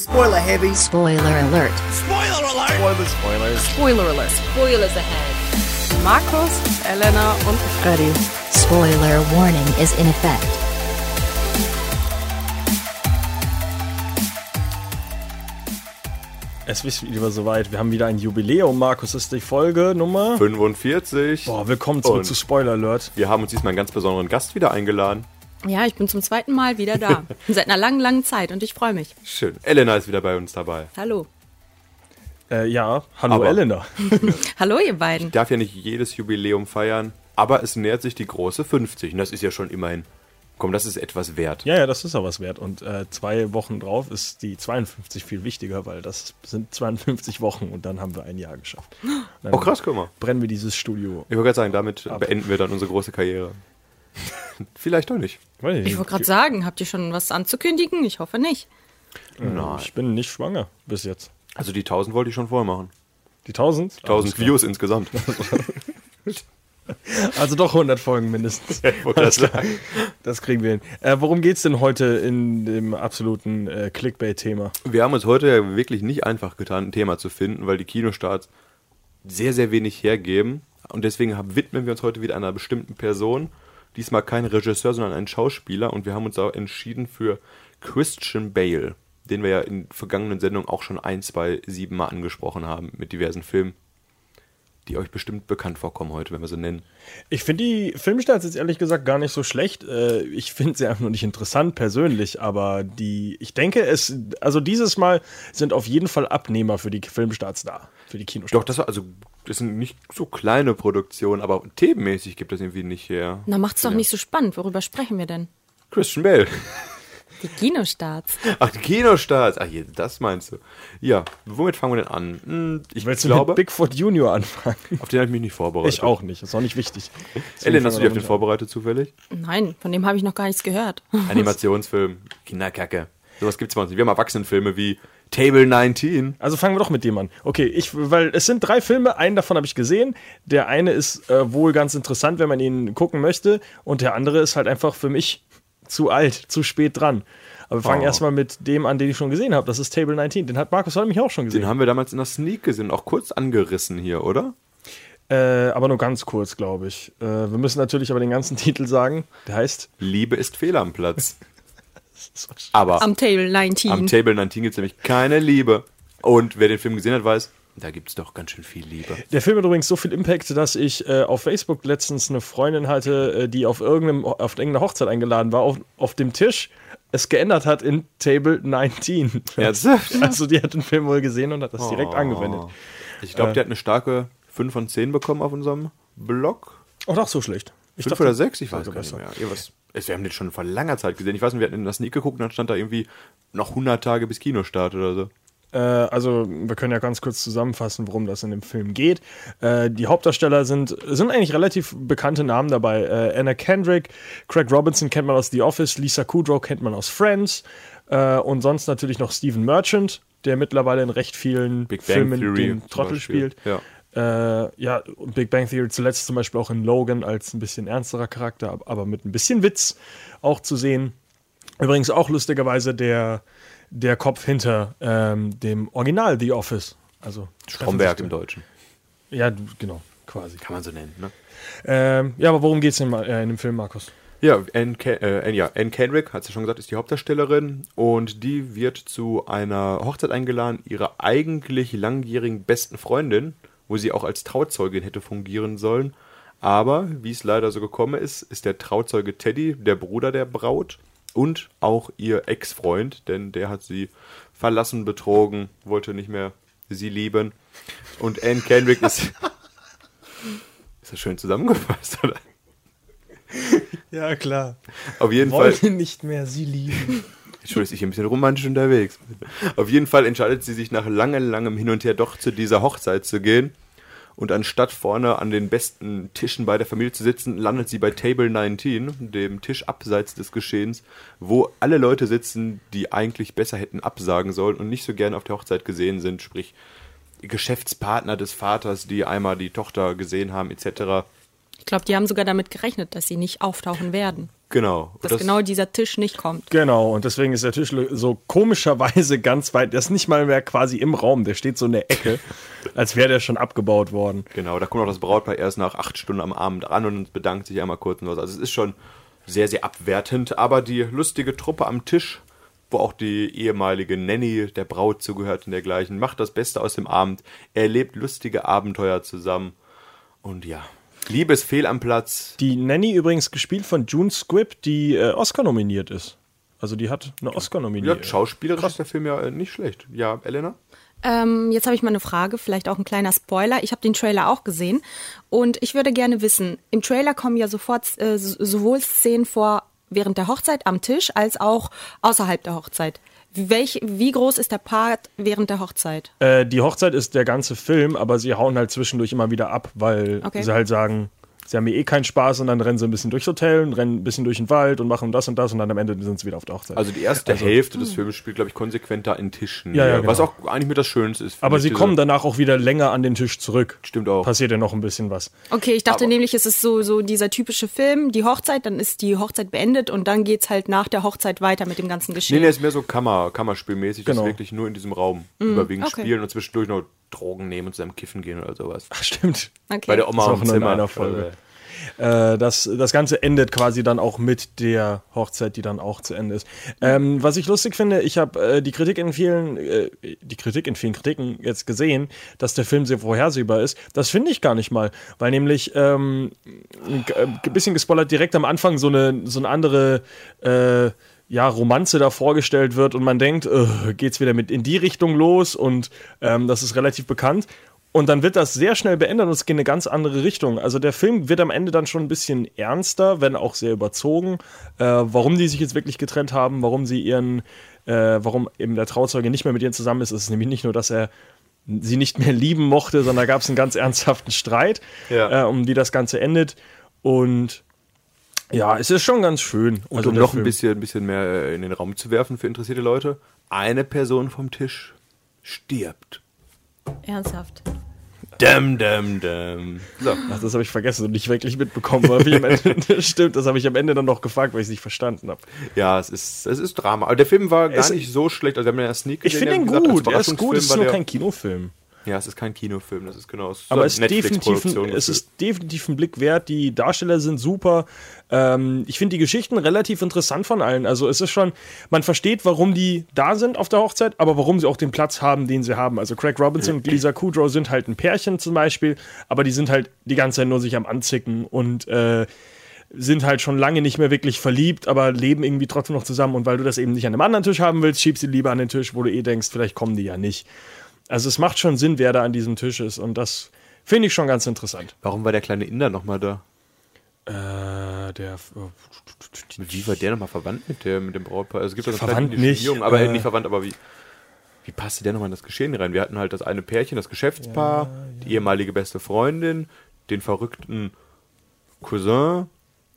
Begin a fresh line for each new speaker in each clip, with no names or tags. Spoiler heavy.
Spoiler alert.
Spoiler alert. Spoilers.
Spoilers.
Spoiler alert. Spoilers ahead.
Markus, Elena und Freddy.
Spoiler warning is in effect.
Es ist wieder soweit. Wir haben wieder ein Jubiläum, Markus. Das ist die Folge Nummer
45.
Boah, willkommen zurück
Und-
zu Spoiler Alert.
Wir haben uns diesmal einen ganz besonderen Gast wieder eingeladen.
Ja, ich bin zum zweiten Mal wieder da. Seit einer langen, langen Zeit und ich freue mich.
Schön. Elena ist wieder bei uns dabei.
Hallo.
Äh, ja, hallo
Aber-
Elena.
Hallo, ihr beiden.
Darf ja nicht jedes Jubiläum feiern, aber es nähert sich die große 50. Und das ist ja schon immerhin. Komm, das ist etwas wert.
Ja, ja, das ist ja was wert. Und äh, zwei Wochen drauf ist die 52 viel wichtiger, weil das sind 52 Wochen und dann haben wir ein Jahr geschafft. Dann
Oh, krass, guck mal.
brennen wir dieses Studio.
Ich wollte gerade sagen, damit beenden wir dann unsere große Karriere. Vielleicht doch nicht.
weiß
Ich wollte gerade sagen, habt ihr schon was anzukündigen? Ich hoffe nicht.
Nein. Ich bin nicht schwanger bis jetzt.
Also die 1000 wollte ich schon vorher machen.
Die 1000?
1000 Views insgesamt.
Also doch 100 Folgen mindestens.
Ich wollte das
Alles klar.
sagen.
Das kriegen wir hin. Äh, worum geht's denn heute in dem absoluten äh, Clickbait-Thema?
Wir haben uns heute ja wirklich nicht einfach getan, ein Thema zu finden, weil die Kinostarts sehr, sehr wenig hergeben. Und deswegen haben, widmen wir uns heute wieder einer bestimmten Person. Diesmal kein Regisseur, sondern ein Schauspieler. Und wir haben uns auch entschieden für Christian Bale, den wir ja in vergangenen Sendungen auch schon ein, zwei, sieben Mal angesprochen haben mit diversen Filmen, die euch bestimmt bekannt vorkommen heute, wenn wir sie nennen.
Ich finde die Filmstarts jetzt ehrlich gesagt gar nicht so schlecht. Äh, ich finde sie einfach nur nicht interessant persönlich, aber die, ich denke, es, also dieses Mal sind auf jeden Fall Abnehmer für die Filmstarts da, für die Kinostarts.
Doch, das war also, das sind nicht so kleine Produktionen, aber themenmäßig gibt das irgendwie nicht her.
Na, macht's doch nicht so spannend. Worüber sprechen wir denn?
Christian Bale.
Die Kinostarts.
Ach, Kinostarts. Ach, hier, das meinst du. Ja, womit fangen wir denn an? Hm, Ich
Willst du
glaube,
mit Bigfoot Junior anfangen?
auf den habe ich mich nicht vorbereitet.
Ich auch nicht, ist auch nicht wichtig.
Ellen, hast du dich auf den
Vorbereitet?
vorbereitet zufällig?
Nein, von dem habe ich noch gar nichts gehört.
Animationsfilm, Kinderkacke. Sowas gibt's bei uns nicht. Wir haben Erwachsenenfilme wie Table 19.
Also fangen wir doch mit dem an. Okay, ich, weil es sind drei Filme, einen davon habe ich gesehen. Der eine ist äh, wohl ganz interessant, wenn man ihn gucken möchte. Und der andere ist halt einfach für mich zu alt, zu spät dran. Aber wir fangen
Oh.
erstmal mit dem an, den ich schon gesehen habe. Das ist Table 19. Den hat Markus Holm mich auch schon
Den
gesehen.
haben wir damals in der Sneak gesehen, auch kurz angerissen hier, oder?
Äh, aber nur ganz kurz, glaube ich. Äh, wir müssen natürlich aber den ganzen Titel sagen. Der heißt.
Liebe ist Fehler am Platz. Aber am,
Am Table 19.
Table 19 gibt's nämlich keine Liebe. Und wer den Film gesehen hat, weiß, da gibt's doch ganz schön viel Liebe.
Der Film hat übrigens so viel Impact, dass ich äh, auf Facebook letztens eine Freundin hatte, äh, die auf, irgendeinem, auf irgendeiner Hochzeit eingeladen war, auf, auf dem Tisch es geändert hat in Table 19.
Ernsthaft?
Also die hat den Film wohl gesehen und hat das direkt
Oh.
angewendet.
Ich
Äh.
glaube, der hat eine starke 5 von 10 bekommen auf unserem Blog.
Auch doch so schlecht. Ich
5
dachte,
oder 6, ich weiß
sollte
gar nicht
besser.
mehr. Irgendwas. Es- Wir haben den schon vor langer Zeit gesehen. Ich weiß nicht, wir hatten in das Sneak geguckt und dann stand da irgendwie noch 100 Tage bis Kinostart oder so.
Äh, also wir können ja ganz kurz zusammenfassen, worum das in dem Film geht. Äh, die Hauptdarsteller sind, sind eigentlich relativ bekannte Namen dabei. Äh, Anna Kendrick, Craig Robinson kennt man aus The Office, Lisa Kudrow kennt man aus Friends äh, und sonst natürlich noch Stephen Merchant, der mittlerweile in recht vielen
Big Bang
Filmen
Theory
den
zum
Trottel
Beispiel.
spielt. Äh, ja, und Big Bang Theory zuletzt zum Beispiel auch in Logan als ein bisschen ernsterer Charakter, ab- aber mit ein bisschen Witz auch zu sehen. Übrigens auch lustigerweise der, der Kopf hinter ähm, dem Original The Office. Also
Stromberg im
treffen
Deutschen.
sich- Ja, du- genau, quasi.
Kann man so nennen, ne?
Ähm, ja, aber worum geht es denn mal, äh, in dem Film, Markus?
Ja, Anne, Ke- äh, Anne, ja, Anne Kendrick, hat sie schon gesagt, ist die Hauptdarstellerin und die wird zu einer Hochzeit eingeladen, ihrer eigentlich langjährigen besten Freundin, wo sie auch als Trauzeugin hätte fungieren sollen. Aber wie es leider so gekommen ist, ist der Trauzeuge Teddy, der Bruder der Braut und auch ihr Ex-Freund, denn der hat sie verlassen, betrogen, wollte nicht mehr sie lieben. Und Anne Kendrick ist. Ist das schön zusammengefasst, oder?
Ja, klar.
Auf jeden Fall.
Wollte nicht mehr sie lieben.
Entschuldigung, ich bin ein bisschen romantisch unterwegs. Auf jeden Fall entscheidet sie sich nach langem, langem Hin und Her doch zu dieser Hochzeit zu gehen. Und anstatt vorne an den besten Tischen bei der Familie zu sitzen, landet sie bei Table 19, dem Tisch abseits des Geschehens, wo alle Leute sitzen, die eigentlich besser hätten absagen sollen und nicht so gerne auf der Hochzeit gesehen sind, sprich Geschäftspartner des Vaters, die einmal die Tochter gesehen haben, etc.
Ich glaube, die haben sogar damit gerechnet, dass sie nicht auftauchen werden.
Genau. Und
dass
das-
genau dieser Tisch nicht kommt.
Genau, und deswegen ist der Tisch so komischerweise ganz weit, der ist nicht mal mehr quasi im Raum, der steht so in der Ecke, als wäre der schon abgebaut worden.
Genau, da kommt auch das Brautpaar erst nach acht Stunden am Abend ran und bedankt sich einmal kurz und was. Also es ist schon sehr, sehr abwertend, aber die lustige Truppe am Tisch, wo auch die ehemalige Nanny der Braut zugehört und dergleichen, macht das Beste aus dem Abend, erlebt lustige Abenteuer zusammen und ja, Liebe ist fehl am Platz.
Die Nanny übrigens gespielt von June Squibb, die äh, Oscar nominiert ist. Also die hat eine Oscar
Ja,
nominiert.
schauspielerisch ist der Film ja äh, nicht schlecht. Ja, Elena?
Ähm, jetzt habe ich mal eine Frage, vielleicht auch ein kleiner Spoiler. Ich habe den Trailer auch gesehen und ich würde gerne wissen, im Trailer kommen ja sofort äh, s- sowohl Szenen vor während der Hochzeit am Tisch als auch außerhalb der Hochzeit. Welch, wie groß ist der Part während der Hochzeit?
äh, die Hochzeit ist der ganze Film, aber sie hauen halt zwischendurch immer wieder ab, weil
Okay.
sie halt sagen, sie haben mir eh keinen Spaß und dann rennen sie ein bisschen durchs Hotel und rennen ein bisschen durch den Wald und machen das und das und dann am Ende sind sie wieder auf der Hochzeit.
Also die erste Hälfte des Films spielt, glaube ich, konsequent da in Tischen.
Ja, ja,
Was
genau.
auch eigentlich mit das Schönste ist. finde
aber
ich,
sie
diese-
kommen danach auch wieder länger an den Tisch zurück.
Stimmt auch.
Passiert ja noch ein bisschen was.
Okay, ich dachte
Aber-
nämlich, es ist so, so dieser typische Film, die Hochzeit, dann ist die Hochzeit beendet und dann geht's halt nach der Hochzeit weiter mit dem ganzen
Nee,
Geschehen.
nee, ist mehr so Kammer, Kammerspielmäßig,
Genau.
dass wirklich nur in diesem Raum überwiegend
Mhm, okay.
spielen und zwischendurch noch Drogen nehmen und zusammen kiffen gehen oder sowas.
Stimmt.
Okay.
Bei der Oma
Ist auch
im
nur in
Zimmer. Also,
einer Folge. Äh, das, das Ganze endet quasi dann auch mit der Hochzeit, die dann auch zu Ende ist. Ähm, was ich lustig finde, ich habe äh, die Kritik in vielen, äh, die Kritik in vielen Kritiken jetzt gesehen, dass der Film sehr vorhersehbar ist. Das finde ich gar nicht mal, weil nämlich ähm, ein g- äh, ein bisschen gespoilert direkt am Anfang so eine so eine andere äh, ja, Romanze da vorgestellt wird und man denkt, äh, geht's wieder mit in die Richtung los und ähm, das ist relativ bekannt. Und dann wird das sehr schnell beendet und es geht in eine ganz andere Richtung. Also der Film wird am Ende dann schon ein bisschen ernster, wenn auch sehr überzogen, äh, warum die sich jetzt wirklich getrennt haben, warum sie ihren, äh, warum eben der Trauzeuge nicht mehr mit ihr zusammen ist. Es ist nämlich nicht nur, dass er sie nicht mehr lieben mochte, sondern da gab es einen ganz ernsthaften Streit,
Ja.
äh, um die das Ganze endet. Und ja, es ist schon ganz schön.
Und um noch ein bisschen, ein bisschen mehr äh, in den Raum zu werfen für interessierte Leute, eine Person vom Tisch stirbt.
Ernsthaft.
Genau, Dam, dam, dam. So.
Ach, das habe ich vergessen und nicht wirklich mitbekommen, weil ich am Ende, stimmt, das habe ich am Ende dann noch gefragt, weil ich es nicht verstanden habe.
Ja, es ist, es ist Drama. Aber der Film war gar
Es-
nicht so schlecht. Also, wir haben ja Sneak
Ich
gesehen,
finde
ja,
ihn
wie gesagt, als
gut, er ist gut, es ist
Überraschungsfilm
nur
war
kein Kinofilm.
der, Ja, es ist kein Kinofilm, das ist genau. Es ist
Aber
eine
es ist, definitiv ein,
Netflix-Produktion
es
gefühlt.
ist definitiv ein Blick wert. Die Darsteller sind super. Ähm, ich finde die Geschichten relativ interessant von allen. Also es ist schon, man versteht, warum die da sind auf der Hochzeit, aber warum sie auch den Platz haben, den sie haben. Also Craig Robinson und Lisa Kudrow sind halt ein Pärchen zum Beispiel, aber die sind halt die ganze Zeit nur sich am Anzicken und äh, sind halt schon lange nicht mehr wirklich verliebt, aber leben irgendwie trotzdem noch zusammen. Und weil du das eben nicht an einem anderen Tisch haben willst, schiebst du die lieber an den Tisch, wo du eh denkst, vielleicht kommen die ja nicht. Also es macht schon Sinn, wer da an diesem Tisch ist und das finde ich schon ganz interessant.
Warum war der kleine Inder nochmal da?
Äh, der
Wie war der nochmal verwandt mit, der, mit dem Brautpaar? Also es gibt ja so einen
Verwandt
kleinen indischen
nicht,
Jungen, aber
äh,
nicht verwandt, aber wie, wie passte der nochmal in das Geschehen rein? Wir hatten halt das eine Pärchen, das Geschäftspaar, die ehemalige beste Freundin, den verrückten Cousin,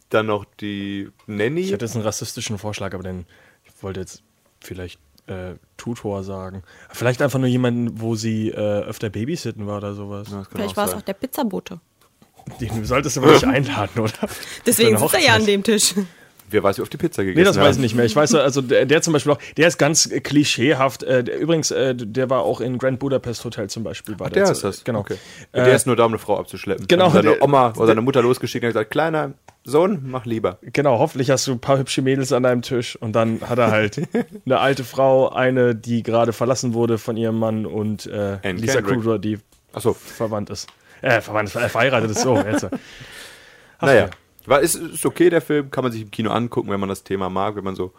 dann noch die
ich
Nanny.
hatte jetzt einen rassistischen Vorschlag, aber den ich wollte jetzt vielleicht äh, Tutor sagen. Vielleicht einfach nur jemanden, wo sie äh, öfter babysitten war oder sowas.
Ja, das kann
Vielleicht war es
sein.
auch der Pizzabote.
Den solltest du aber nicht einladen, oder? Für
Deswegen
eine
sitzt er ja
Hochzeit.
an dem Tisch.
Wer weiß, wie oft die Pizza gegessen
Nee, das weiß ich
haben.
nicht mehr. Ich weiß, also der, der zum Beispiel auch, der ist ganz äh, klischeehaft. Äh, der, übrigens, äh, der war auch in Grand Budapest Hotel zum Beispiel. War
Der
zu-
ist das.
Genau.
Okay.
Äh,
der ist nur da, um eine Frau abzuschleppen.
genau,
Und Seine
der-
Oma oder seine Mutter losgeschickt und hat gesagt: Kleiner Sohn, mach lieber.
Genau, hoffentlich hast du ein paar hübsche Mädels an deinem Tisch und dann hat er halt eine alte Frau, eine, die gerade verlassen wurde von ihrem Mann und äh,
And
Lisa
Kendrick.
Kudrow, die
Achso,
verwandt ist. Äh, verwandt ist, äh, verheiratet ist so. Jetzt.
naja,
ja.
war, ist, ist okay, der Film. Kann man sich im Kino angucken, wenn man das Thema mag, wenn man so,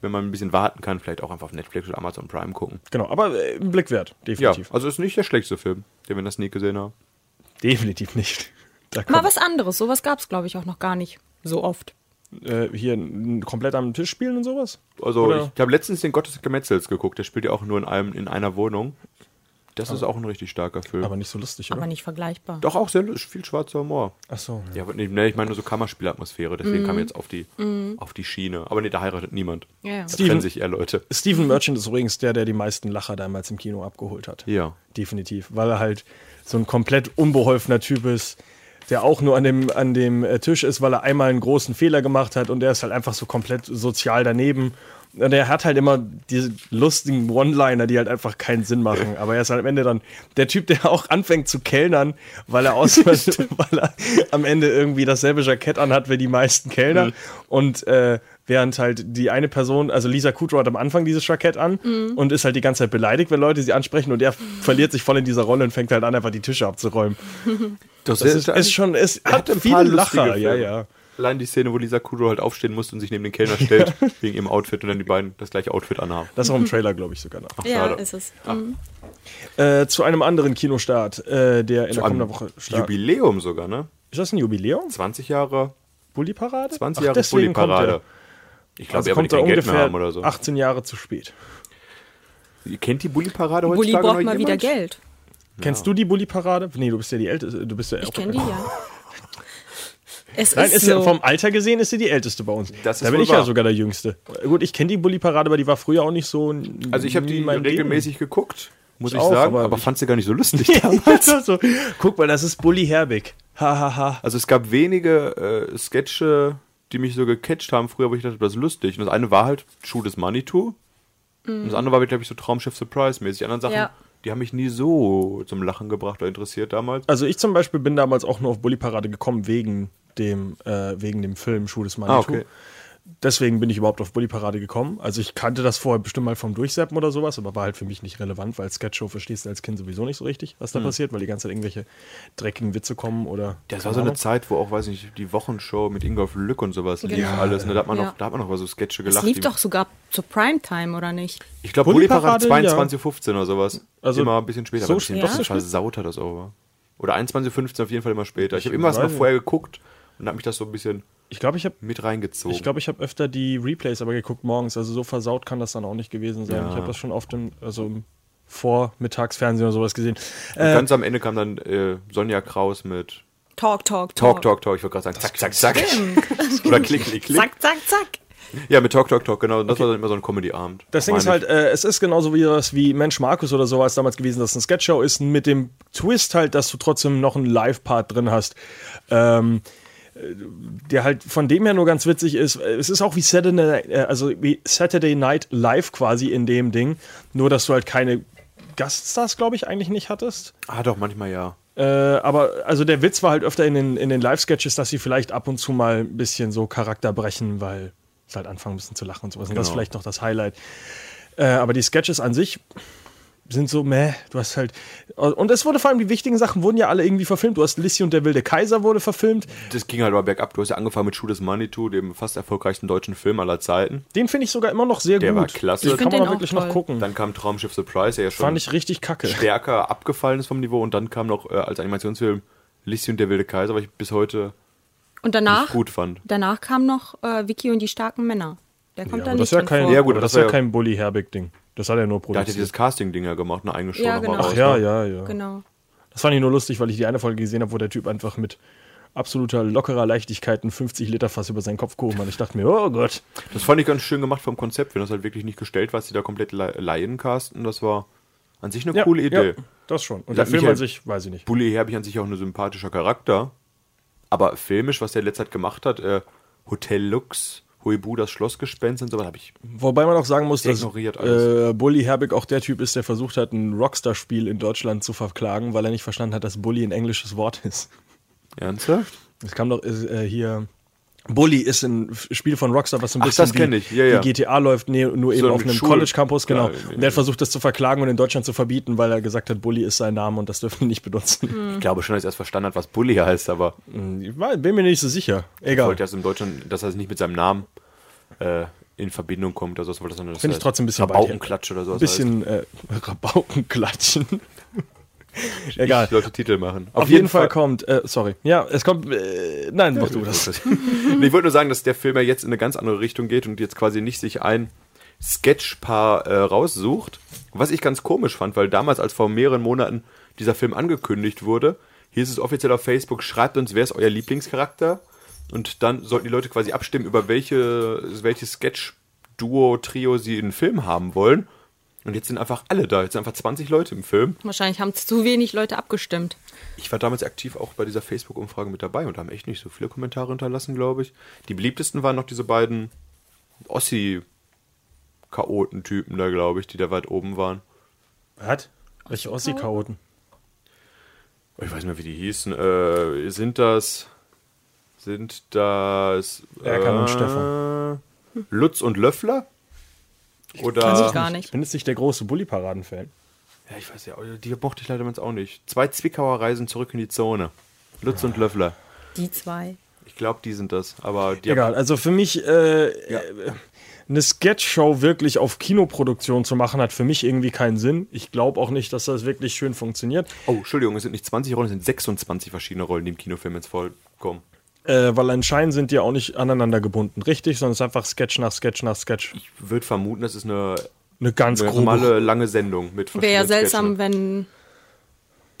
wenn man ein bisschen warten kann, vielleicht auch einfach auf Netflix oder Amazon Prime gucken.
Genau, aber äh, ein Blick wert,
Ja,
definitiv.
also ist nicht der schlechteste Film, den wir in der Sneak gesehen haben.
Definitiv nicht. Da
Mal
kommt,
was anderes, sowas gab's glaube ich auch noch gar nicht so oft.
äh, hier n- komplett am Tisch spielen und sowas.
Also
Oder-
ich habe letztens den Gottes Gemetzels geguckt, der spielt ja auch nur in einem in einer Wohnung. Das ist auch ein richtig starker Film.
Aber nicht so lustig, oder?
Aber nicht vergleichbar.
Doch auch sehr lu- viel schwarzer Humor.
Ach so. Ja.
Ja, aber nee, nee, ich meine nur so Kammerspielatmosphäre, deswegen kam jetzt auf die, auf die Schiene. Aber nee, da heiratet niemand.
Mhm. Ja, ja.
Da
Steven-
trennen sich eher Leute.
Stephen Merchant ist übrigens der, der die meisten Lacher damals im Kino abgeholt hat.
Ja.
Definitiv. Weil er halt so ein komplett unbeholfener Typ ist, der auch nur an dem, an dem äh, Tisch ist, weil er einmal einen großen Fehler gemacht hat und der ist halt einfach so komplett sozial daneben. Und er hat halt immer diese lustigen One-Liner, die halt einfach keinen Sinn machen. Aber er ist halt am Ende dann der Typ, der auch anfängt zu kellnern, weil er, aus, weil er am Ende irgendwie dasselbe Jackett anhat wie die meisten Kellner. Und äh, Während halt die eine Person, also Lisa Kudrow hat am Anfang dieses Jackett an
Mhm.
und ist halt die ganze Zeit beleidigt, wenn Leute sie ansprechen und er verliert sich voll in dieser Rolle und fängt halt an, einfach die Tische abzuräumen.
Das,
Es ist, ist schon, es hat
ein
viele
paar lustige
Lacher, ja,
Filme.
ja.
Allein die Szene, wo Lisa Kudrow halt aufstehen muss und sich neben den Kellner stellt, wegen ihrem Outfit und dann die beiden das gleiche Outfit anhaben.
Das ist auch im Trailer, glaube ich, sogar noch.
Ja,
schade.
ist es.
Äh, zu einem anderen Kinostart, äh, der in der kommenden
Am
Woche startet.
Jubiläum sogar, ne?
Ist das ein Jubiläum?
20 Jahre,
Bulli-Parade?
20
Ach,
Jahre
deswegen
Bulli-Parade.
Kommt
Ich
er.
glaube,
Also
ja, weil die
kommt er
kein Geld mehr
ungefähr
haben oder so.
18 Jahre zu spät.
Ihr kennt die Bulli-Parade
Bulli
heutzutage
braucht
noch
mal
jemand?
wieder Geld.
Kennst du die Bulli-Parade? Nee, du bist ja die Älteste. Du bist ja
Ich kenne die ja. Es
Nein,
ist,
ist ja,
so.
vom Alter gesehen ist sie die Älteste bei uns.
Das ist
da bin
wohl
ich
wahr.
ja sogar der Jüngste. Gut, ich kenne die Bulli-Parade, aber die war früher auch nicht so. n-
Also ich habe die
nie Hm, mein
regelmäßig geguckt, muss ich,
auch,
sagen,
aber
aber,
ich-
fand sie gar nicht so lustig.
Leben. also so, guck mal, das ist Bulli Herbig. Hahaha. Ha, ha.
also es gab wenige äh, Sketche, die mich so gecatcht haben früher, wo ich dachte, das ist lustig. Und das eine war halt Shoot is Money Too. Und das andere war, glaube ich, so Traumschiff Surprise mäßig. Die anderen Sachen,
Mhm. Ja.
die haben mich nie so zum Lachen gebracht oder interessiert damals.
Also ich zum Beispiel bin damals auch nur auf Bulli-Parade gekommen wegen dem, äh, wegen dem Film Schuh des Manitou.
Ah, okay.
Deswegen bin ich überhaupt auf Bulli-Parade gekommen. Also ich kannte das vorher bestimmt mal vom Durchseppen oder sowas, aber war halt für mich nicht relevant, weil Sketchshow verstehst du als Kind sowieso nicht so richtig, was da passiert, weil die ganze Zeit irgendwelche dreckigen Witze kommen oder.
Hm. Das
keine
war so eine
Ahnung.
Zeit, wo auch, weiß ich nicht, die Wochenshow mit Ingolf Lück und sowas lief alles. Ne? Da, hat man
Genau. Ja.
noch, da hat man noch über so Sketche
es
gelacht.
lief
die-
doch sogar zur Primetime, oder nicht?
Ich glaube,
Bulli-Parade,
Bulli-Parade
ja.
22.15 oder sowas.
Also,
Also immer ein bisschen später.
so
aber ein bisschen,
spät?
doch so versauter das auch war. Oder 21.15 auf jeden Fall immer später. Ich habe immer was
weiß
noch
nicht.
vorher geguckt und habe mich das so ein bisschen
Ich glaube, ich habe
mit reingezogen.
Ich glaube, ich habe öfter die Replays aber geguckt morgens. Also so versaut kann das dann auch nicht gewesen sein.
Ja.
Ich habe das schon oft im, also im Vormittagsfernsehen oder sowas gesehen.
und
Äh,
ganz am Ende kam dann äh, Sonja Kraus mit
Talk, talk,
Talk,
talk.
Talk, Talk. Ich wollte gerade sagen, zack, zack, zack. Oder klick, klick, klick.
Zack, zack, zack.
Ja, mit Talk, Talk, Talk, genau. Und das war dann immer so ein Comedy-Abend.
das Ding ist
Meine
halt,
ich.
äh, es ist genauso wie das wie Mensch Markus oder sowas damals gewesen, dass es eine Sketchshow ist, mit dem Twist halt, dass du trotzdem noch einen Live-Part drin hast. Ähm, äh, der halt von dem her nur ganz witzig ist. Es ist auch wie Saturday, äh, also wie Saturday Night Live quasi in dem Ding, nur dass du halt keine Gaststars, glaube ich, eigentlich nicht hattest.
Ah, doch, manchmal ja.
Äh, aber also der Witz war halt öfter in den, in den Live-Sketches, dass sie vielleicht ab und zu mal ein bisschen so Charakter brechen, weil sie halt anfangen müssen zu lachen und sowas. Und das ist
Genau.
vielleicht noch das Highlight. Äh, aber die Sketches an sich sind so, meh, du hast halt. Und es wurde vor allem, die wichtigen Sachen wurden ja alle irgendwie verfilmt. Du hast Lissy und der wilde Kaiser wurde verfilmt.
Das ging halt aber bergab. Du hast ja angefangen mit Shooters Manitou, dem fast erfolgreichsten deutschen Film aller Zeiten.
Den finde ich sogar immer noch sehr
Der
gut.
war klasse.
Den
Ich
kann
find
man auch
den auch
wirklich noch
toll.
gucken.
Dann kam Traumschiff Surprise, der ja schon
Hm. Fand ich richtig kacke.
stärker abgefallen ist vom Niveau und dann kam noch äh, als Animationsfilm Lissy und der wilde Kaiser, was ich bis heute
Und danach,
nicht gut fand.
danach kam noch äh, Vicky und die starken Männer. Der kommt
aber
da
das
nicht
ist ja
drin
kein,
vor.
Ja, gut,
aber
aber
das
das
ist ja
war ja-
kein Bully-Herbig-Ding. Das hat er nur
Da hat er
produziert.
dieses Casting-Ding ja gemacht, eine eigene Show
Ja,
nochmal
genau.
raus.
Ach
ja,
ne?
ja, ja.
Genau.
Das fand ich nur lustig, weil ich die eine Folge gesehen habe, wo der Typ einfach mit absoluter lockerer Leichtigkeit ein 50 Liter Fass über seinen Kopf gehoben hat. Ich dachte mir, oh Gott.
Das fand ich ganz schön gemacht vom Konzept, wenn das halt wirklich nicht gestellt war, dass die da komplett Lai- Laien casten. Das war an sich eine coole Idee.
Ja, das schon. Und der
Sag,
Film
Michael-
an sich, weiß ich nicht.
Bully Herbig an sich auch ein sympathischer Charakter. Aber filmisch, was der letzte Zeit gemacht hat, äh, Hotel Lux, Huibu, das Schlossgespenst und sowas, habe ich.
Wobei man auch sagen muss, dass
Ignoriert
äh, Bully Herbig auch der Typ ist, der versucht hat, ein Rockstar-Spiel in Deutschland zu verklagen, weil er nicht verstanden hat, dass Bully ein englisches Wort ist.
Ernsthaft?
Es kam doch äh, hier. Bully ist ein F- Spiel von Rockstar, was so ein
Ach,
bisschen
das kenn
wie,
ich. Ja, ja.
wie GTA läuft, nee, nur eben
ein
auf einem
Schul-
College-Campus, genau.
Ja, ja, ja.
Und der hat versucht, das zu verklagen und in Deutschland zu verbieten, weil er gesagt hat, Bully ist sein Name und das dürfen wir nicht benutzen.
Ich glaube schon, dass er erst verstanden hat, was Bully heißt, aber
Ich war- bin mir nicht so sicher.
Ich
Egal.
wollte das im Deutschen, dass er es nicht mit seinem Namen äh, in Verbindung kommt. Also, das wollte das
Finde ich trotzdem ein bisschen weit
Rabaukenklatsch oder sowas.
Ein bisschen äh, Rabauken klatschen.
heißt.
egal.
Ich sollte Titel machen.
Auf jeden Fall, kommt, äh, sorry. Ja, es kommt, äh, nein, mach du das.
nee, ich wollte nur sagen, dass der Film ja jetzt in eine ganz andere Richtung geht und jetzt quasi nicht sich ein Sketchpaar äh, raussucht. Was ich ganz komisch fand, weil damals, als vor mehreren Monaten dieser Film angekündigt wurde, hieß es offiziell auf Facebook, schreibt uns, wer ist euer Lieblingscharakter? Und dann sollten die Leute quasi abstimmen, über welche, welches Sketch-Duo, Trio sie in den Film haben wollen. Und jetzt sind einfach alle da. Jetzt sind einfach 20 Leute im Film.
Wahrscheinlich haben zu wenig Leute abgestimmt.
Ich war damals aktiv auch bei dieser Facebook-Umfrage mit dabei und haben echt nicht so viele Kommentare hinterlassen, glaube ich. Die beliebtesten waren noch diese beiden Ossi-Chaoten-Typen da, glaube ich, die da weit oben waren.
Was? Welche Ossi-Chaoten?
Ich weiß nicht mehr, wie die hießen. Äh, sind das. Sind das.
Erkan und
äh,
Stefan.
Lutz und Löffler? Oder.
Weiß ich gar nicht.
Ich bin jetzt nicht der große Bulli-Paraden-Fan.
Ja, ich weiß ja, oh, die mochte ich leider damals auch nicht. Zwei Zwickauer reisen zurück in die Zone. Lutz und Löffler.
Die zwei.
Ich glaube, die sind das. Aber die
Egal, also für mich äh, äh, eine Sketchshow wirklich auf Kinoproduktion zu machen, hat für mich irgendwie keinen Sinn. Ich glaube auch nicht, dass das wirklich schön funktioniert,
Oh, Entschuldigung, es sind nicht 20 Rollen, es sind 26 verschiedene Rollen, die im Kinofilm jetzt vorkommen.
äh, weil anscheinend sind die auch nicht aneinander gebunden, richtig, sondern es ist einfach Sketch nach Sketch nach Sketch.
Ich würde vermuten, das ist eine,
Eine ganz
eine
grobe.
normale, lange Sendung mit
Wäre ja
verschiedenen
seltsam,
Sketchen.
wenn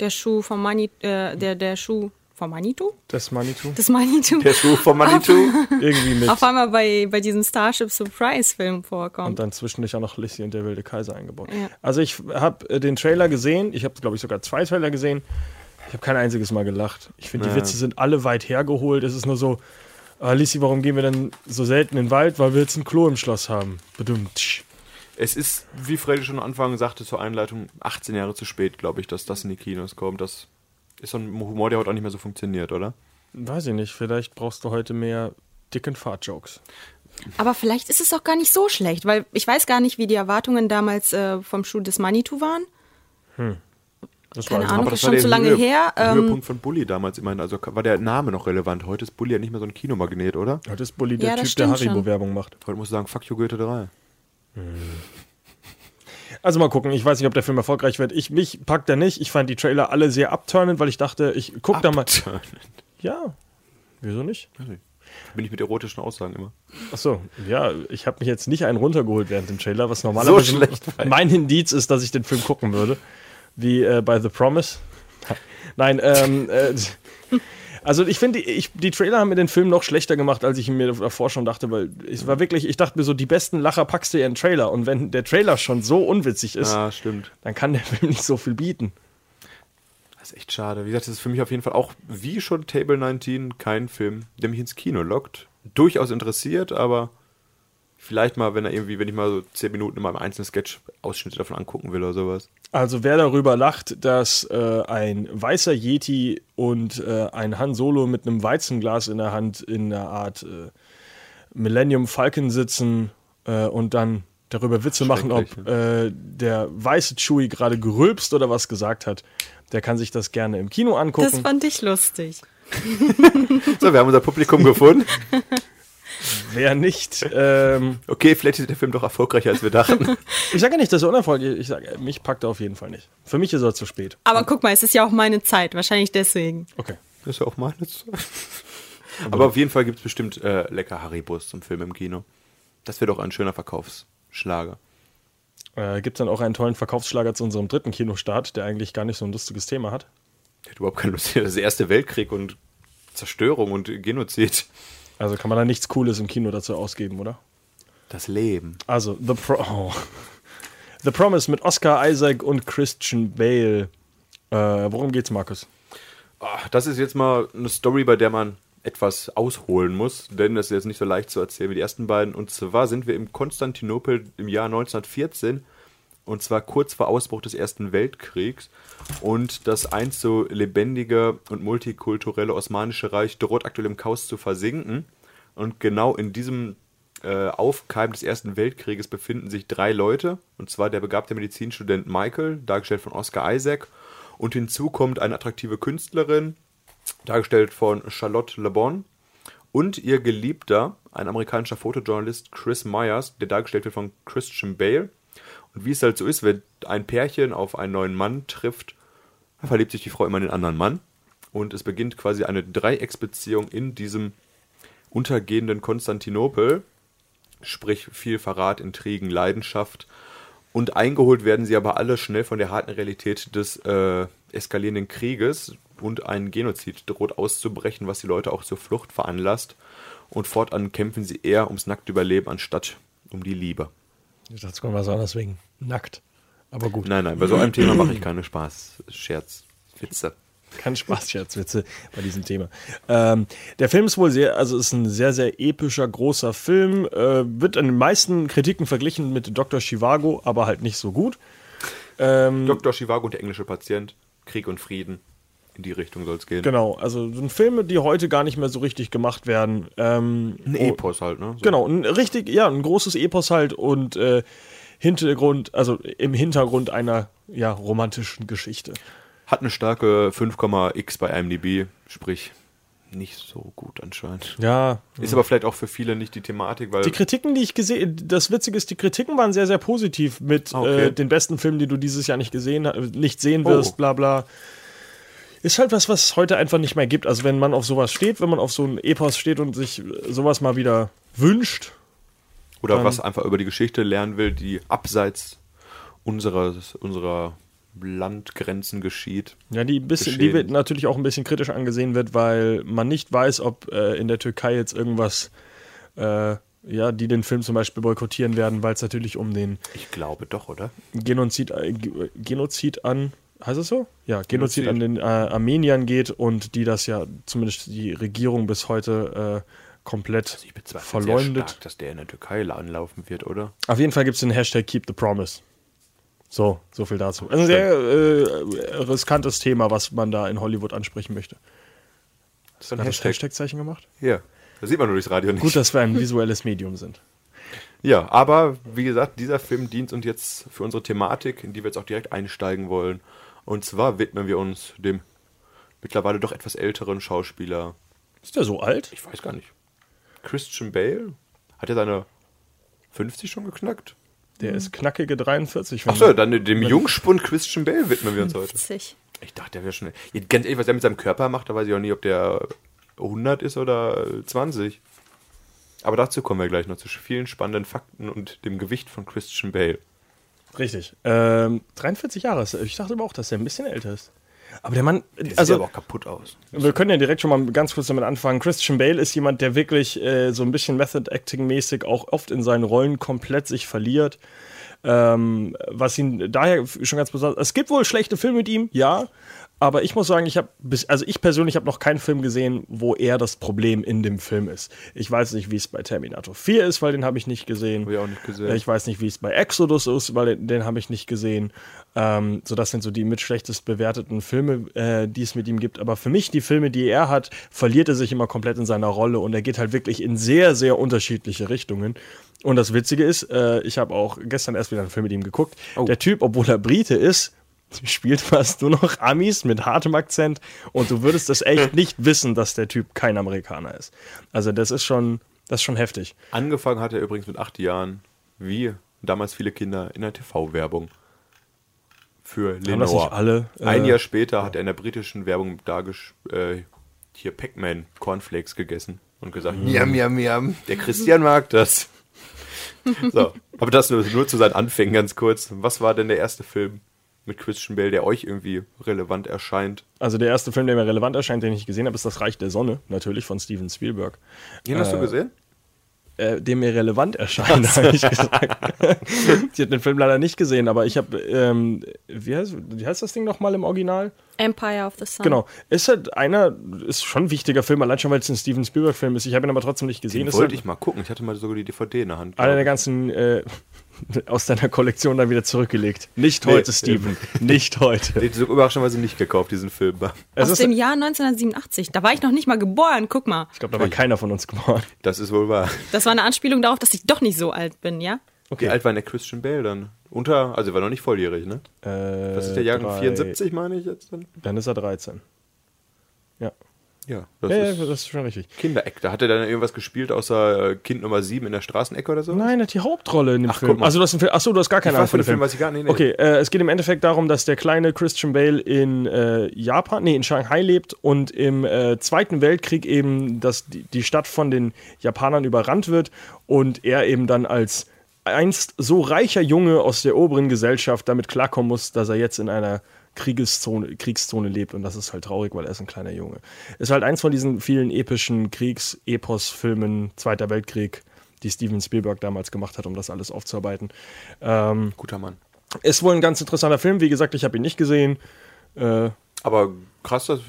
der Schuh vom Mani, äh, der, der Schuh vom Manitou?
Das Manitou.
Das Manitou.
Der Schuh von Manitou.
Irgendwie mit.
auf einmal bei, bei diesem Starship Surprise Film
Und
vorkommt.
dann zwischendurch auch noch Lissy und der wilde Kaiser eingebaut.
Ja.
Also ich habe äh, den Trailer gesehen. Ich habe, glaube ich, sogar zwei Trailer gesehen. Ich habe kein einziges Mal gelacht. Ich finde, die Witze sind alle weit hergeholt. Es ist nur so, äh, Lissy, warum gehen wir denn so selten in den Wald? Weil wir jetzt ein Klo im Schloss haben. Bedummt.
es ist, wie Freddy schon am Anfang sagte zur Einleitung, 18 Jahre zu spät, glaube ich, dass das in die Kinos kommt. Das ist so ein Humor, der heute auch nicht mehr so funktioniert, oder?
Weiß ich nicht. Vielleicht brauchst du heute mehr dicken Fahrtjokes.
Aber vielleicht ist es auch gar nicht so schlecht, weil ich weiß gar nicht, wie die Erwartungen damals äh, vom Schuh des Manitou waren.
Das weiß
Keine
ich
Ahnung.
nicht.
Aber das ist schon zu lange her, ähm,
Höhepunkt von Bully damals immerhin. Also war der Name noch relevant. Heute ist Bully ja nicht mehr so ein Kinomagnet, oder?
Heute ist Bulli der
Ja, das
Typ, der
stimmt schon.
Haribo-Werbung macht.
Heute muss ich sagen, fuck you Goethe 3.
Also mal gucken, ich weiß nicht, ob der Film erfolgreich wird. Ich, mich packt er nicht. Ich fand die Trailer alle sehr abturnend, weil ich dachte, ich guck da mal. Ja. Wieso nicht?
Bin ich mit erotischen Aussagen immer.
Ach so, ja, ich habe mich jetzt nicht einen runtergeholt während dem Trailer, was normalerweise
So schlecht war ich.
mein Indiz ist, dass ich den Film gucken würde, wie äh, bei The Promise. Nein, ähm, äh, also ich finde, die- ich, die Trailer haben mir den Film noch schlechter gemacht, als ich ihn mir davor schon dachte, weil es war wirklich, ich dachte mir so, die besten Lacher packst du ja in den Trailer und wenn der Trailer schon so unwitzig ist,
Ah, stimmt.
dann kann der Film nicht so viel bieten.
Das ist echt schade. Wie gesagt, das ist für mich auf jeden Fall auch, wie schon Table 19, kein Film, der mich ins Kino lockt. Durchaus interessiert, aber vielleicht mal, wenn er irgendwie, wenn ich mal so 10 Minuten in meinem einzelnen Sketch Ausschnitte davon angucken will oder sowas.
Also wer darüber lacht, dass äh, ein weißer Yeti und äh, ein Han Solo mit einem Weizenglas in der Hand in einer Art äh, Millennium Falcon sitzen äh, und dann darüber Witze machen, ob
Schrecklich,
äh, der weiße Chewie gerade gerülpst oder was gesagt hat, der kann sich das gerne im Kino
Das
angucken.
fand ich lustig.
So, wir haben unser Publikum gefunden.
Wer nicht, ähm,
Okay, vielleicht ist der Film doch erfolgreicher, als wir dachten.
ich sage ja nicht, dass er unerfolgreich ist. Ich sage, mich packt er auf jeden Fall nicht. Für mich ist er zu spät.
Aber guck mal, es ist ja auch meine Zeit, wahrscheinlich deswegen.
Okay.
Das ist ja auch mal jetzt. Aber auf jeden Fall gibt es bestimmt äh, lecker Haribus zum Film im Kino. Das wäre doch ein schöner Verkaufsschlager.
Äh, Gibt dann auch einen tollen Verkaufsschlager zu unserem dritten Kinostart, der eigentlich gar nicht so ein lustiges Thema hat.
Der hat überhaupt keine Lust. Das ist der Erste Weltkrieg und Zerstörung und Genozid.
Also kann man da nichts Cooles im Kino dazu ausgeben, oder?
Das Leben.
Also, The, Pro oh. The Promise mit Oscar Isaac und Christian Bale. Äh, worum geht's, Markus?
Ah, Das ist jetzt mal eine Story, bei der man etwas ausholen muss, denn das ist jetzt nicht so leicht zu erzählen wie die ersten beiden. Und zwar sind wir im Konstantinopel im Jahr 1914 und zwar kurz vor Ausbruch des Ersten Weltkriegs. Und das einst so lebendige und multikulturelle Osmanische Reich droht aktuell im Chaos zu versinken. Und genau in diesem äh, Aufkeim des Ersten Weltkrieges befinden sich drei Leute, und zwar der begabte Medizinstudent Michael, dargestellt von Oscar Isaac, und hinzu kommt eine attraktive Künstlerin, dargestellt von Charlotte Le Bon, und ihr Geliebter, ein amerikanischer Fotojournalist Chris Myers, der dargestellt wird von Christian Bale. Und wie es halt so ist, wenn ein Pärchen auf einen neuen Mann trifft, dann verliebt sich die Frau immer in den anderen Mann. Und es beginnt quasi eine Dreiecksbeziehung in diesem untergehenden Konstantinopel, sprich viel Verrat, Intrigen, Leidenschaft. Und eingeholt werden sie aber alle schnell von der harten Realität des äh, eskalierenden Krieges und ein Genozid droht auszubrechen, was die Leute auch zur Flucht veranlasst. Und fortan kämpfen sie eher ums nackte Überleben anstatt um die Liebe.
Ich dachte, es kommt was anderes wegen. Nackt. Aber gut.
Nein, nein, bei so einem Thema mache ich keine Spaß, Scherz, Witze.
Kein Spaß, Scherzwitze bei diesem Thema. Ähm, der Film ist wohl sehr, also ist ein sehr, sehr epischer, großer Film. Äh, wird in den meisten Kritiken verglichen mit Dr. Chivago, aber halt nicht so gut. Ähm,
Dr. Chivago und der englische Patient, Krieg und Frieden. In die Richtung soll es gehen.
genau, also sind Filme, die heute gar nicht mehr so richtig gemacht werden. Ähm,
Ein Epos halt, ne? So.
Genau, ein richtig, ja, ein großes Epos halt und äh, Hintergrund, also im Hintergrund einer ja, romantischen Geschichte.
Hat eine starke 5,x bei IMDb, sprich nicht so gut anscheinend.
Ja.
Ist aber vielleicht auch für viele nicht die Thematik, weil
Die Kritiken, die ich gesehen, das Witzige ist, die Kritiken waren sehr, sehr positiv mit
Ah, okay.
äh, den besten Filmen, die du dieses Jahr nicht gesehen, ha- nicht sehen
Oh.
wirst, bla bla. Ist halt was, was es heute einfach nicht mehr gibt. Also wenn man auf sowas steht, wenn man auf so ein Epos steht und sich äh, sowas mal wieder wünscht,
oder was einfach über die Geschichte lernen will, die abseits unseres, unserer Landgrenzen geschieht.
Ja, die, ein bisschen, die
Geschehen.
wird natürlich auch ein bisschen kritisch angesehen wird, weil man nicht weiß, ob äh, in der Türkei jetzt irgendwas, äh, ja, die den Film zum Beispiel boykottieren werden, weil es natürlich um den
Ich glaube doch, oder?
Genozid, äh, Ge- Genozid an, heißt es so? Ja, Genozid,
Genozid.
an den äh, Armeniern geht und die das ja zumindest die Regierung bis heute äh, komplett
Also Ich bezweifle sehr
verleumdet.
stark, dass der in der Türkei anlaufen wird, oder?
Auf jeden Fall gibt es den Hashtag Keep the Promise. So, so viel dazu. Also ein sehr äh, riskantes Thema, was man da in Hollywood ansprechen möchte.
Das ist ein
Hat das Hashtag-Zeichen gemacht?
Ja, das sieht man nur durchs Radio nicht.
Gut, dass wir ein visuelles Medium sind.
Ja, aber wie gesagt, dieser Film dient uns jetzt für unsere Thematik, in die wir jetzt auch direkt einsteigen wollen. Und zwar widmen wir uns dem mittlerweile doch etwas älteren Schauspieler,
Ist der so alt?
ich weiß gar nicht, Christian Bale. Hat er seine 50 schon geknackt?
Der ist knackige 43. wenn-
Achso, dann dem Jungspund Christian Bale widmen wir uns heute.
Witzig.
Ich dachte, der wäre schon. Ja, Ganz ehrlich, was der mit seinem Körper macht, da weiß ich auch nie, ob der 100 ist oder äh, 20. Aber dazu kommen wir gleich noch zu vielen spannenden Fakten und dem Gewicht von Christian Bale.
Richtig. Ähm, 43 Jahre ist er. Ich dachte aber auch, dass er ein bisschen älter ist. Aber der Mann,
Der sieht aber
also
auch kaputt aus.
wir können ja direkt schon mal ganz kurz damit anfangen. Christian Bale ist jemand, der wirklich äh, so ein bisschen Method-Acting-mäßig auch oft in seinen Rollen komplett sich verliert. Ähm, was ihn daher schon ganz besonders. Es gibt wohl schlechte Filme mit ihm, ja. Aber ich muss sagen, ich habe, also ich persönlich habe noch keinen Film gesehen, wo er das Problem in dem Film ist. Ich weiß nicht, wie es bei Terminator 4 ist, weil den habe ich nicht gesehen.
Hab ich auch nicht gesehen.
Äh, Ich weiß nicht, wie es bei Exodus ist, weil den, den habe ich nicht gesehen. Ähm, so, das sind so die mit schlechtest bewerteten Filme, äh, die es mit ihm gibt. Aber für mich, die Filme, die er hat, verliert er sich immer komplett in seiner Rolle und er geht halt wirklich in sehr, sehr unterschiedliche Richtungen. Und das Witzige ist, äh, ich habe auch gestern erst wieder einen Film mit ihm geguckt. Der Typ, obwohl er Brite ist, spielt fast nur noch Amis mit hartem Akzent und du würdest das echt nicht wissen, dass der Typ kein Amerikaner ist. Also das ist schon, das ist schon heftig.
Angefangen hat er übrigens mit acht Jahren, wie damals viele Kinder, in der TV-Werbung. Für Lenore.
das nicht alle?
Ein
Äh,
Jahr später hat er in der britischen Werbung dargestellt, äh, hier Pac-Man Cornflakes gegessen und gesagt,
Mhm.
miam, miam, miam, der Christian mag das. so, aber das nur, nur zu seinen Anfängen ganz kurz. Was war denn der erste Film mit Christian Bale, der euch irgendwie relevant erscheint?
Also der erste Film, der mir relevant erscheint, den ich gesehen habe, ist Das Reich der Sonne, natürlich von Steven Spielberg.
Den hast du gesehen?
Äh, dem mir relevant erscheint, habe ich gesagt. ich habe den Film leider nicht gesehen, aber ich habe, ähm, wie, heißt, wie heißt das Ding nochmal im Original?
Empire of the Sun.
Genau. Ist halt einer, ist schon ein wichtiger Film, allein schon, weil es ein Steven Spielberg-Film ist. Ich habe ihn aber trotzdem nicht gesehen.
Den
Ist
wollte
halt
ich mal gucken. Ich hatte mal sogar die DVD in der Hand.
Einer
glaub
der
ich.
ganzen, äh, aus deiner Kollektion dann wieder zurückgelegt. Nicht
Nee.
heute, Steven. nicht heute.
Den so überraschenderweise nicht gekauft, diesen Film.
Also Es
Aus
ist,
dem
ich
Jahr 1987. Da war ich noch nicht mal geboren. Guck mal.
glaube, da war keiner von uns geboren.
Das ist wohl wahr.
Das war eine Anspielung darauf, dass ich doch nicht so alt bin, ja?
Wie alt war denn der Christian Bale dann? Unter, also er war noch nicht volljährig, ne?
Äh,
Das ist der Jahrgang
drei-
74, meine ich jetzt dann?
Dann ist er 13. Ja.
Ja, das
ja,
ist
ja, das ist schon richtig.
Kindereck. Da hat er dann irgendwas gespielt außer äh, Kind Nummer 7 in der Straßenecke oder so?
Nein, er hat die Hauptrolle in dem
Ach,
Film.
guck mal.
Also du hast einen Film. Achso, du hast gar keine
Ich weiß
Ahnung von dem
von
Film.
dem Film, weiß ich gar nicht, nee.
Okay, äh, es geht im Endeffekt darum, dass der kleine Christian Bale in äh, Japan, nee, in Shanghai lebt und im äh, Zweiten Weltkrieg eben, dass die, die Stadt von den Japanern überrannt wird und er eben dann als einst so reicher Junge aus der oberen Gesellschaft damit klarkommen muss, dass er jetzt in einer Kriegszone, Kriegszone lebt und das ist halt traurig, weil er ist ein kleiner Junge. Ist halt eins von diesen vielen epischen Kriegs-Epos-Filmen, Zweiter Weltkrieg, die Steven Spielberg damals gemacht hat, um das alles aufzuarbeiten. Ähm,
Guter Mann.
Ist wohl ein ganz interessanter Film. Wie gesagt, ich habe ihn nicht gesehen. Äh,
Aber krass, dass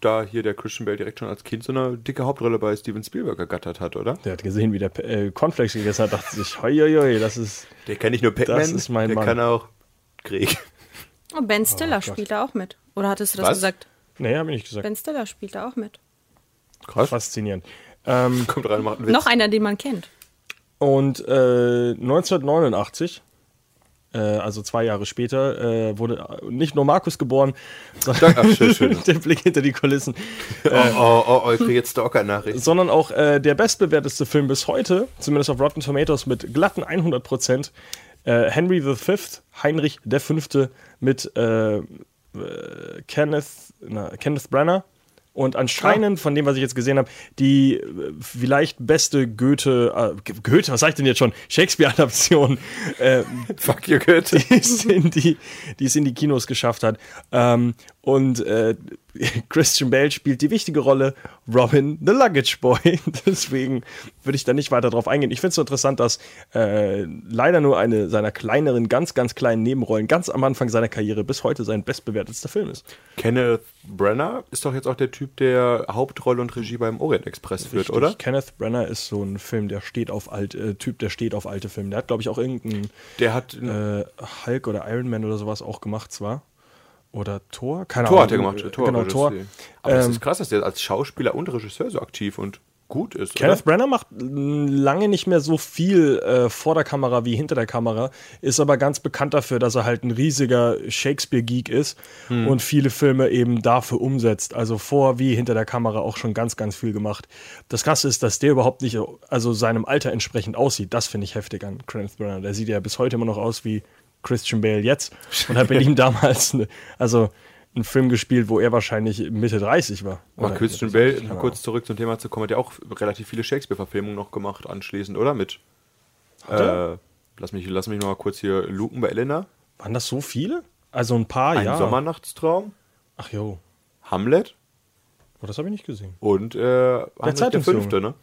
da hier der Christian Bale direkt schon als Kind so eine dicke Hauptrolle bei Steven Spielberg ergattert hat, oder?
der hat gesehen, wie der P- äh, Cornflakes gegessen hat, dachte sich, hoi, hoi, hoi, das ist.
Der kann nicht nur
Das
Pac-Man,
ist mein
der
Mann.
kann auch Krieg.
Und Ben
Oh
Stiller spielt da auch mit. Oder hattest du das
Was?
gesagt?
Nee, habe ich nicht gesagt.
Ben Stiller spielt da auch mit.
Krass.
Faszinierend. Ähm,
Kommt rein, macht einen Witz.
Noch einer, den man kennt.
Und äh, 1989, äh, also zwei Jahre später, äh, wurde nicht nur Markus geboren, sondern
Ach, schön, schön.
der Blick hinter die Kulissen,
Oh, oh, oh, oh, ich kriege jetzt Stalker-Nachrichten.
sondern auch äh, der bestbewerteste Film bis heute, zumindest auf Rotten Tomatoes mit glatten 100 Prozent, äh, Henry V., Heinrich V. mit äh, äh, Kenneth, na, Kenneth Branagh. Und
Ah.
anscheinend, von dem, was ich jetzt gesehen habe, die äh, vielleicht beste Goethe, äh, Goethe, was sag ich denn jetzt schon? Shakespeare-Adaption äh,
Fuck you, Goethe.
die es in die, die, es in die Kinos geschafft hat. Ähm, und äh, Christian Bale spielt die wichtige Rolle Robin the Luggage Boy. Deswegen würde ich da nicht weiter drauf eingehen. Ich finde es so interessant, dass äh, leider nur eine seiner kleineren, ganz, ganz kleinen Nebenrollen ganz am Anfang seiner Karriere bis heute sein bestbewertetster Film ist.
Kenneth Brenner ist doch jetzt auch der Typ, der Hauptrolle und Regie beim Orient Express führt,
Richtig.
oder?
Kenneth Brenner ist so ein Film, der steht auf alt, äh, Typ, der steht auf alte Filme. Der hat, glaube ich, auch irgendeinen
Der hat einen
äh, Hulk oder Iron Man oder sowas auch gemacht, zwar. Oder Thor? Keine
Tor hat er
Ahnung.
gemacht. Tor,
genau,
Regisseur.
Tor.
Aber das
Ähm,
ist krass, dass der als Schauspieler und Regisseur so aktiv und gut ist.
Kenneth
oder?
Branagh macht mm, lange nicht mehr so viel äh, vor der Kamera wie hinter der Kamera, ist aber ganz bekannt dafür, dass er halt ein riesiger Shakespeare-Geek ist
Hm.
und viele Filme eben dafür umsetzt. Also vor wie hinter der Kamera auch schon ganz, ganz viel gemacht. Das Krasse ist, dass der überhaupt nicht, also seinem Alter entsprechend aussieht. Das finde ich heftig an Kenneth Branagh. Der sieht ja bis heute immer noch aus wie Christian Bale jetzt und hat mit ihm damals, ne, also einen Film gespielt, wo er wahrscheinlich Mitte 30 war.
Aber
Oder-
Christian Bale, kurz zurück zum Thema zu kommen, hat ja auch relativ viele Shakespeare-Verfilmungen noch gemacht anschließend, oder? Mit, äh, lass mich, lass mich noch mal kurz hier luken bei Elena.
Waren das so viele? Also ein paar,
Ein
ja.
Sommernachtstraum,
Ach jo,
Hamlet
oh, das habe ich nicht gesehen.
und äh, Heinrich der
Zeitungsjunge.
Fünfte, ne?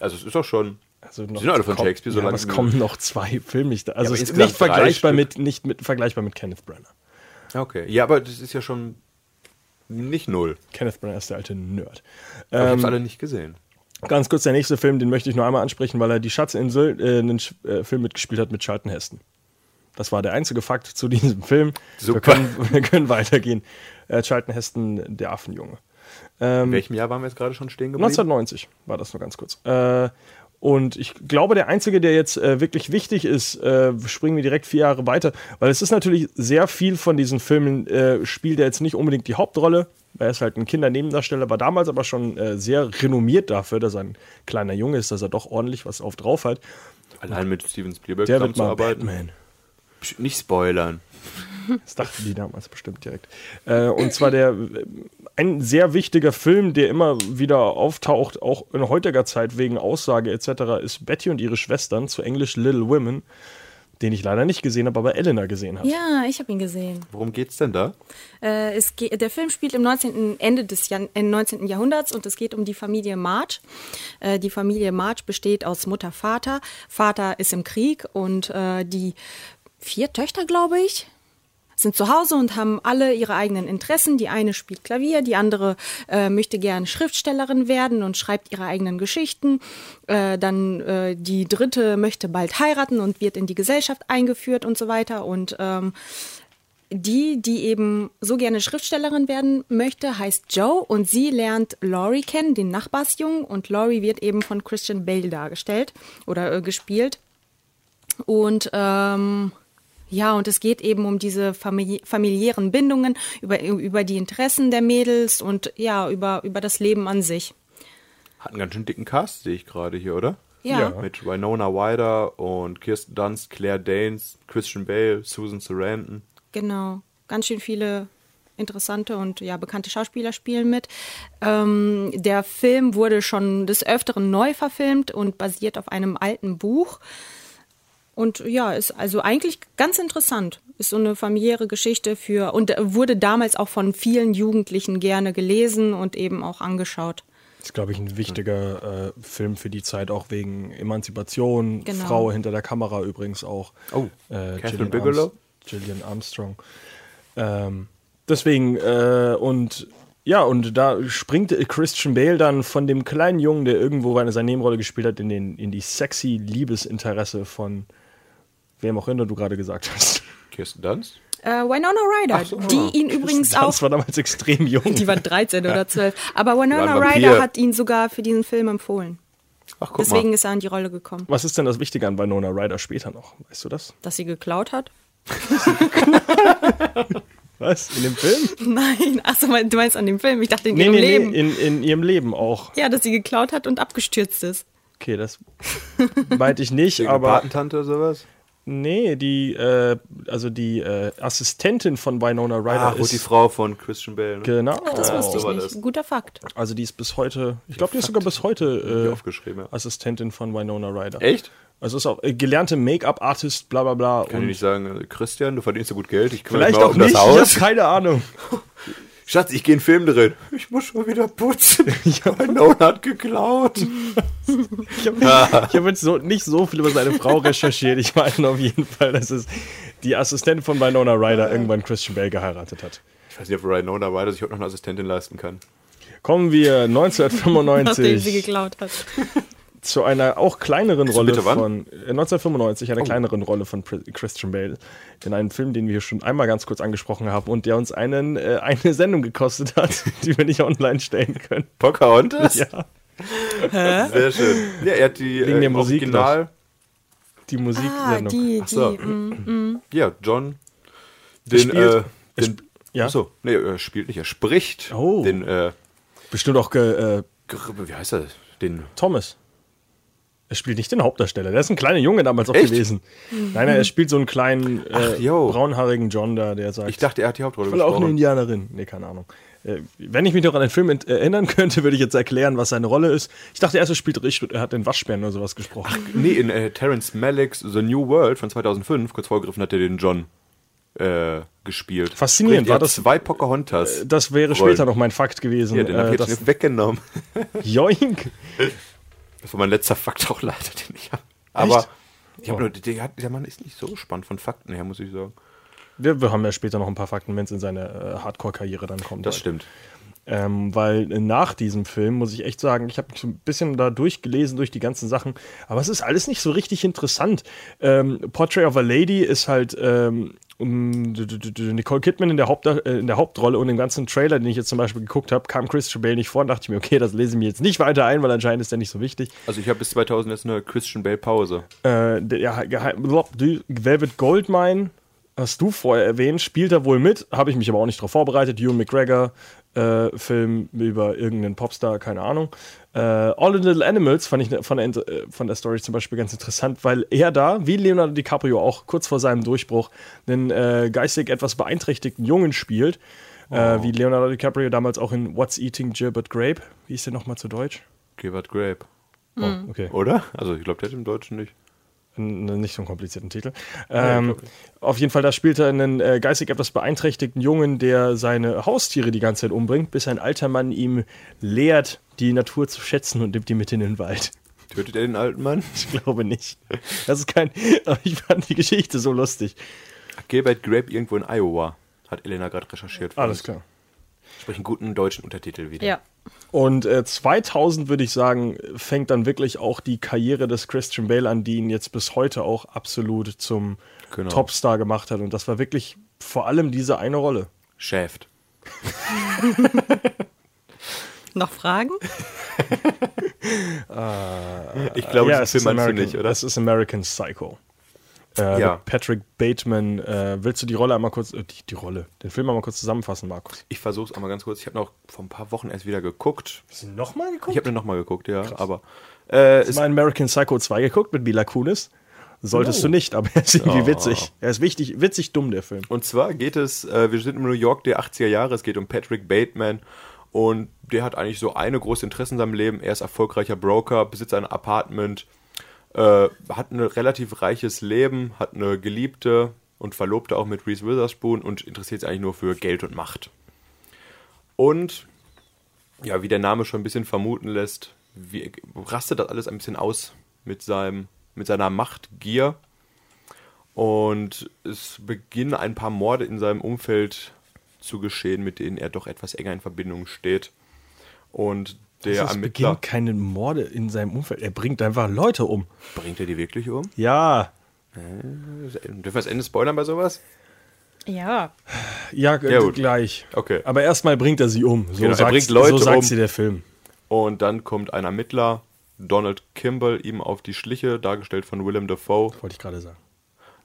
Also es ist doch schon,
Also
sind alle von
kommt-
Shakespeare, so
ja, aber es
langsam.
kommen noch zwei Filme. Ich, also
aber
es ist
insgesamt
nicht
drei
vergleichbar
Stück.
mit, nicht mit, vergleichbar mit Kenneth Branagh.
Ja, okay. Ja, aber das ist ja schon nicht null.
Kenneth Branagh ist der alte Nerd.
Aber ich hab's
Ähm,
alle nicht gesehen.
ganz kurz, der nächste Film, den möchte ich nur einmal ansprechen, weil er Die Schatzinsel, äh, einen Sch äh, Film mitgespielt hat mit Charlton Heston. Das war der einzige Fakt zu diesem Film.
Super.
Wir können, wir können weitergehen. Äh, Charlton Heston, der Affenjunge. ähm,
In welchem Jahr waren wir jetzt gerade schon stehen geblieben?
1990 war das nur ganz kurz. Äh, und ich glaube, der einzige, der jetzt äh, wirklich wichtig ist, äh, springen wir direkt vier Jahre weiter, weil es ist natürlich sehr viel von diesen Filmen, äh, spielt er jetzt nicht unbedingt die Hauptrolle. Er ist halt ein Kindernebendarsteller, war damals aber schon äh, sehr renommiert dafür, dass er ein kleiner Junge ist, dass er doch ordentlich was auf drauf hat.
Allein mit Steven Spielberg
Der wird mal
zusammenzuarbeiten.
Batman.
Psch, Nicht spoilern.
Das dachten die damals bestimmt direkt. Äh, und zwar der äh, ein sehr wichtiger Film, der immer wieder auftaucht, auch in heutiger Zeit wegen Aussage etc., ist Betty und ihre Schwestern, zu Englisch Little Women, den ich leider nicht gesehen habe, aber Elena gesehen hat.
Ja, ich habe ihn gesehen.
Worum geht's denn da?
Äh, es geht, der Film spielt im 19. Ende des Jan im 19. Jahrhunderts und es geht um die Familie March. Äh, die Familie March besteht aus Mutter, Vater. Vater ist im Krieg und äh, die vier Töchter, glaube ich, sind zu Hause und haben alle ihre eigenen Interessen. Die eine spielt Klavier, die andere äh, möchte gern Schriftstellerin werden und schreibt ihre eigenen Geschichten. Äh, dann äh, die dritte möchte bald heiraten und wird in die Gesellschaft eingeführt und so weiter. Und ähm, die, die eben so gerne Schriftstellerin werden möchte, heißt Joe und sie lernt Laurie kennen, den Nachbarsjungen. Und Laurie wird eben von Christian Bale dargestellt oder äh, gespielt. Und ähm, ja, und es geht eben um diese famili familiären Bindungen, über, über die Interessen der Mädels und ja, über, über das Leben an sich.
Hat einen ganz schön dicken Cast, sehe ich gerade hier, oder?
Ja. Ja.
Mit Winona Ryder und Kirsten Dunst, Claire Danes, Christian Bale, Susan Sarandon.
Genau. Ganz schön viele interessante und ja bekannte Schauspieler spielen mit. Ähm, der Film wurde schon des Öfteren neu verfilmt und basiert auf einem alten Buch. Und ja, ist also eigentlich ganz interessant. Ist so eine familiäre Geschichte für und äh, wurde damals auch von vielen Jugendlichen gerne gelesen und eben auch angeschaut.
Das ist, glaube ich, ein wichtiger äh, Film für die Zeit, auch wegen Emanzipation,
Genau.
Frau hinter der Kamera übrigens auch.
Oh,
Äh,
Catherine
Gillian Arms-
Bigelow?
Gillian Armstrong. Ähm, deswegen, äh, und ja, und da springt Christian Bale dann von dem kleinen Jungen, der irgendwo eine seine Nebenrolle gespielt hat, in, den, in die sexy Liebesinteresse von wem auch immer du gerade gesagt hast.
Kirsten Dunst?
Äh, Winona Ryder,
so.
die ihn übrigens
Das
auch.
war damals extrem jung.
Die war 13 oder 12. Aber Winona
War ein Vampir.
Ryder hat ihn sogar für diesen Film empfohlen.
Ach, guck
Deswegen
mal.
ist er an die Rolle gekommen,
Was ist denn das Wichtige an Winona Ryder später noch? Weißt du das?
dass sie geklaut hat.
Was? In dem Film?
Nein, achso, du meinst an dem Film. Ich dachte in
Nee,
ihrem
nee,
Leben.
nee, in, in ihrem Leben auch.
Ja, dass sie geklaut hat und abgestürzt ist.
Okay, das meinte ich nicht,
Irgendeine
aber
Patentante oder sowas?
nee, die, äh, also die äh, Assistentin von Winona Ryder
Ach,
ist
und Ah, die Frau von Christian Bale. Ne?
genau.
Das
Oh,
wusste ich
so war
nicht.
das.
Guter Fakt.
Also die ist bis heute, ich glaube, die ist sogar bis heute
Hier
äh,
aufgeschrieben, ja.
Assistentin von Winona Ryder.
Echt?
Also ist auch äh, gelernte Make-up-Artist, bla bla bla.
Kann ich nicht sagen, also, Christian, du verdienst so gut Geld, ich kümmere mich
vielleicht
mal
auch
um
nicht,
das
ich habe
Haus.
keine Ahnung.
Schatz, ich gehe einen Film drehen. Ich muss schon wieder putzen. Ich habe einen Nolan hat geklaut.
Ich habe hab jetzt so, nicht so viel über seine Frau recherchiert. Ich meine auf jeden Fall, dass es die Assistentin von Winona Ryder irgendwann Christian Bale geheiratet hat.
Ich weiß nicht, ob Winona Ryder sich heute noch eine Assistentin leisten kann.
Kommen wir
Nachdem sie
1995
geklaut hat.
zu einer auch kleineren
du
Rolle
bitte wann? Oh.
von äh, 1995 einer kleineren Rolle von Pri- Christian Bale in einem Film, den wir hier schon einmal ganz kurz angesprochen haben und der uns einen äh, eine Sendung gekostet hat, die wir nicht online stellen können.
Pocahontas?
Ja,
Sehr schön. Ja, er hat die
Wegen
äh,
der
im
Musik
Original.
die
Ah,
Musiksendung.
die,
Ach so.
die. mm.
Ja, John. Den,
spielt-
äh,
er
den,
sp- ja.
Achso, nee, er spielt nicht, er spricht.
Oh.
Den, äh,
Bestimmt auch ge, äh,
Gr- wie heißt er? Den
Thomas. Er spielt nicht den Hauptdarsteller. Der ist ein kleiner Junge damals auch
Echt?
gewesen. Nein, er spielt so einen kleinen äh,
jo.
braunhaarigen John da, der sagt.
Ich dachte, er hat die Hauptrolle
Ich will auch eine
gesprochen.
Indianerin. Nee, keine Ahnung. Äh, Wenn ich mich noch an den Film ent- äh, erinnern könnte, würde ich jetzt erklären, was seine Rolle ist. Ich dachte erst, er spielt richtig, er hat den Waschbären oder sowas gesprochen.
Nee, in äh, Terence Malicks The New World von 2005, kurz vorgegriffen, hat er den John äh, gespielt.
Faszinierend,
Richtig, er
war
hat
das- äh,
zwei Pocahontas.
Das wäre
Rollen.
später noch mein Fakt gewesen.
Ja, den
äh,
hab ich jetzt
dass,
nicht weggenommen.
joink!
Das war mein letzter Fakt auch leider, den ich habe. Aber
Echt? Oh.
ich hab nur, der, der Mann ist nicht so spannend von Fakten her, muss ich sagen.
Wir, wir haben ja später noch ein paar Fakten, wenn es in seine äh, Hardcore-Karriere dann kommt.
Das stimmt.
Ähm, weil nach diesem Film, muss ich echt sagen, ich habe so ein bisschen da durchgelesen durch die ganzen Sachen, aber es ist alles nicht so richtig interessant. Ähm, Portrait of a Lady ist halt ähm, um, d- d- d- Nicole Kidman in der, Haupt, äh, in der Hauptrolle und im ganzen Trailer, den ich jetzt zum Beispiel geguckt habe, kam Christian Bale nicht vor und dachte ich mir, okay, das lese ich mir jetzt nicht weiter ein, weil anscheinend ist der nicht so wichtig.
Also ich habe bis 2000 jetzt eine Christian Bale Pause.
Äh, der ja, geheim, blop, die Velvet Goldmine, hast du vorher erwähnt, spielt er wohl mit, habe ich mich aber auch nicht darauf vorbereitet. Hugh McGregor, äh, Film über irgendeinen Popstar, keine Ahnung. Äh, All the Little Animals fand ich ne- von der, Inter- äh, von der Story zum Beispiel ganz interessant, weil er da, wie Leonardo DiCaprio auch kurz vor seinem Durchbruch, einen äh, geistig etwas beeinträchtigten Jungen spielt. Äh, wie Leonardo DiCaprio damals auch in What's Eating Gilbert Grape. Wie ist der nochmal zu Deutsch?
Gilbert Grape.
Oh, okay.
Oder? Also ich glaube, der hat im Deutschen nicht.
N- n- nicht so einen komplizierten Titel. Ähm, auf jeden Fall, da spielt er einen äh, geistig etwas beeinträchtigten Jungen, der seine Haustiere die ganze Zeit umbringt, bis ein alter Mann ihm lehrt, die Natur zu schätzen und nimmt die mit in den Wald.
Tötet er den alten Mann?
Ich glaube nicht. Das ist kein. Aber ich fand die Geschichte so lustig.
Gilbert Grape irgendwo in Iowa. Hat Elena gerade recherchiert. für
Alles
uns.
klar.
Sprich einen guten deutschen Untertitel wieder.
Ja.
Und äh, 2000, würde ich sagen, fängt dann wirklich auch die Karriere des Christian Bale an, die ihn jetzt bis heute auch absolut zum
Genau.
Topstar gemacht hat. Und das war wirklich vor allem diese eine Rolle.
Schäft.
Noch Fragen?
Ich glaube,
ja,
diesen
es
Film
ist
meinst du
American,
nicht, oder?
Es ist American Psycho. Äh,
Ja.
mit Patrick Bateman. Äh, willst du die Rolle einmal kurz, äh, die, die Rolle, den Film einmal kurz zusammenfassen, Markus?
Ich versuche es einmal ganz kurz. Ich habe noch vor ein paar Wochen erst wieder geguckt.
Hast du nochmal
Ich
geguckt?
habe den nochmal geguckt, ja. Aber äh,
Ich
es,
habe mal American Psycho 2 geguckt mit Mila Kunis. Solltest du nicht, aber er ist irgendwie
Oh.
witzig. Er ist wichtig, witzig dumm, der Film.
Und zwar geht es, äh, wir sind in New York der 80er Jahre, es geht um Patrick Bateman und der hat eigentlich so eine große Interesse in seinem Leben. Er ist erfolgreicher Broker, besitzt ein Apartment, äh, hat ein relativ reiches Leben, hat eine Geliebte und Verlobte auch mit Reese Witherspoon und interessiert sich eigentlich nur für Geld und Macht. Und ja, wie der Name schon ein bisschen vermuten lässt, wie, rastet das alles ein bisschen aus mit, seinem, mit seiner Machtgier Und es beginnen ein paar Morde in seinem Umfeld zu geschehen, mit denen er doch etwas enger in Verbindung steht. Und der
es
Ermittler
beginnt keine Morde in seinem Umfeld. Er bringt einfach Leute um.
bringt er die wirklich um?
Ja.
Dürfen wir das Ende spoilern bei sowas?
Ja.
Ja,
Ja, gut.
gleich.
Okay.
Aber erstmal bringt er sie um. So
Genau, er
sagt
bringt Leute
so sagt's
um.
dir der Film.
Und dann kommt ein Ermittler, Donald Kimball, ihm auf die Schliche, dargestellt von Willem Dafoe.
Wollte ich gerade sagen.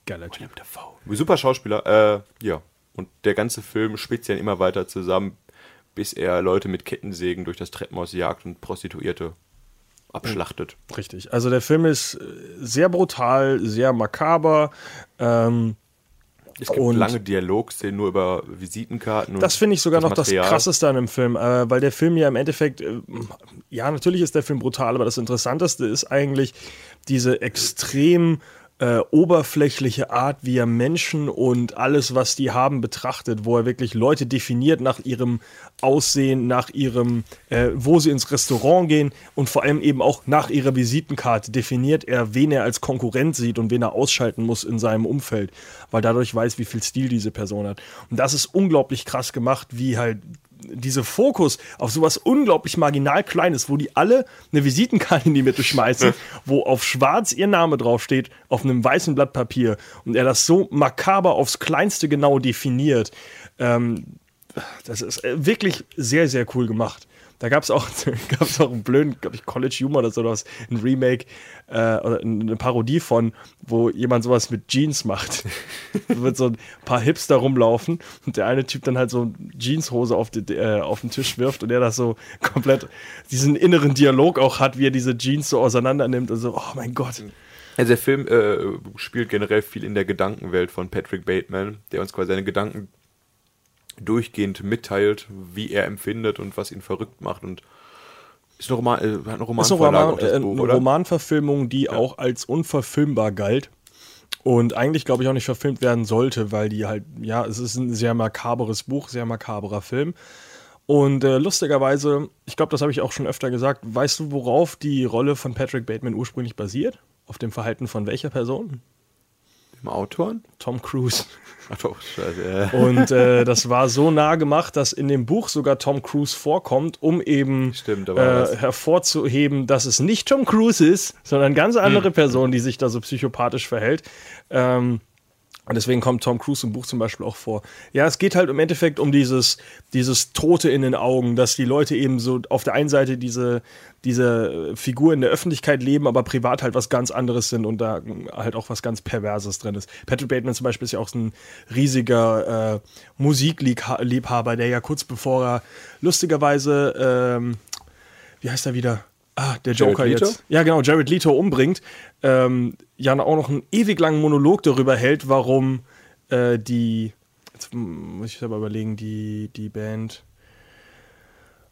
Geiler Typ.
Super Schauspieler, äh, ja. Und der ganze Film spitzt ja immer weiter zusammen, bis er Leute mit Kettensägen durch das Treppenhaus jagt und Prostituierte abschlachtet.
Richtig. Also der Film ist äh, sehr brutal, sehr makaber. Ähm,
Es gibt
Und-
lange Dialogszenen nur über Visitenkarten. und
Das finde ich sogar noch
Material.
das Krasseste an dem Film, äh, weil der Film ja im Endeffekt, äh, ja, natürlich ist der Film brutal, aber das Interessanteste ist eigentlich diese extrem äh, oberflächliche Art, wie er Menschen und alles, was die haben, betrachtet, wo er wirklich Leute definiert nach ihrem Aussehen, nach ihrem, äh, wo sie ins Restaurant gehen und vor allem eben auch nach ihrer Visitenkarte definiert er, wen er als Konkurrent sieht und wen er ausschalten muss in seinem Umfeld, weil dadurch weiß, wie viel Stil diese Person hat. Und das ist unglaublich krass gemacht, wie halt dieser Fokus auf sowas unglaublich marginal Kleines, wo die alle eine Visitenkarte in die Mitte schmeißen, wo auf schwarz ihr Name draufsteht, auf einem weißen Blatt Papier und er das so makaber aufs Kleinste genau definiert. Das ist äh, wirklich sehr, sehr cool gemacht. Da gab es auch, gab's auch einen blöden, glaube ich, College Humor oder sowas, ein Remake äh, oder eine Parodie von, wo jemand sowas mit Jeans macht. da wird so ein paar Hipster rumlaufen und der eine Typ dann halt so eine Jeanshose auf, die, äh, auf den Tisch wirft und er das so komplett diesen inneren Dialog auch hat, wie er diese Jeans so auseinander nimmt und so, oh mein Gott.
Also der Film äh, spielt generell viel in der Gedankenwelt von Patrick Bateman, der uns quasi seine Gedanken durchgehend mitteilt, wie er empfindet und was ihn verrückt macht und ist eine Roman, äh, hat eine
ist eine,
Romanvorlage
Roman,
auch das
äh,
Buch,
eine
oder?
Romanverfilmung, die auch als unverfilmbar galt. Und eigentlich, glaube ich, auch nicht verfilmt werden sollte, weil die halt, ja, es ist ein sehr makaberes Buch, sehr makaberer Film. Und äh, lustigerweise, ich glaube, das habe ich auch schon öfter gesagt, weißt du, worauf die Rolle von Patrick Bateman ursprünglich basiert? Auf dem Verhalten von welcher Person?
Im Autoren?
Tom Cruise.
Ach doch, scheiße. Äh.
Und äh, das war so nah gemacht, dass in dem Buch sogar Tom Cruise vorkommt, um eben
Stimmt, da war
äh,
was.
hervorzuheben, dass es nicht Tom Cruise ist, sondern eine ganz andere Person, die sich da so psychopathisch verhält. Ähm, und deswegen kommt Tom Cruise im Buch zum Beispiel auch vor. Ja, es geht halt im Endeffekt um dieses, dieses Tote in den Augen, dass die Leute eben so auf der einen Seite diese, diese Figur in der Öffentlichkeit leben, aber privat halt was ganz anderes sind und da halt auch was ganz Perverses drin ist. Patrick Bateman zum Beispiel ist ja auch ein riesiger äh, Musikliebhaber, der ja kurz bevor er lustigerweise, ähm, wie heißt er wieder? Ah, der
Jared
Joker
Leto?
jetzt ja genau, Jared Leto umbringt, ähm, Jan auch noch einen ewig langen Monolog darüber hält, warum äh, die, jetzt muss ich aber überlegen, die, die Band,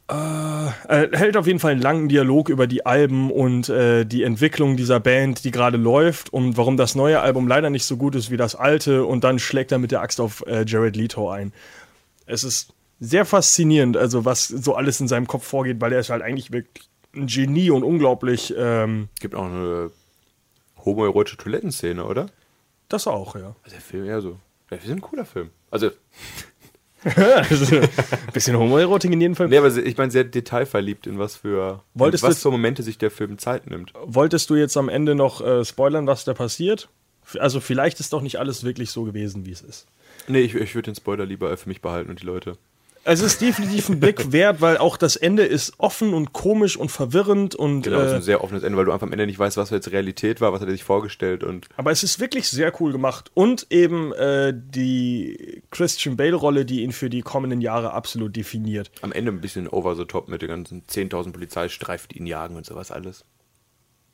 äh, äh, hält auf jeden Fall einen langen Dialog über die Alben und äh, die Entwicklung dieser Band, die gerade läuft und warum das neue Album leider nicht so gut ist wie das alte und dann schlägt er mit der Axt auf äh, Jared Leto ein es ist sehr faszinierend, also was so alles in seinem Kopf vorgeht, weil er ist halt eigentlich wirklich ein Genie und unglaublich. Ähm,
Gibt auch eine homoerotische Toilettenszene, oder?
das auch, ja.
Also der Film ja so. Der Film ist ein cooler Film. Also,
Also, bisschen Homoerotik in jedem Fall.
nee, aber se- ich meine, sehr detailverliebt in was für
Wolltest
in was
du-
für Momente sich der Film Zeit nimmt.
Wolltest du jetzt am Ende noch äh, spoilern, was da passiert? F- Also vielleicht ist doch nicht alles wirklich so gewesen, wie es ist.
Nee, ich, ich würde den Spoiler lieber äh, für mich behalten und die Leute.
Es ist definitiv ein Blick wert, weil auch das Ende ist offen und komisch und verwirrend und
Genau, es ist
äh,
ein sehr offenes Ende, weil du einfach am Ende nicht weißt, was jetzt Realität war, was hat er sich vorgestellt und
Aber es ist wirklich sehr cool gemacht. Und eben äh, die Christian Bale-Rolle, die ihn für die kommenden Jahre absolut definiert.
am Ende ein bisschen over the top mit den ganzen 10.000 Polizeistreifen, die ihn jagen und sowas alles.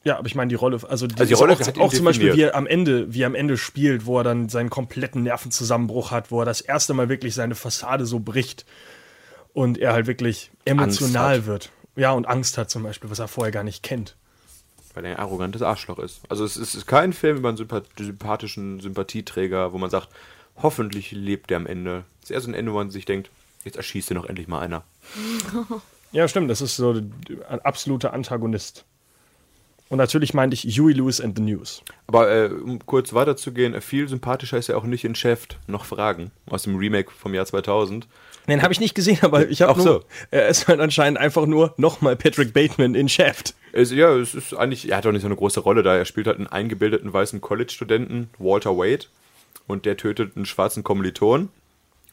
Ja, aber ich meine die Rolle, also die,
Also die
ist
Rolle
auch,
hat ihn
auch zum Beispiel, wie
definiert.
er am Ende, wie er am Ende spielt, wo er dann seinen kompletten Nervenzusammenbruch hat, wo er das erste Mal wirklich seine Fassade so bricht und er halt wirklich emotional
hat.
wird. Ja, und Angst hat zum Beispiel, was er vorher gar nicht kennt.
Weil er ein arrogantes Arschloch ist. Also es ist kein Film über einen sympath sympathischen Sympathieträger, wo man sagt, hoffentlich lebt er am Ende. Es ist eher so ein Ende, wo man sich denkt, jetzt erschießt er noch endlich mal einer.
Ja, stimmt, das ist so ein absoluter Antagonist. Und natürlich meinte ich Huey Lewis and the News.
Aber äh, um kurz weiterzugehen, viel sympathischer ist ja auch nicht in Chef noch Fragen aus dem Remake vom Jahr 2000.
Den habe ich nicht gesehen, aber ich habe
Ach
nur,
so.
er ist halt anscheinend einfach nur nochmal Patrick Bateman in Shaft.
Es, ja, es ist eigentlich, er hat auch nicht so eine große Rolle da. Er spielt halt einen eingebildeten weißen College-Studenten, Walter Wade, und der tötet einen schwarzen Kommilitonen.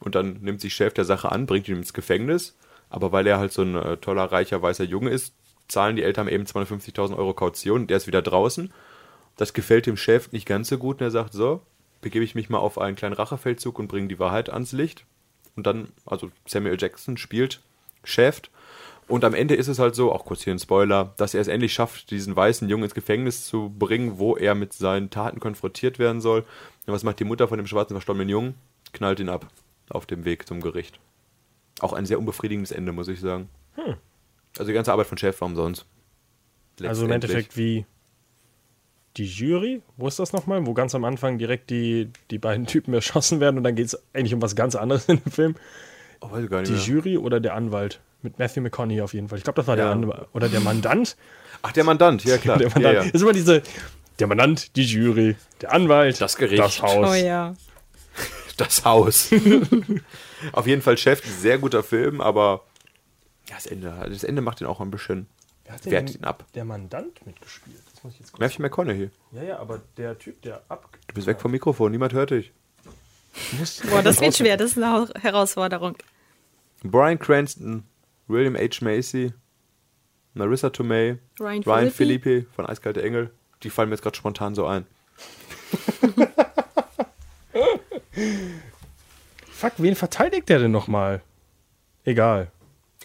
Und dann nimmt sich Chef der Sache an, bringt ihn ins Gefängnis. Aber weil er halt so ein äh, toller, reicher, weißer Junge ist, zahlen die Eltern eben 250.000 Euro Kaution. Der ist wieder draußen. Das gefällt dem Chef nicht ganz so gut und er sagt, so, begebe ich mich mal auf einen kleinen Rachefeldzug und bringe die Wahrheit ans Licht. Und dann, also Samuel Jackson spielt Chef. Und am Ende ist es halt so, auch kurz hier ein Spoiler, dass er es endlich schafft, diesen weißen Jungen ins Gefängnis zu bringen, wo er mit seinen Taten konfrontiert werden soll. Und was macht die Mutter von dem schwarzen verstorbenen Jungen? Knallt ihn ab auf dem Weg zum Gericht. Auch ein sehr unbefriedigendes Ende, muss ich sagen.
Hm.
Also die ganze Arbeit von Chef war umsonst.
Also im
Letztendlich.
Endeffekt wie die Jury, wo ist das nochmal? Wo ganz am Anfang direkt die, die beiden Typen erschossen werden und dann geht es eigentlich um was ganz anderes in dem Film.
Oh, weiß ich gar nicht
Die
mehr.
Jury oder der Anwalt? Mit Matthew McConaughey auf jeden Fall. Ich glaube, das war der
Ja.
Anwalt. Oder der Mandant.
Ach, der Mandant, ja klar.
Der Mandant.
Ja, ja.
Das ist immer diese, der Mandant, die Jury, der Anwalt,
Das Gericht.
das Haus.
Oh ja.
Das Haus. auf jeden Fall Chef, sehr guter Film, aber ja, das Ende, das Ende macht ihn auch ein bisschen,
Wer hat
wehrt ihn ab.
Der Mandant mitgespielt. Das muss ich jetzt kurz.
Matthew McConaughey.
Ja, ja, aber der Typ, der ab.
Du bist weg vom Mikrofon, niemand hört dich.
Boah, das wird schwer, das ist eine Hau- Herausforderung.
Brian Cranston, William H. Macy, Marissa Tomei,
Ryan Philippi.
Philippi. von Eiskalte Engel. Die fallen mir jetzt gerade spontan so ein.
Fuck, wen verteidigt der denn nochmal? Egal.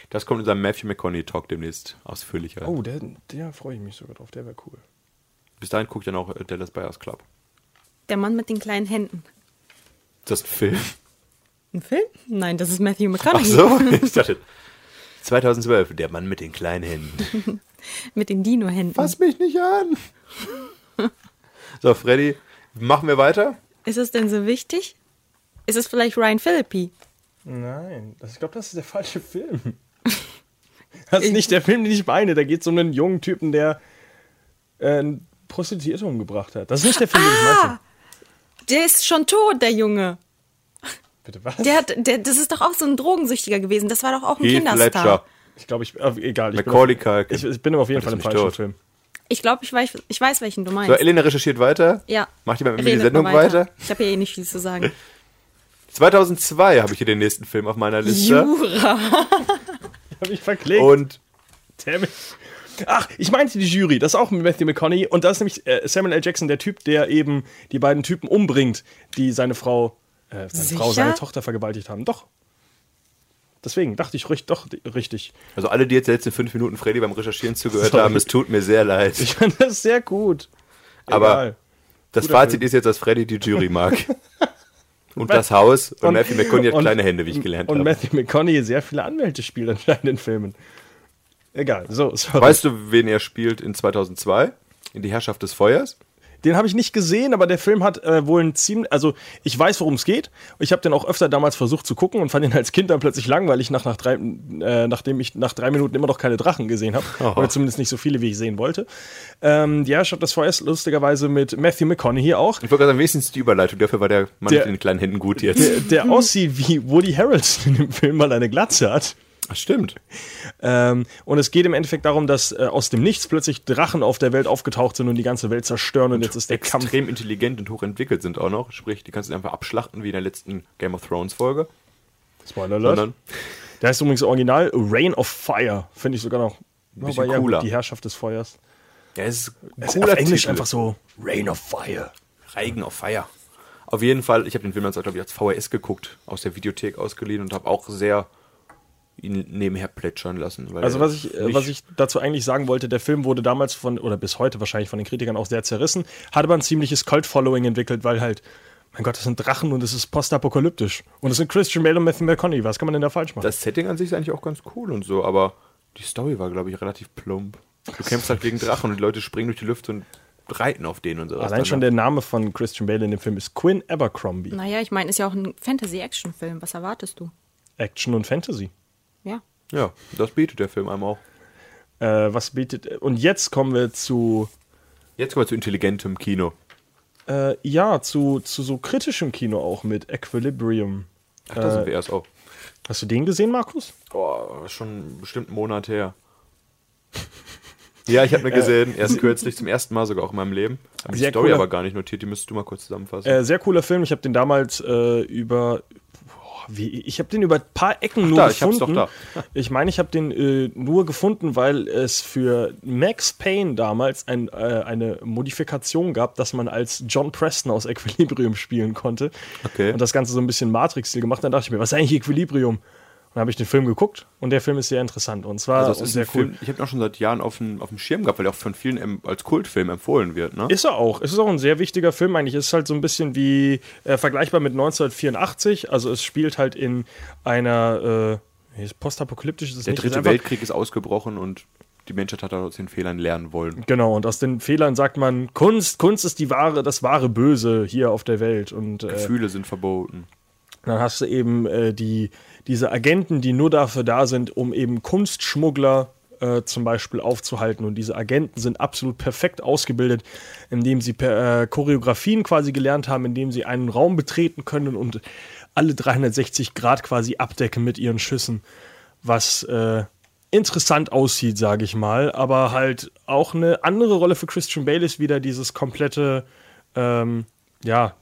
Das kommt in seinem Matthew McConaughey-Talk demnächst ausführlicher.
Oh, der, der freue ich mich sogar drauf. Der wäre cool.
Bis dahin guckt ja noch äh, Dallas Buyers Club.
Der Mann mit den kleinen Händen.
Ist das ein Film?
Ein Film? Nein, das ist Matthew
Ach
McConaughey
so, ich dachte... 2012, der Mann mit den kleinen Händen.
mit den Dino-Händen.
Fass mich nicht an! So, Freddy, machen wir weiter?
Ist es denn so wichtig? Ist es vielleicht Ryan Philippi?
Nein, das, ich glaube, das ist der falsche Film. Das ist nicht der Film, den ich meine. Da geht es um einen jungen Typen, der äh, eine Prostituierte umgebracht hat. Das ist nicht der Film, den ich meinte.
Der ist schon tot, der Junge.
Bitte was?
Der hat, der, das ist doch auch so ein Drogensüchtiger gewesen. Das war doch auch ein
Heath
Kinderstar.
Ledger.
ich glaube, ich. Äh, egal. Ich
Macaulay
bin auf,
Culkin.
ich, ich bin aber auf jeden
Das
Fall
ist
im
nicht
falschen
tot.
Film.
Ich glaube, ich weiß, ich weiß, welchen du meinst.
So, Elena recherchiert weiter.
ja.
Macht jemand mit mir die
Redet
Sendung
mal
weiter?
Ich habe ja eh nicht viel zu sagen.
2002 habe ich hier den nächsten Film auf meiner Liste.
Jura.
Hab ich verklickt.
Und
Damn it. Ach, ich meinte die Jury, das ist auch mit Matthew McConaughey und das ist nämlich äh, Samuel L. Jackson, der Typ, der eben die beiden Typen umbringt, die seine Frau, äh, seine,
Sicher?
Frau seine Tochter vergewaltigt haben. Doch. Deswegen dachte ich richtig, doch richtig.
also alle, die jetzt die letzten fünf Minuten Freddy beim Recherchieren zugehört
Sorry.
haben, es tut mir sehr leid.
Ich fand das sehr gut.
Aber
Egal.
Das
guter
Fazit
Film.
ist jetzt, dass Freddy die Jury mag. Und das Haus und, Matthew McConaughey hat
und-
kleine Hände, wie ich gelernt
und
habe.
Matthew McConaughey sehr viele Anwälte spielt anscheinend in Filmen. Egal, so, sorry.
Weißt du, wen er spielt in 2002? In die Herrschaft des Feuers?
Den habe ich nicht gesehen, aber der Film hat äh, wohl ein ziemlich. Also, ich weiß, worum es geht. Ich habe den auch öfter damals versucht zu gucken und fand ihn als Kind dann plötzlich langweilig, nach, nach drei, äh, nachdem ich nach drei Minuten immer noch keine Drachen gesehen habe. Oder zumindest nicht so viele, wie ich sehen wollte. Ähm, ja, Stadt des Feuers, lustigerweise mit Matthew McConaughey auch.
Ich wollte gerade sagen, wenigstens die Überleitung. Dafür war der Mann
Der-
mit den kleinen Händen gut jetzt.
Der, der aussieht wie Woody Harrelson in dem Film, weil er eine Glatze hat.
Ach, stimmt.
Ähm, und es geht im Endeffekt darum, dass äh, aus dem Nichts plötzlich Drachen auf der Welt aufgetaucht sind und die ganze Welt zerstören und jetzt ist der Kampf.
Extrem intelligent und hochentwickelt sind auch noch. Sprich, die kannst du einfach abschlachten, wie in der letzten Game of Thrones Folge.
Spoiler
Sondern
Der heißt übrigens original Rain of Fire. Finde ich sogar noch
bisschen
aber ja, gut,
cooler.
die Herrschaft des Feuers.
Ja, es ist ein
Auf Englisch
Titel.
einfach so Rain of Fire.
Reigen auf Feier. Auf jeden Fall, ich habe den Film damals, glaube ich, als VHS geguckt, aus der Videothek ausgeliehen und habe auch sehr ihn nebenher plätschern lassen. Weil
Also
er
was ich, äh,
nicht-
was ich dazu eigentlich sagen wollte, der Film wurde damals von, oder bis heute wahrscheinlich von den Kritikern auch sehr zerrissen, hat aber ein ziemliches Cult-Following entwickelt, weil halt, mein Gott, das sind Drachen und es ist postapokalyptisch. Und es sind Christian Bale und Matthew McConaughey. Was kann man denn da falsch machen?
Das Setting an sich ist eigentlich auch ganz cool und so, aber die Story war, glaube ich, relativ plump. Du kämpfst halt gegen Drachen und die Leute springen durch die Lüfte und reiten auf denen und so.
Allein schon der Name von Christian Bale in dem Film ist Quinn Abercrombie.
Naja, ich meine, ist ja auch ein Fantasy-Action-Film. Was erwartest du?
Action und Fantasy.
Ja.
Ja, das bietet der Film einem auch.
Äh, was bietet. Und jetzt kommen wir zu
Jetzt kommen wir zu intelligentem Kino.
Äh, ja, zu, zu so kritischem Kino auch mit Equilibrium.
Ach, da
Äh,
sind wir erst auch.
Hast du den gesehen, Markus?
Oh, schon bestimmt einen Monat her. Ja, ich habe mir gesehen, erst kürzlich, zum ersten Mal sogar auch in meinem Leben. Hab
Äh,
die
Sehr
Story
cooler-
aber gar nicht notiert, die müsstest du mal kurz zusammenfassen.
Äh, sehr cooler Film. Ich habe den damals äh, über. boah, Wie, ich habe den über ein paar Ecken nur
da, ich hab's
gefunden.
doch
Ich meine, ich habe den äh, nur gefunden, weil es für Max Payne damals ein, äh, eine Modifikation gab, dass man als John Preston aus Equilibrium spielen konnte.
Okay.
Und das Ganze so ein bisschen Matrix-Stil gemacht. Dann dachte ich mir, was ist eigentlich Equilibrium? Und dann habe ich den Film geguckt und der Film ist sehr interessant. Und zwar
also es
und
ist
sehr
ein Film, ich habe ihn auch schon seit Jahren auf dem, auf dem Schirm gehabt, weil er auch von vielen em- als Kultfilm empfohlen wird. Ne?
Ist er auch. Es ist auch ein sehr wichtiger Film eigentlich. Es ist halt so ein bisschen wie äh, vergleichbar mit 1984. Also es spielt halt in einer äh, ist postapokalyptisch ist es
Der
nicht.
dritte
es ist einfach-
Weltkrieg ist ausgebrochen und die Menschheit hat aus den Fehlern lernen wollen.
Genau, und aus den Fehlern sagt man, Kunst, Kunst ist die wahre, das wahre Böse hier auf der Welt. Und äh,
Gefühle sind verboten.
dann hast du eben äh, die, diese Agenten, die nur dafür da sind, um eben Kunstschmuggler äh, zum Beispiel aufzuhalten. Und diese Agenten sind absolut perfekt ausgebildet, indem sie per, äh, Choreografien quasi gelernt haben, indem sie einen Raum betreten können und alle 360 Grad quasi abdecken mit ihren Schüssen. Was äh, interessant aussieht, sage ich mal. Aber halt auch eine andere Rolle für Christian Bale ist wieder dieses komplette, ähm, ja,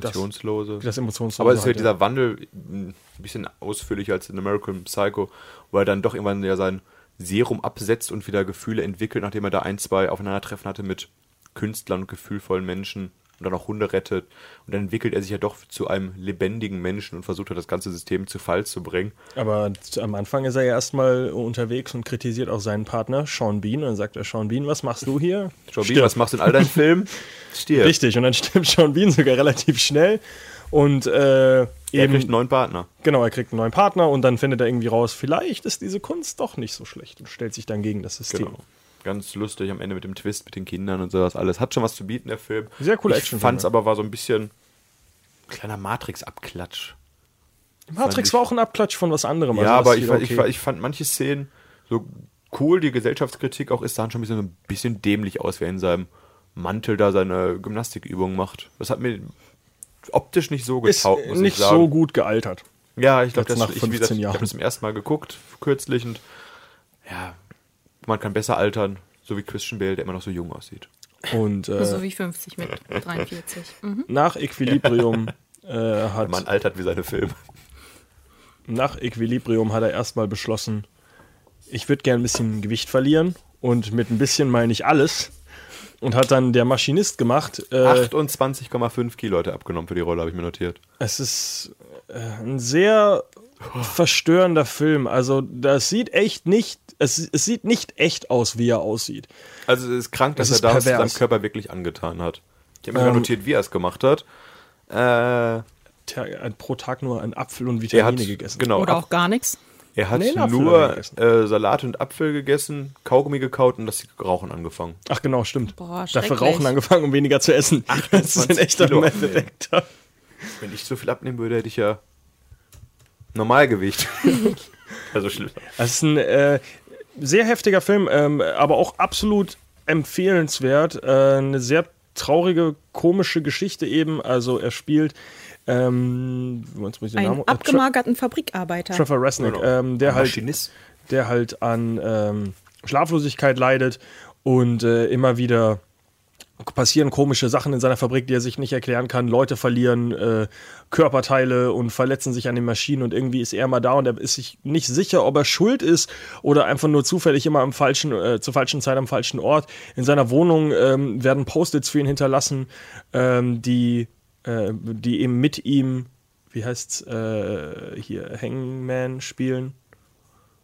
Emotionslose.
das Emotionslose.
Aber es ist ja
halt,
dieser Wandel ein bisschen ausführlicher als in American Psycho, wo er dann doch irgendwann ja sein Serum absetzt und wieder Gefühle entwickelt, nachdem er da ein, zwei Aufeinandertreffen hatte mit Künstlern und gefühlvollen Menschen und dann auch Hunde rettet. Und dann entwickelt er sich ja doch zu einem lebendigen Menschen und versucht ja das ganze System zu Fall zu bringen.
Aber zu- am Anfang ist er ja erstmal unterwegs und kritisiert auch seinen Partner Sean Bean. Und dann sagt er, Sean Bean, was machst du hier?
Joe B,
Stirb.
was machst du in all deinen Filmen? Stirb.
Richtig, und dann stimmt Sean Bean sogar relativ schnell. Und äh,
Er
eben,
kriegt einen neuen Partner.
genau, er kriegt einen neuen Partner und dann findet er irgendwie raus, vielleicht ist diese Kunst doch nicht so schlecht und stellt sich dann gegen das System.
Genau. Ganz lustig am Ende mit dem Twist mit den Kindern und sowas alles. Hat schon was zu bieten, der Film.
Sehr cooler
Ich
Actionfilm,
fand's
ja.
aber war so ein bisschen kleiner Matrix-Abklatsch. Fand ich-
Matrix war auch ein Abklatsch von was anderem. also
ja,
das
aber
ist
ich,
wieder
fand- ich, fand- ich fand manche Szenen so cool, die Gesellschaftskritik auch ist, sahen schon ein bisschen, so ein bisschen dämlich aus, wie er in seinem Mantel da seine Gymnastikübungen macht. Das hat mir optisch nicht so
ist äh,
getaugt, muss
nicht
ich sagen.
so gut gealtert.
Ja, ich glaube, das
Jetzt nach
ich, wie gesagt,
15
ich habe
Jahren.
das zum ersten Mal geguckt, kürzlich und ja, man kann besser altern, so wie Christian Bale, der immer noch so jung aussieht.
Und äh,
So Also wie 50 mit 43. Mhm.
nach Equilibrium äh, hat
Man altert wie seine Filme.
nach Equilibrium hat er erstmal beschlossen, ich würde gern ein bisschen Gewicht verlieren und mit ein bisschen meine ich alles. Und hat dann der Maschinist gemacht. Äh,
28,5 Kilo Leute abgenommen für die Rolle, habe ich mir notiert.
es ist äh, ein sehr verstörender Film. Also das sieht echt nicht, es, es sieht nicht echt aus, wie er aussieht.
Also es ist krank, dass
Das
er
ist
da was seinem
pervers.
Körper wirklich angetan hat. Ich habe mir sogar
Ähm.
notiert, wie er es gemacht hat. Äh, er
Tja, er hat pro Tag nur einen Apfel und Vitamine
hat
gegessen.
genau.
Oder
ab-
auch gar nichts.
Er hat
Nee, einen Apfel hat er
nur
gegessen.
äh, Salat und Apfel gegessen, Kaugummi gekaut und das Rauchen angefangen.
Ach genau, stimmt.
Boah,
Dafür
schrecklich.
rauchen angefangen, um weniger zu essen. das ist ein
28
echter
Kilo
Mass
abnehmen.
Effect.
Wenn ich so viel abnehmen würde, hätte ich ja Normalgewicht. also schlimm.
Das ist ein äh, sehr heftiger Film, ähm, aber auch absolut empfehlenswert. Äh, eine sehr traurige, komische Geschichte eben. Also er spielt ähm, jetzt muss ich den Namen-
Einen
äh, Tra-
abgemagerten Fabrikarbeiter.
Trevor Resnick,
Genau.
ähm, der halt
Maschinist.
der halt an ähm, Schlaflosigkeit leidet und äh, immer wieder passieren komische Sachen in seiner Fabrik, die er sich nicht erklären kann. Leute verlieren äh, Körperteile und verletzen sich an den Maschinen und irgendwie ist er mal da und er ist sich nicht sicher, ob er schuld ist oder einfach nur zufällig immer am falschen, äh, zur falschen Zeit am falschen Ort. In seiner Wohnung ähm, werden Post-its für ihn hinterlassen, ähm, die, äh, die eben mit ihm, wie heißt's, äh, hier Hangman spielen.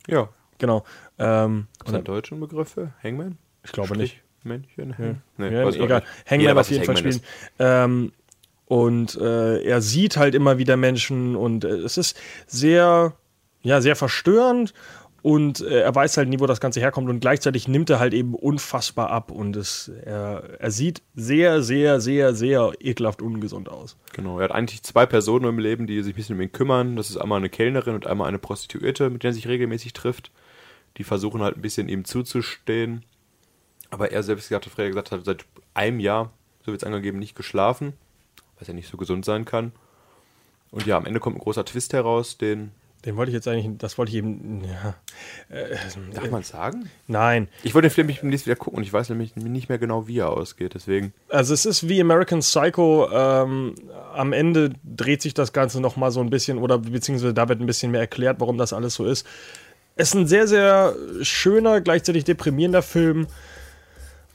Ja.
Genau. Ähm,
Sind das deutsche Begriffe? Hangman?
ich glaube
Strich,
nicht.
Männchen? Hang- Nee,
Ja,
weiß äh, ich auch
egal.
nicht. Jeder
Hangman
weiß,
auf jeden
was
Fall
Hangman
spielen.
ist.
Ähm, und äh, er sieht halt immer wieder Menschen und äh, es ist sehr, ja, sehr verstörend und äh, er weiß halt nie, wo das Ganze herkommt und gleichzeitig nimmt er halt eben unfassbar ab und es, er, er sieht sehr, sehr, sehr, sehr ekelhaft ungesund aus.
Genau, er hat eigentlich zwei Personen im Leben, die sich ein bisschen um ihn kümmern. Das ist einmal eine Kellnerin und einmal eine Prostituierte, mit der er sich regelmäßig trifft. Die versuchen halt ein bisschen ihm zuzustehen. Aber er selbst hat Freya gesagt, hat seit einem Jahr, so wird es angegeben, nicht geschlafen, was ja nicht so gesund sein kann. Und ja, am Ende kommt ein großer Twist heraus, den.
Den wollte ich jetzt eigentlich, das wollte ich eben, ja. Äh,
Darf man sagen?
nein.
Ich wollte den Film nämlich demnächst wieder gucken und ich weiß nämlich nicht mehr genau, wie er ausgeht. Deswegen.
Also es ist wie American Psycho, ähm, am Ende dreht sich das Ganze nochmal so ein bisschen oder beziehungsweise da wird ein bisschen mehr erklärt, warum das alles so ist. Es ist ein sehr, sehr schöner, gleichzeitig deprimierender Film.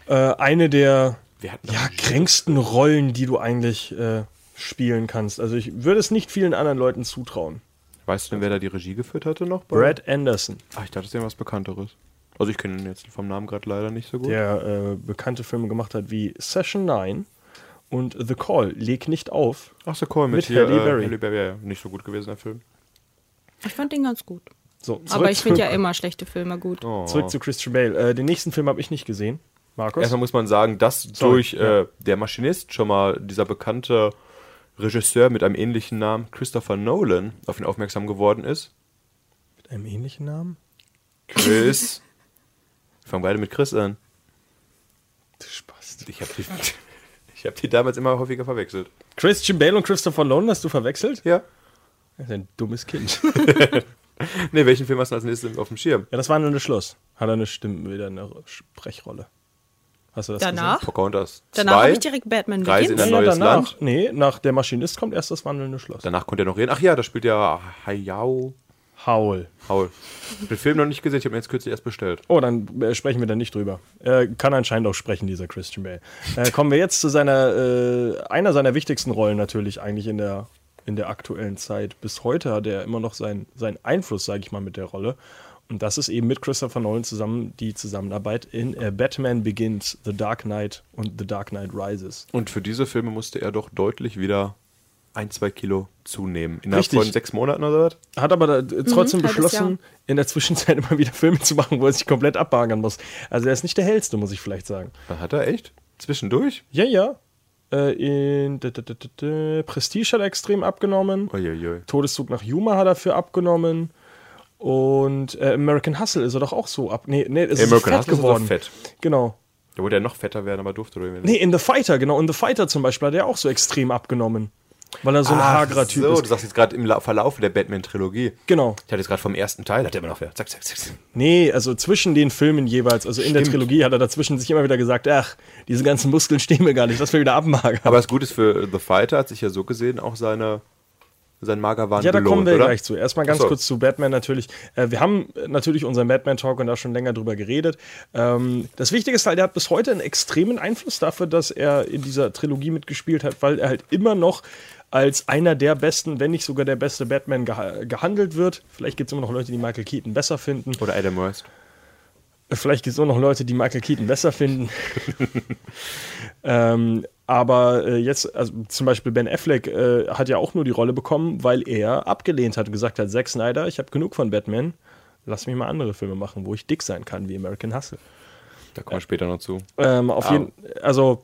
Äh, eine der
Wir hatten
ja,
noch-
kränksten Rollen, die du eigentlich äh, spielen kannst. Also ich würde es nicht vielen anderen Leuten zutrauen.
Weißt du denn, wer da die Regie geführt hatte noch? bei-
Brad Anderson,
Ach, ich dachte, es wäre was Bekannteres. Also ich kenne ihn jetzt vom Namen gerade leider nicht so gut.
der äh, bekannte Filme gemacht hat wie Session 9 und The Call, Leg nicht auf.
Ach so, cool, mit,
Mit
hier,
Halle
äh,
Berry.
Halle Berry. Ja, ja. nicht so gut gewesen, der Film.
Ich fand den ganz gut.
So, zurück
Aber ich
zu-
finde ja immer schlechte Filme gut.
Oh.
Zurück zu Christian Bale. Äh, den nächsten Film habe ich nicht gesehen. Markus?
Erstmal muss man sagen, dass
Sorry,
durch äh, Der Maschinist schon mal dieser bekannte Regisseur mit einem ähnlichen Namen, Christopher Nolan, auf ihn aufmerksam geworden ist.
Mit einem ähnlichen Namen?
Chris. Wir fangen beide mit Chris an.
Du Spaß.
Ich habe die, ich hab die damals immer häufiger verwechselt.
Christian Bale und Christopher Nolan hast du verwechselt?
Ja.
Das ist ein dummes Kind.
Ne, welchen Film hast du als nächstes auf dem Schirm?
ja, das war nur der Schluss. Hat er eine Stimme, wieder eine Sprechrolle. Hast du das
Danach?
Pocahontas 2.
Danach habe ich direkt Batman
Reise in
Begins.
Gesehen?
ein
Ja,
neues
danach.
Land.
Nee, nach Der Maschinist kommt erst das wandelnde Schloss.
Danach konnte er noch reden. Ach ja, da spielt ja Hayao
Howl.
Paul. Ich hab den Film noch nicht gesehen, ich habe ihn jetzt kürzlich erst bestellt.
Oh, dann äh, sprechen wir da nicht drüber. Äh, kann anscheinend auch sprechen, dieser Christian Bale. Äh, kommen wir jetzt zu seiner, äh, einer seiner wichtigsten Rollen natürlich eigentlich in der, in der aktuellen Zeit. Bis heute hat er immer noch seinen seinen Einfluss, sage ich mal, mit der Rolle. Und das ist eben mit Christopher Nolan zusammen die Zusammenarbeit in äh, Batman Begins, The Dark Knight und The Dark Knight Rises.
Und für diese Filme musste er doch deutlich wieder ein, zwei Kilo zunehmen. Innerhalb
Richtig.
von sechs Monaten oder was?
Hat aber da, äh, trotzdem
halbes
beschlossen, in der Zwischenzeit immer wieder Filme zu machen, wo er sich komplett abbagern muss. Also er ist nicht der hellste, muss ich vielleicht sagen.
Da Hat er echt? Zwischendurch?
Ja, ja. Äh, in d, d, d, d, d, Prestige hat er extrem abgenommen.
Uiuiui.
Todeszug nach Yuma hat er für abgenommen. Und äh, American Hustle ist er doch auch so ab. Nee, nee, es ist
American
fett
Hustle ist er
geworden.
fett.
Genau.
Da wollte er noch fetter werden, aber durfte irgendwie
Nee, in The Fighter, genau. In The Fighter zum Beispiel hat er auch so extrem abgenommen. Weil er so ein hagerer Typ
so, du
ist.
sagst jetzt gerade im La- Verlauf der Batman-Trilogie.
Genau.
Ich hatte jetzt gerade vom ersten Teil, hat er immer noch wieder. Zack, zack, zack. zack.
Nee, also zwischen den Filmen jeweils, also in der Trilogie hat er dazwischen sich immer wieder gesagt, ach, diese ganzen Muskeln stehen mir gar nicht, dass wir wieder abmagern.
Aber das Gute ist für The Fighter hat sich ja so gesehen auch seine, sein Magerwahn
Ja, da
belohnt,
kommen wir
oder?
gleich zu. Erstmal ganz
Ach so.
kurz zu Batman natürlich. Äh, wir haben äh, natürlich unseren Batman-Talk und da schon länger drüber geredet. Ähm, das Wichtige ist halt, er hat bis heute einen extremen Einfluss dafür, dass er in dieser Trilogie mitgespielt hat, weil er halt immer noch als einer der besten, wenn nicht sogar der beste Batman geha gehandelt wird. Vielleicht gibt es immer noch Leute, die Michael Keaton besser finden.
Oder Adam West.
Vielleicht gibt es auch noch Leute, die Michael Keaton besser finden. ähm, aber äh, jetzt, also zum Beispiel Ben Affleck äh, hat ja auch nur die Rolle bekommen, weil er abgelehnt hat und gesagt hat, Zack Snyder, ich habe genug von Batman, lass mich mal andere Filme machen, wo ich dick sein kann, wie American Hustle.
Da kommen wir später noch zu.
Ähm, auf
Ah.
jeden, also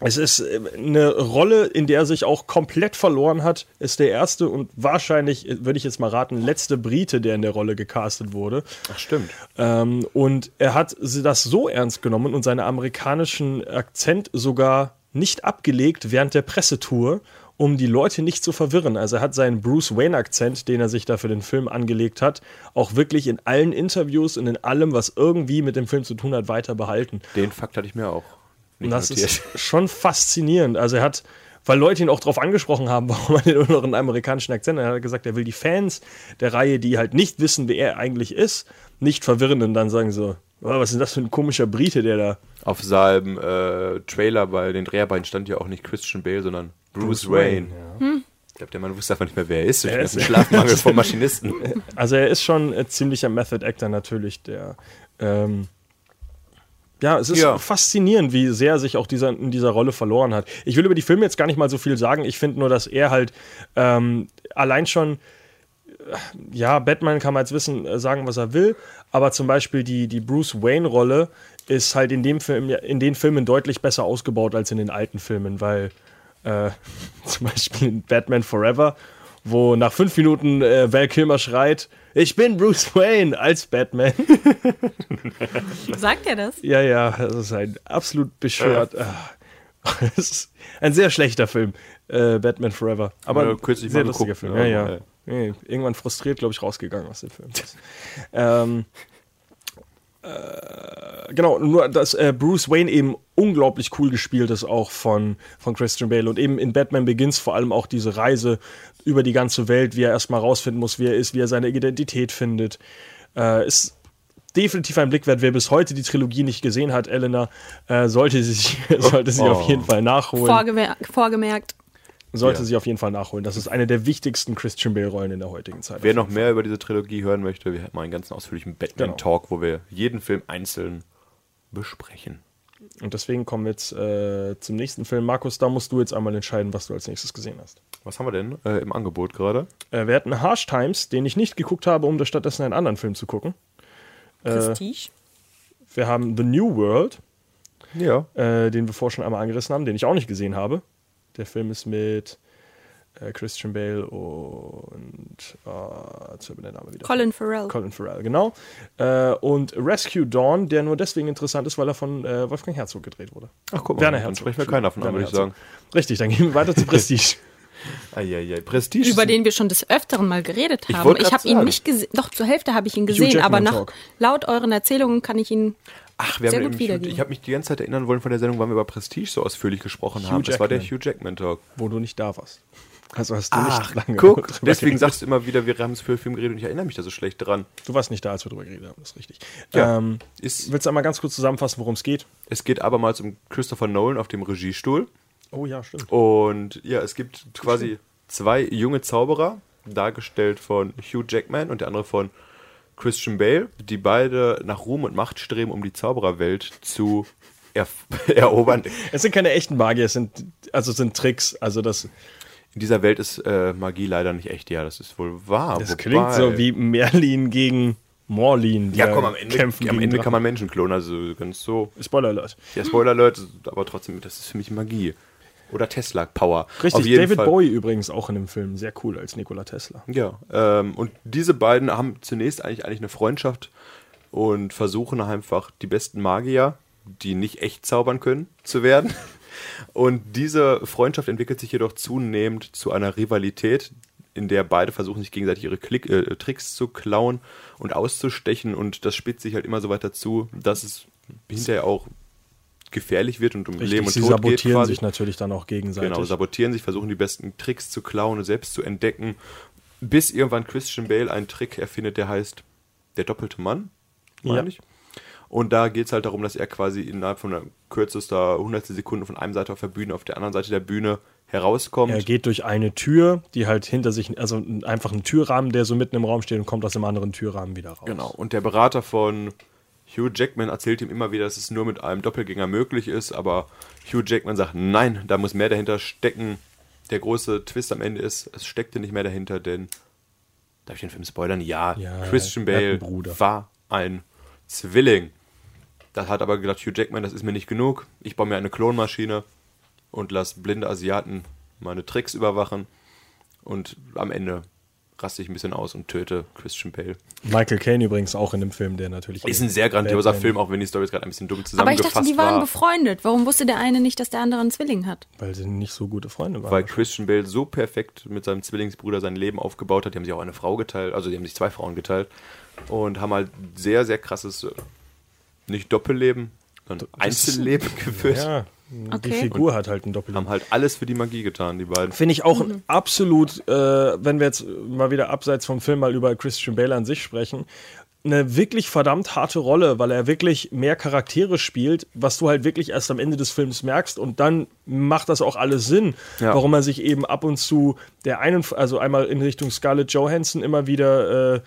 es ist äh, eine Rolle, in der er sich auch komplett verloren hat, ist der erste und wahrscheinlich, äh, würde ich jetzt mal raten, letzte Brite, der in der Rolle gecastet wurde.
Ach, stimmt.
Ähm, und er hat sie- das so ernst genommen und seinen amerikanischen Akzent sogar nicht abgelegt während der Pressetour, um die Leute nicht zu verwirren. Also er hat seinen Bruce Wayne-Akzent, den er sich da für den Film angelegt hat, auch wirklich in allen Interviews und in allem, was irgendwie mit dem Film zu tun hat, weiter behalten.
Den Fakt hatte ich mir auch
Und
nicht
das
notiert.
ist schon faszinierend. Also er hat, weil Leute ihn auch darauf angesprochen haben, warum er den nur noch einen amerikanischen Akzent hat, hat er gesagt, er will die Fans der Reihe, die halt nicht wissen, wer er eigentlich ist, nicht verwirren und dann sagen so, "Oh, was ist denn das für ein komischer Brite, der da
Auf seinem äh, Trailer bei den Dreharbeiten stand ja auch nicht Christian Bale, sondern Bruce,
Bruce Wayne,
Wayne.
Hm.
Ich glaube, der Mann wusste einfach nicht mehr, wer er ist. Ich
Wer
bin
ist
im
er?
Schlafmangel vom Maschinisten.
Also er ist schon ein ziemlicher Method Actor natürlich, der ähm, ja, es ist
Ja.
faszinierend, wie sehr er sich auch dieser, in dieser Rolle verloren hat. Ich will über die Filme jetzt gar nicht mal so viel sagen. Ich finde nur, dass er halt ähm, allein schon, äh, ja, Batman kann man jetzt wissen, äh, sagen, was er will, aber zum Beispiel die, die Bruce Wayne-Rolle ist halt in, dem Film, in den Filmen deutlich besser ausgebaut als in den alten Filmen, weil äh, zum Beispiel in Batman Forever wo nach fünf Minuten äh, Val Kilmer schreit, ich bin Bruce Wayne als Batman.
Sagt er das?
ja, ja, das ist ein absolut bescheuert. Es ist ein sehr schlechter Film, äh, Batman Forever. Aber
Ja,
ein
kürzlich
sehr
mal
lustiger
geguckt,
Film. Ja,
ne?
ja.
Ja.
Nee, irgendwann frustriert, glaube ich, rausgegangen aus dem Film. ähm, äh, genau, nur dass äh, Bruce Wayne eben unglaublich cool gespielt ist, auch von, von Christian Bale. Und eben in Batman Begins vor allem auch diese Reise über die ganze Welt, wie er erstmal rausfinden muss, wie er ist, wie er seine Identität findet. Äh, ist definitiv ein Blick wert. Wer bis heute die Trilogie nicht gesehen hat, Elena, äh, sollte sie sich, sollte sie auf jeden Fall nachholen.
Vorgemerkt, vorgemerkt.
sollte
Oh. Ja.
sie auf jeden Fall nachholen. Das ist eine der wichtigsten Christian Bale-Rollen in der heutigen Zeit.
Wer noch mehr über diese Trilogie hören möchte, wir hätten mal einen ganzen ausführlichen
Genau.
Batman-Talk, wo wir jeden Film einzeln besprechen.
Und deswegen kommen wir jetzt äh, zum nächsten Film. Markus, da musst du jetzt einmal entscheiden, was du als nächstes gesehen hast.
Was haben wir denn äh, im Angebot gerade?
Äh, wir hatten Harsh Times, den ich nicht geguckt habe, um da stattdessen einen anderen Film zu gucken.
Äh.
Prestige.
Wir haben The New World,
Ja.
äh, den wir vorher schon einmal angerissen haben, den ich auch nicht gesehen habe. Der Film ist mit äh, Christian Bale und äh, jetzt hört mir der Name wieder.
Colin Farrell.
Colin Farrell, genau. Äh, und Rescue Dawn, der nur deswegen interessant ist, weil er von äh, Wolfgang Herzog gedreht wurde.
Ach, guck mal,
Werner
dann
Herzog.
sprechen wir keiner von an,
Werner
würde ich sagen.
Herzog. Richtig, dann gehen wir weiter zu Prestige.
Eieiei. Prestige.
Über
ist-
den wir schon des Öfteren mal geredet
Ich
haben.
wollte
Ich,
grad
habe ihn
sagen.
nicht gesehen. Doch, zur Hälfte habe ich ihn gesehen, aber
Jackman
nach,
Talk.
laut euren Erzählungen kann ich ihn.
Ach, wir
Sehr
haben
gut
eben-
wiedergegeben.
Ich habe mich die ganze Zeit erinnern wollen von der Sendung, wann wir über Prestige so ausführlich gesprochen
Hugh
haben. Das war der
Jackman.
Hugh Jackman-Talk.
wo du nicht da warst. Also hast du nicht lange drüber
guck. Deswegen
geredet.
sagst du immer wieder, wir haben es für Film geredet und ich erinnere mich da so schlecht dran.
Du warst nicht da, als wir drüber geredet haben, das ist richtig.
Ja.
Ähm,
Ist-
willst du einmal ganz kurz zusammenfassen, worum es geht?
Es geht abermals um Christopher Nolan auf dem Regiestuhl.
Oh ja, stimmt.
Und ja, es gibt quasi zwei junge Zauberer, dargestellt von Hugh Jackman und der andere von Christian Bale, die beide nach Ruhm und Macht streben, um die Zaubererwelt zu erf- erobern.
Es sind keine echten Magier, es sind, also es sind Tricks. Also das,
In dieser Welt ist äh, Magie leider nicht echt, ja, das ist wohl wahr.
das klingt so wie Merlin gegen Morlin. die
Ja, komm, am Ende,
kämpfen
am
gegen
Ende
Drachen.
kann man Menschen klonen, also ganz so.
Spoiler Alert.
Ja, Spoiler, Leute, aber trotzdem, das ist für mich Magie. Oder Tesla-Power.
Richtig,
Auf jeden
David
Fall.
Bowie übrigens auch in dem Film. Sehr cool als Nikola Tesla.
Ja, ähm, und diese beiden haben zunächst eigentlich, eigentlich eine Freundschaft und versuchen einfach die besten Magier, die nicht echt zaubern können, zu werden. Und diese Freundschaft entwickelt sich jedoch zunehmend zu einer Rivalität, in der beide versuchen, sich gegenseitig ihre Klick, äh, Tricks zu klauen und auszustechen. Und das spitzt sich halt immer so weiter zu, dass es hinterher auch gefährlich wird und um Leben und
sie
Tod geht
sabotieren
quasi.
sich natürlich dann auch gegenseitig.
Genau, sabotieren sich, versuchen die besten Tricks zu klauen und selbst zu entdecken, bis irgendwann Christian Bale einen Trick erfindet, der heißt der doppelte Mann, meine
Ja.
ich. Und da geht es halt darum, dass er quasi innerhalb von einer kürzester hundertstel Sekunden von einem Seite auf der Bühne auf der anderen Seite der Bühne herauskommt.
Er geht durch eine Tür, die halt hinter sich, also n- einfach ein Türrahmen, der so mitten im Raum steht und kommt aus dem anderen Türrahmen wieder raus.
Genau. Und der Berater von Hugh Jackman erzählt ihm immer wieder, dass es nur mit einem Doppelgänger möglich ist, aber Hugh Jackman sagt, nein, da muss mehr dahinter stecken. Der große Twist am Ende ist, es steckte nicht mehr dahinter, denn darf ich den Film spoilern? Ja,
Ja,
Christian
er hat
Bale
einen Bruder.
war ein Zwilling. Das hat aber gedacht, Hugh Jackman, das ist mir nicht genug. Ich baue mir eine Klonmaschine und lass blinde Asiaten meine Tricks überwachen. Und am Ende raste ich ein bisschen aus und töte Christian Bale.
Michael Caine übrigens auch in dem Film, der natürlich.
Ist ein sehr grandioser
Batman-
Film, auch wenn die Story jetzt gerade ein bisschen dumm
Aber ich
zusammengefasst
dachte, die waren
war.
befreundet. Warum wusste der eine nicht, dass der andere einen Zwilling hat?
Weil sie nicht so gute Freunde waren.
Weil Christian Bale so perfekt mit seinem Zwillingsbruder sein Leben aufgebaut hat. Die haben sich auch eine Frau geteilt, also die haben sich zwei Frauen geteilt und haben halt sehr, sehr krasses, äh, nicht Doppelleben, sondern Einzelleben geführt.
ja, die
Okay.
Figur hat halt einen Doppel.
Haben halt alles für die Magie getan, die beiden.
Finde ich auch absolut, äh, wenn wir jetzt mal wieder abseits vom Film mal über Christian Bale an sich sprechen, eine wirklich verdammt harte Rolle, weil er wirklich mehr Charaktere spielt, was du halt wirklich erst am Ende des Films merkst und dann macht das auch alles Sinn,
Ja.
warum er sich eben ab und zu der einen, also einmal in Richtung Scarlett Johansson immer wieder äh,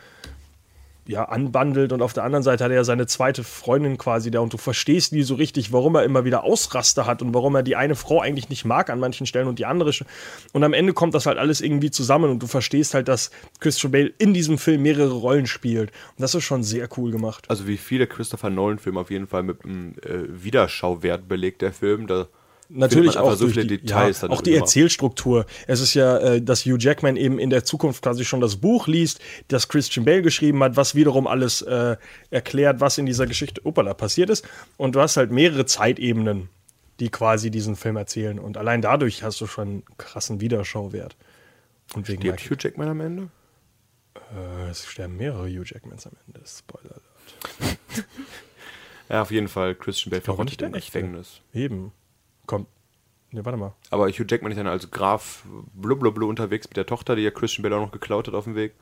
ja, anbandelt und auf der anderen Seite hat er ja seine zweite Freundin quasi da und du verstehst nie so richtig, warum er immer wieder Ausraster hat und warum er die eine Frau eigentlich nicht mag an manchen Stellen und die andere. sch- Und am Ende kommt das halt alles irgendwie zusammen und du verstehst halt, dass Christian Bale in diesem Film mehrere Rollen spielt. Und das ist schon sehr cool gemacht.
Also wie viele Christopher Nolan-Filme auf jeden Fall mit einem äh, Wiederschauwert belegt, der Film. Da
natürlich
einfach
auch
so
durch
viele
die,
Details
ja,
dann
auch die
darüber.
Erzählstruktur. Es ist ja, äh, dass Hugh Jackman eben in der Zukunft quasi schon das Buch liest, das Christian Bale geschrieben hat, was wiederum alles äh, erklärt, was in dieser Geschichte upala, passiert ist. Und du hast halt mehrere Zeitebenen, die quasi diesen Film erzählen. Und allein dadurch hast du schon einen krassen Wiederschauwert. Und wegen
Stirbt
Michael,
Hugh Jackman am Ende?
äh, es sterben mehrere Hugh Jackmans am Ende. Spoiler.
Ja, auf jeden Fall. Christian Bale verrottet
der
im
echte.
Gefängnis.
Eben. Komm. Ne, warte mal.
Aber Hugh Jackman ist dann als Graf blubblublu unterwegs mit der Tochter, die ja Christian Bale auch noch geklaut hat auf dem Weg.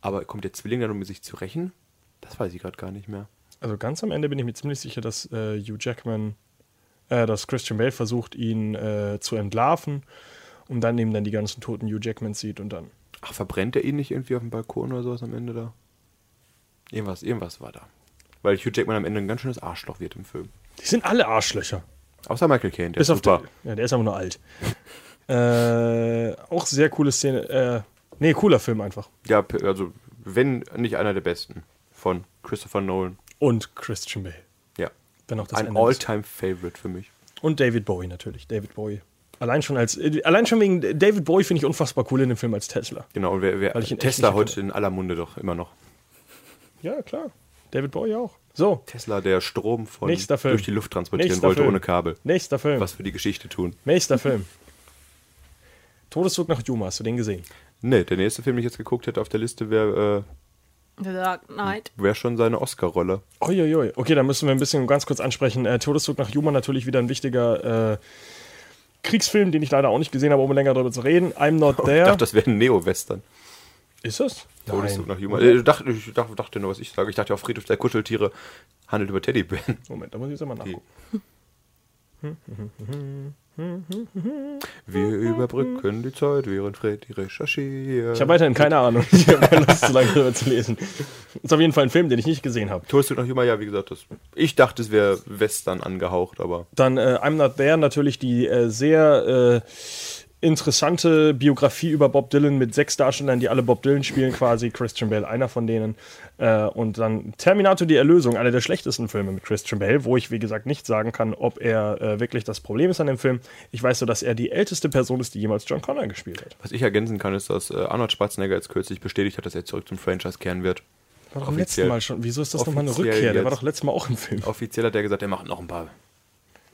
Aber kommt der Zwilling dann, um sich zu rächen? Das weiß ich gerade gar nicht mehr.
Also ganz am Ende bin ich mir ziemlich sicher, dass äh, Hugh Jackman, äh, dass Christian Bale versucht, ihn äh, zu entlarven und dann eben dann die ganzen toten Hugh Jackmans sieht und dann.
Ach, verbrennt er ihn nicht irgendwie auf dem Balkon oder sowas am Ende da? Irgendwas, irgendwas war da. Weil Hugh Jackman am Ende ein ganz schönes Arschloch wird im Film.
Die sind alle Arschlöcher.
Außer Michael Caine, der
Bis
ist
auf
super.
der, ja, der ist aber nur alt. äh, auch sehr coole Szene. Äh, nee, cooler Film einfach.
Ja, p- also wenn nicht einer der besten von Christopher Nolan.
Und Christian Bale.
Ja.
Wenn auch das
ein
Ende ist.
All-Time-Favorite für mich.
Und David Bowie natürlich. David Bowie. Allein schon als, äh, allein schon wegen David Bowie finde ich unfassbar cool in dem Film als Tesla.
Genau, und wer, wer
Weil ich ihn echt
Tesla
nicht
heute in aller Munde doch immer noch.
Ja, klar. David Bowie auch. So,
Tesla, der Strom von
Nächster Film.
durch die Luft transportieren
Nächster
wollte
Film.
ohne Kabel.
nächster Film.
Was für die Geschichte tun.
Nächster Film. Todeszug nach Yuma, hast du den gesehen?
Ne, der nächste Film, den ich jetzt geguckt hätte auf der Liste, wäre
The Dark Knight.
äh, wär schon seine Oscar-Rolle.
Uiuiui. Okay, da müssen wir ein bisschen ganz kurz ansprechen. Äh, Todeszug nach Yuma natürlich wieder ein wichtiger äh, Kriegsfilm, den ich leider auch nicht gesehen habe, um länger darüber zu reden. I'm Not
Oh, Ich
There.
dachte, das wäre ein Neo-Western.
ist das?
Todeszug nach Yuma.
Moment,
Ich dachte, ich dachte, dachte nur, was ich sage. Ich dachte, auf Friedhof der Kuscheltiere handelt über Teddybären.
Moment, da muss ich jetzt mal nachgucken.
Wir überbrücken die Zeit, während Freddy recherchiert.
Ich habe weiterhin keine Ahnung. Ich habe keine Lust, zu lange darüber zu lesen. Ist auf jeden Fall ein Film, den ich nicht gesehen habe.
Todeszug nach Yuma, ja, wie gesagt, das, ich dachte, es wäre Western angehaucht, aber
Dann äh, I'm Not There natürlich die äh, sehr äh, interessante Biografie über Bob Dylan mit sechs Darstellern, die alle Bob Dylan spielen, quasi Christian Bale, einer von denen. Äh, und dann Terminator die Erlösung, einer der schlechtesten Filme mit Christian Bale, wo ich, wie gesagt, nicht sagen kann, ob er äh, wirklich das Problem ist an dem Film. Ich weiß nur, dass er die älteste Person ist, die jemals John Connor gespielt hat.
was ich ergänzen kann, ist, dass äh, Arnold Schwarzenegger jetzt kürzlich bestätigt hat, dass er zurück zum Franchise kehren wird.
War doch
Offiziell.
letzten Mal schon. Wieso ist das nochmal eine
Offiziell
Rückkehr? Der war
jetzt.
doch letztes Mal auch im Film.
Offiziell hat er gesagt, er macht noch ein paar.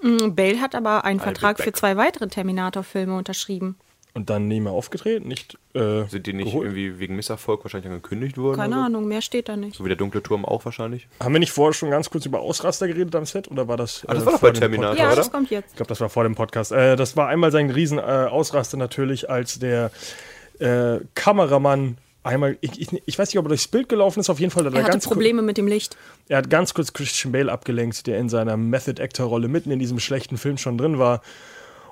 Hm, Bale hat aber einen Vertrag
Beck.
für zwei weitere Terminator-Filme unterschrieben.
Und dann nie mehr aufgedreht, nicht. Äh,
Sind die nicht
geholt.
irgendwie wegen Misserfolg wahrscheinlich angekündigt worden?
Keine
oder so?
Ahnung, mehr steht da nicht.
So wie der dunkle Turm auch wahrscheinlich.
Haben wir nicht vorher schon ganz kurz über Ausraster geredet am Set? Oder war das.
Ah, das
äh,
war doch
vor
bei
dem
Terminator,
Podcast?
Ja,
Ja,
oder?
das kommt jetzt.
Ich glaube, das war vor dem Podcast. Äh, das war einmal sein riesen äh, Ausraster natürlich, als der äh, Kameramann einmal, ich, ich, ich weiß nicht, ob er durchs Bild gelaufen ist, auf jeden Fall hat er,
Er hatte
ganz kur-
Probleme mit dem Licht.
er hat ganz kurz Christian Bale abgelenkt, der in seiner Method-Actor-Rolle mitten in diesem schlechten Film schon drin war.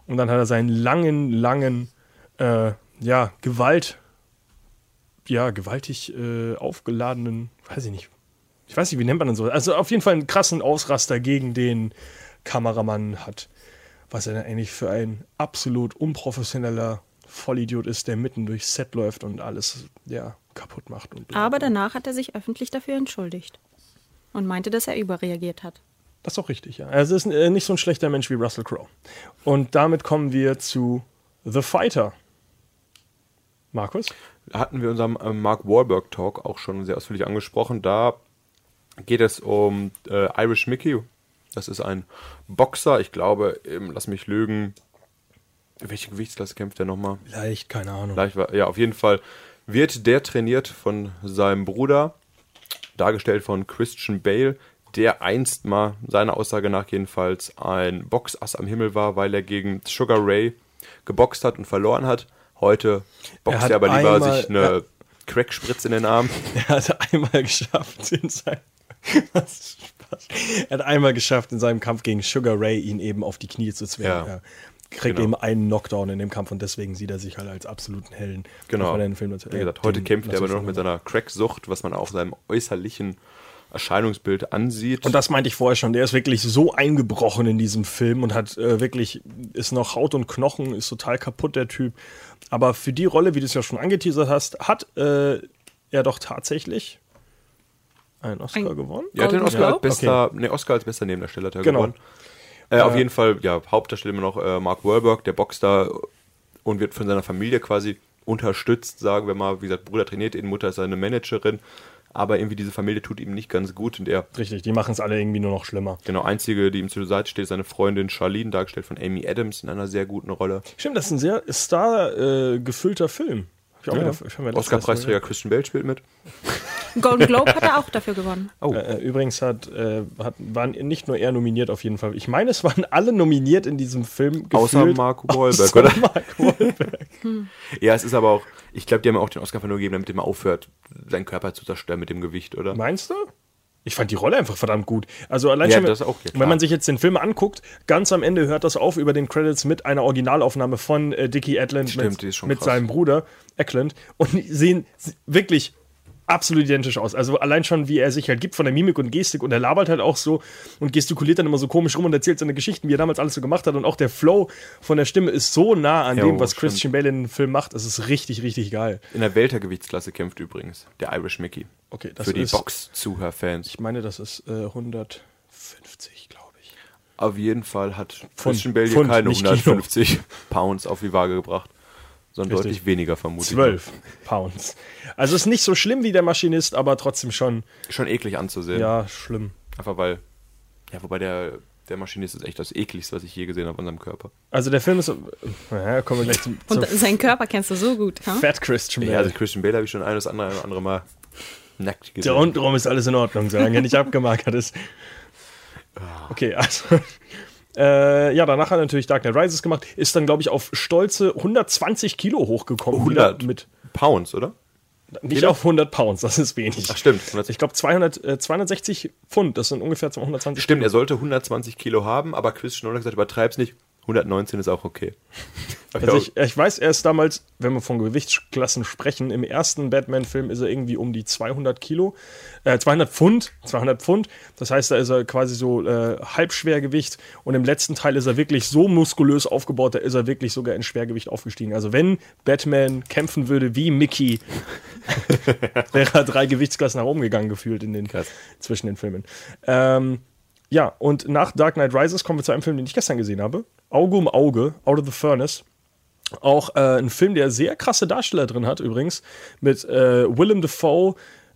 Und dann hat er seinen langen, langen, äh, ja, Gewalt, ja, gewaltig äh, aufgeladenen, weiß ich nicht, ich weiß nicht, wie nennt man denn so, also auf jeden Fall einen krassen Ausraster gegen den Kameramann hat. Was er denn eigentlich für ein absolut unprofessioneller Vollidiot ist, der mitten durchs Set läuft und alles, ja, kaputt macht. Und bla.
Aber danach hat er sich öffentlich dafür entschuldigt. Und meinte, dass er überreagiert hat.
Das ist auch richtig, ja. Er ist äh, nicht so ein schlechter Mensch wie Russell Crowe. Und damit kommen wir zu The Fighter. Markus?
Hatten wir unserem äh, Mark Wahlberg Talk auch schon sehr ausführlich angesprochen. Da geht es um äh, Irish Mickey. Das ist ein Boxer, ich glaube, ähm, lass mich lügen. Welche Gewichtsklasse kämpft der nochmal?
Leicht, keine Ahnung.
Gleich war, ja, auf jeden Fall wird der trainiert von seinem Bruder, dargestellt von Christian Bale, der einst mal, seiner Aussage nach jedenfalls, ein Boxass am Himmel war, weil er gegen Sugar Ray geboxt hat und verloren hat. Heute
Er
boxt
hat
er, aber lieber
einmal-
sich eine
ja.
Crackspritze in den Arm.
Er hat einmal geschafft, in seinem. Was Spaß. Er hat einmal geschafft, in seinem Kampf gegen Sugar Ray ihn eben auf die Knie zu zwingen.
Ja.
Er kriegt
Genau.
eben einen Knockdown in dem Kampf und deswegen sieht er sich halt als absoluten Helden.
Genau.
Auch wenn er den Film natürlich-
Wie gesagt,
äh,
heute
den-
kämpft er aber nur noch
natürlich-
mit seiner Cracksucht, was man auch seinem äußerlichen Erscheinungsbild ansieht.
Und das meinte ich vorher schon. Der ist wirklich so eingebrochen in diesem Film und hat äh, wirklich, ist noch Haut und Knochen, ist total kaputt, der Typ. Aber für die Rolle, wie du es ja schon angeteasert hast, hat äh, er doch tatsächlich einen Oscar
Ein-
gewonnen.
ja, er hat den
Golden
Oscar als
Globe?
bester, nee, Oscar als bester Nebendarsteller hat er
Genau.
gewonnen. Äh, Auf jeden Fall, ja, Hauptdarsteller immer noch äh, Mark Wahlberg, der boxt da und wird von seiner Familie quasi unterstützt, sagen wir mal. Wie gesagt, Bruder trainiert ihn, Mutter ist seine Managerin. Aber irgendwie diese Familie tut ihm nicht ganz gut und er
Richtig, die machen es alle irgendwie nur noch schlimmer.
Genau, einzige, die ihm zur Seite steht, ist seine Freundin Charlene, dargestellt von Amy Adams in einer sehr guten Rolle.
Stimmt, das ist ein sehr star-gefüllter Film. Hab ich auch wieder- ich hab mir letztens-
Genau. Oscar-Preisträger Christian Bale spielt mit.
Golden Globe hat er auch dafür gewonnen.
Äh, äh, übrigens hat, äh, hat, waren nicht nur er nominiert auf jeden Fall. Ich meine, es waren alle nominiert in diesem Film. Gefühlt,
Außer Mark Wahlberg,
Außer
oder?
Mark Wahlberg.
Ja, es ist aber auch, ich glaube, die haben auch den Oscar nur gegeben, damit er mal aufhört, seinen Körper zu zerstören mit dem Gewicht, oder?
Meinst du? Ich fand die Rolle einfach verdammt gut. Also allein
Ja,
schon,
das auch, ja,
wenn
klar.
man sich jetzt den Film anguckt, ganz am Ende hört das auf über den Credits mit einer Originalaufnahme von äh, Dickie Edland
Stimmt,
mit,
die ist schon
mit
krass.
seinem Bruder Eklund und die sehen s- wirklich absolut identisch aus. Also allein schon, wie er sich halt gibt von der Mimik und Gestik und er labert halt auch so und gestikuliert dann immer so komisch rum und erzählt seine Geschichten, wie er damals alles so gemacht hat und auch der Flow von der Stimme ist so nah an
Jo,
dem, was
stimmt.
Christian Bale in dem Film macht. Es ist richtig, richtig geil.
In der Weltergewichtsklasse kämpft übrigens der Irish Mickey.
Okay, das
Für die
ist-
Box-Zuhörfans.
Ich meine, das ist äh, 150, glaube ich.
Auf jeden Fall hat Christian Bale hier
Pfund,
keine
nicht Kilo.
150 Pounds auf die Waage gebracht, sondern
Richtig.
deutlich weniger vermutlich.
12 Pounds. Also ist nicht so schlimm wie der Maschinist, aber trotzdem schon,
Schon eklig anzusehen.
ja, schlimm.
Einfach weil, ja, wobei der, der Maschinist ist echt das ekligste, was ich je gesehen habe an seinem Körper.
Also der Film ist, naja, kommen wir gleich zum, zum
Und ne? seinen Körper kennst du so gut. Ha?
Fat Christian
Ja,
Bale.
also Christian Bale habe ich schon ein das andere, ein andere Mal nackt gesehen.
da unten rum ist alles in Ordnung, solange er nicht abgemagert ist.
Ah.
Okay, also... Äh, ja, danach hat er natürlich Dark Knight Rises gemacht, ist dann, glaube ich, auf stolze 120 Kilo hochgekommen.
100
wieder Mit,
Pounds, oder?
nicht
Jeder?
auf 100 Pounds, das ist wenig.
Ach, stimmt. 120.
Ich glaube, 200, äh, 260 Pfund, das sind ungefähr 220
Stimmt, er sollte 120 Kilo haben, aber Christian Nolan hat gesagt, übertreib's nicht. 119 ist auch okay.
Also ich, ich weiß, er ist damals, wenn wir von Gewichtsklassen sprechen, im ersten Batman-Film ist er irgendwie um die 200 Kilo, äh, 200 Pfund, 200 Pfund. Das heißt, da ist er quasi so äh, Halbschwergewicht und im letzten Teil ist er wirklich so muskulös aufgebaut, da ist er wirklich sogar in Schwergewicht aufgestiegen. Also wenn Batman kämpfen würde wie Mickey, wäre er drei Gewichtsklassen nach oben gegangen gefühlt in den, zwischen den Filmen. Ähm, ja, und nach Dark Knight Rises kommen wir zu einem Film, den ich gestern gesehen habe. Auge um Auge, Out of the Furnace. Auch äh, ein Film, der sehr krasse Darsteller drin hat, übrigens. Mit äh, Willem Dafoe,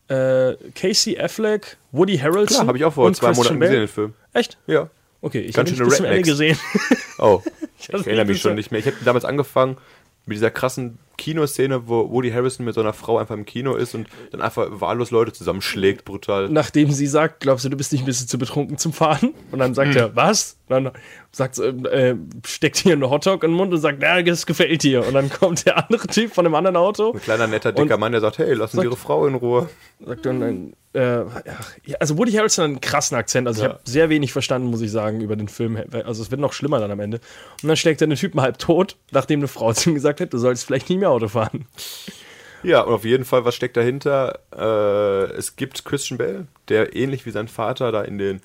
äh, Casey Affleck, Woody Harrelson.
Klar, habe ich auch vor
und
zwei
Christian
Monaten
Bale.
gesehen, den Film.
Echt?
Ja.
Okay, ich habe
Ganz
ihn
schöne
bis zum Ende
Rednecks.
gesehen.
Oh, ich
Das
erinnere mich
ist
schon
ja-
nicht mehr. Ich habe damals angefangen mit dieser krassen Kinoszene, wo Woody Harrison mit so einer Frau einfach im Kino ist und dann einfach wahllos Leute zusammenschlägt, brutal.
Nachdem sie sagt, glaubst du, du bist nicht ein bisschen zu betrunken zum Fahren? Und dann
Hm.
sagt er, was? Und dann sagt, sie, äh, äh, steckt ihr einen Hotdog in den Mund und sagt, na, das gefällt dir. Und dann kommt der andere Typ von einem anderen Auto.
Ein kleiner, netter, dicker Mann, der sagt, hey, lassen Sie Ihre Frau in Ruhe.
Sagt dann ein, äh, ach, ja, also Woody Harrelson hat einen krassen Akzent. Also ich
Ja.
habe sehr wenig verstanden, muss ich sagen, über den Film. Also es wird noch schlimmer dann am Ende. Und dann schlägt er den Typen halb tot, nachdem eine Frau zu ihm gesagt hat, du sollst vielleicht nie mehr Auto fahren.
Ja, und auf jeden Fall, was steckt dahinter? Äh, es gibt Christian Bale, der ähnlich wie sein Vater da in den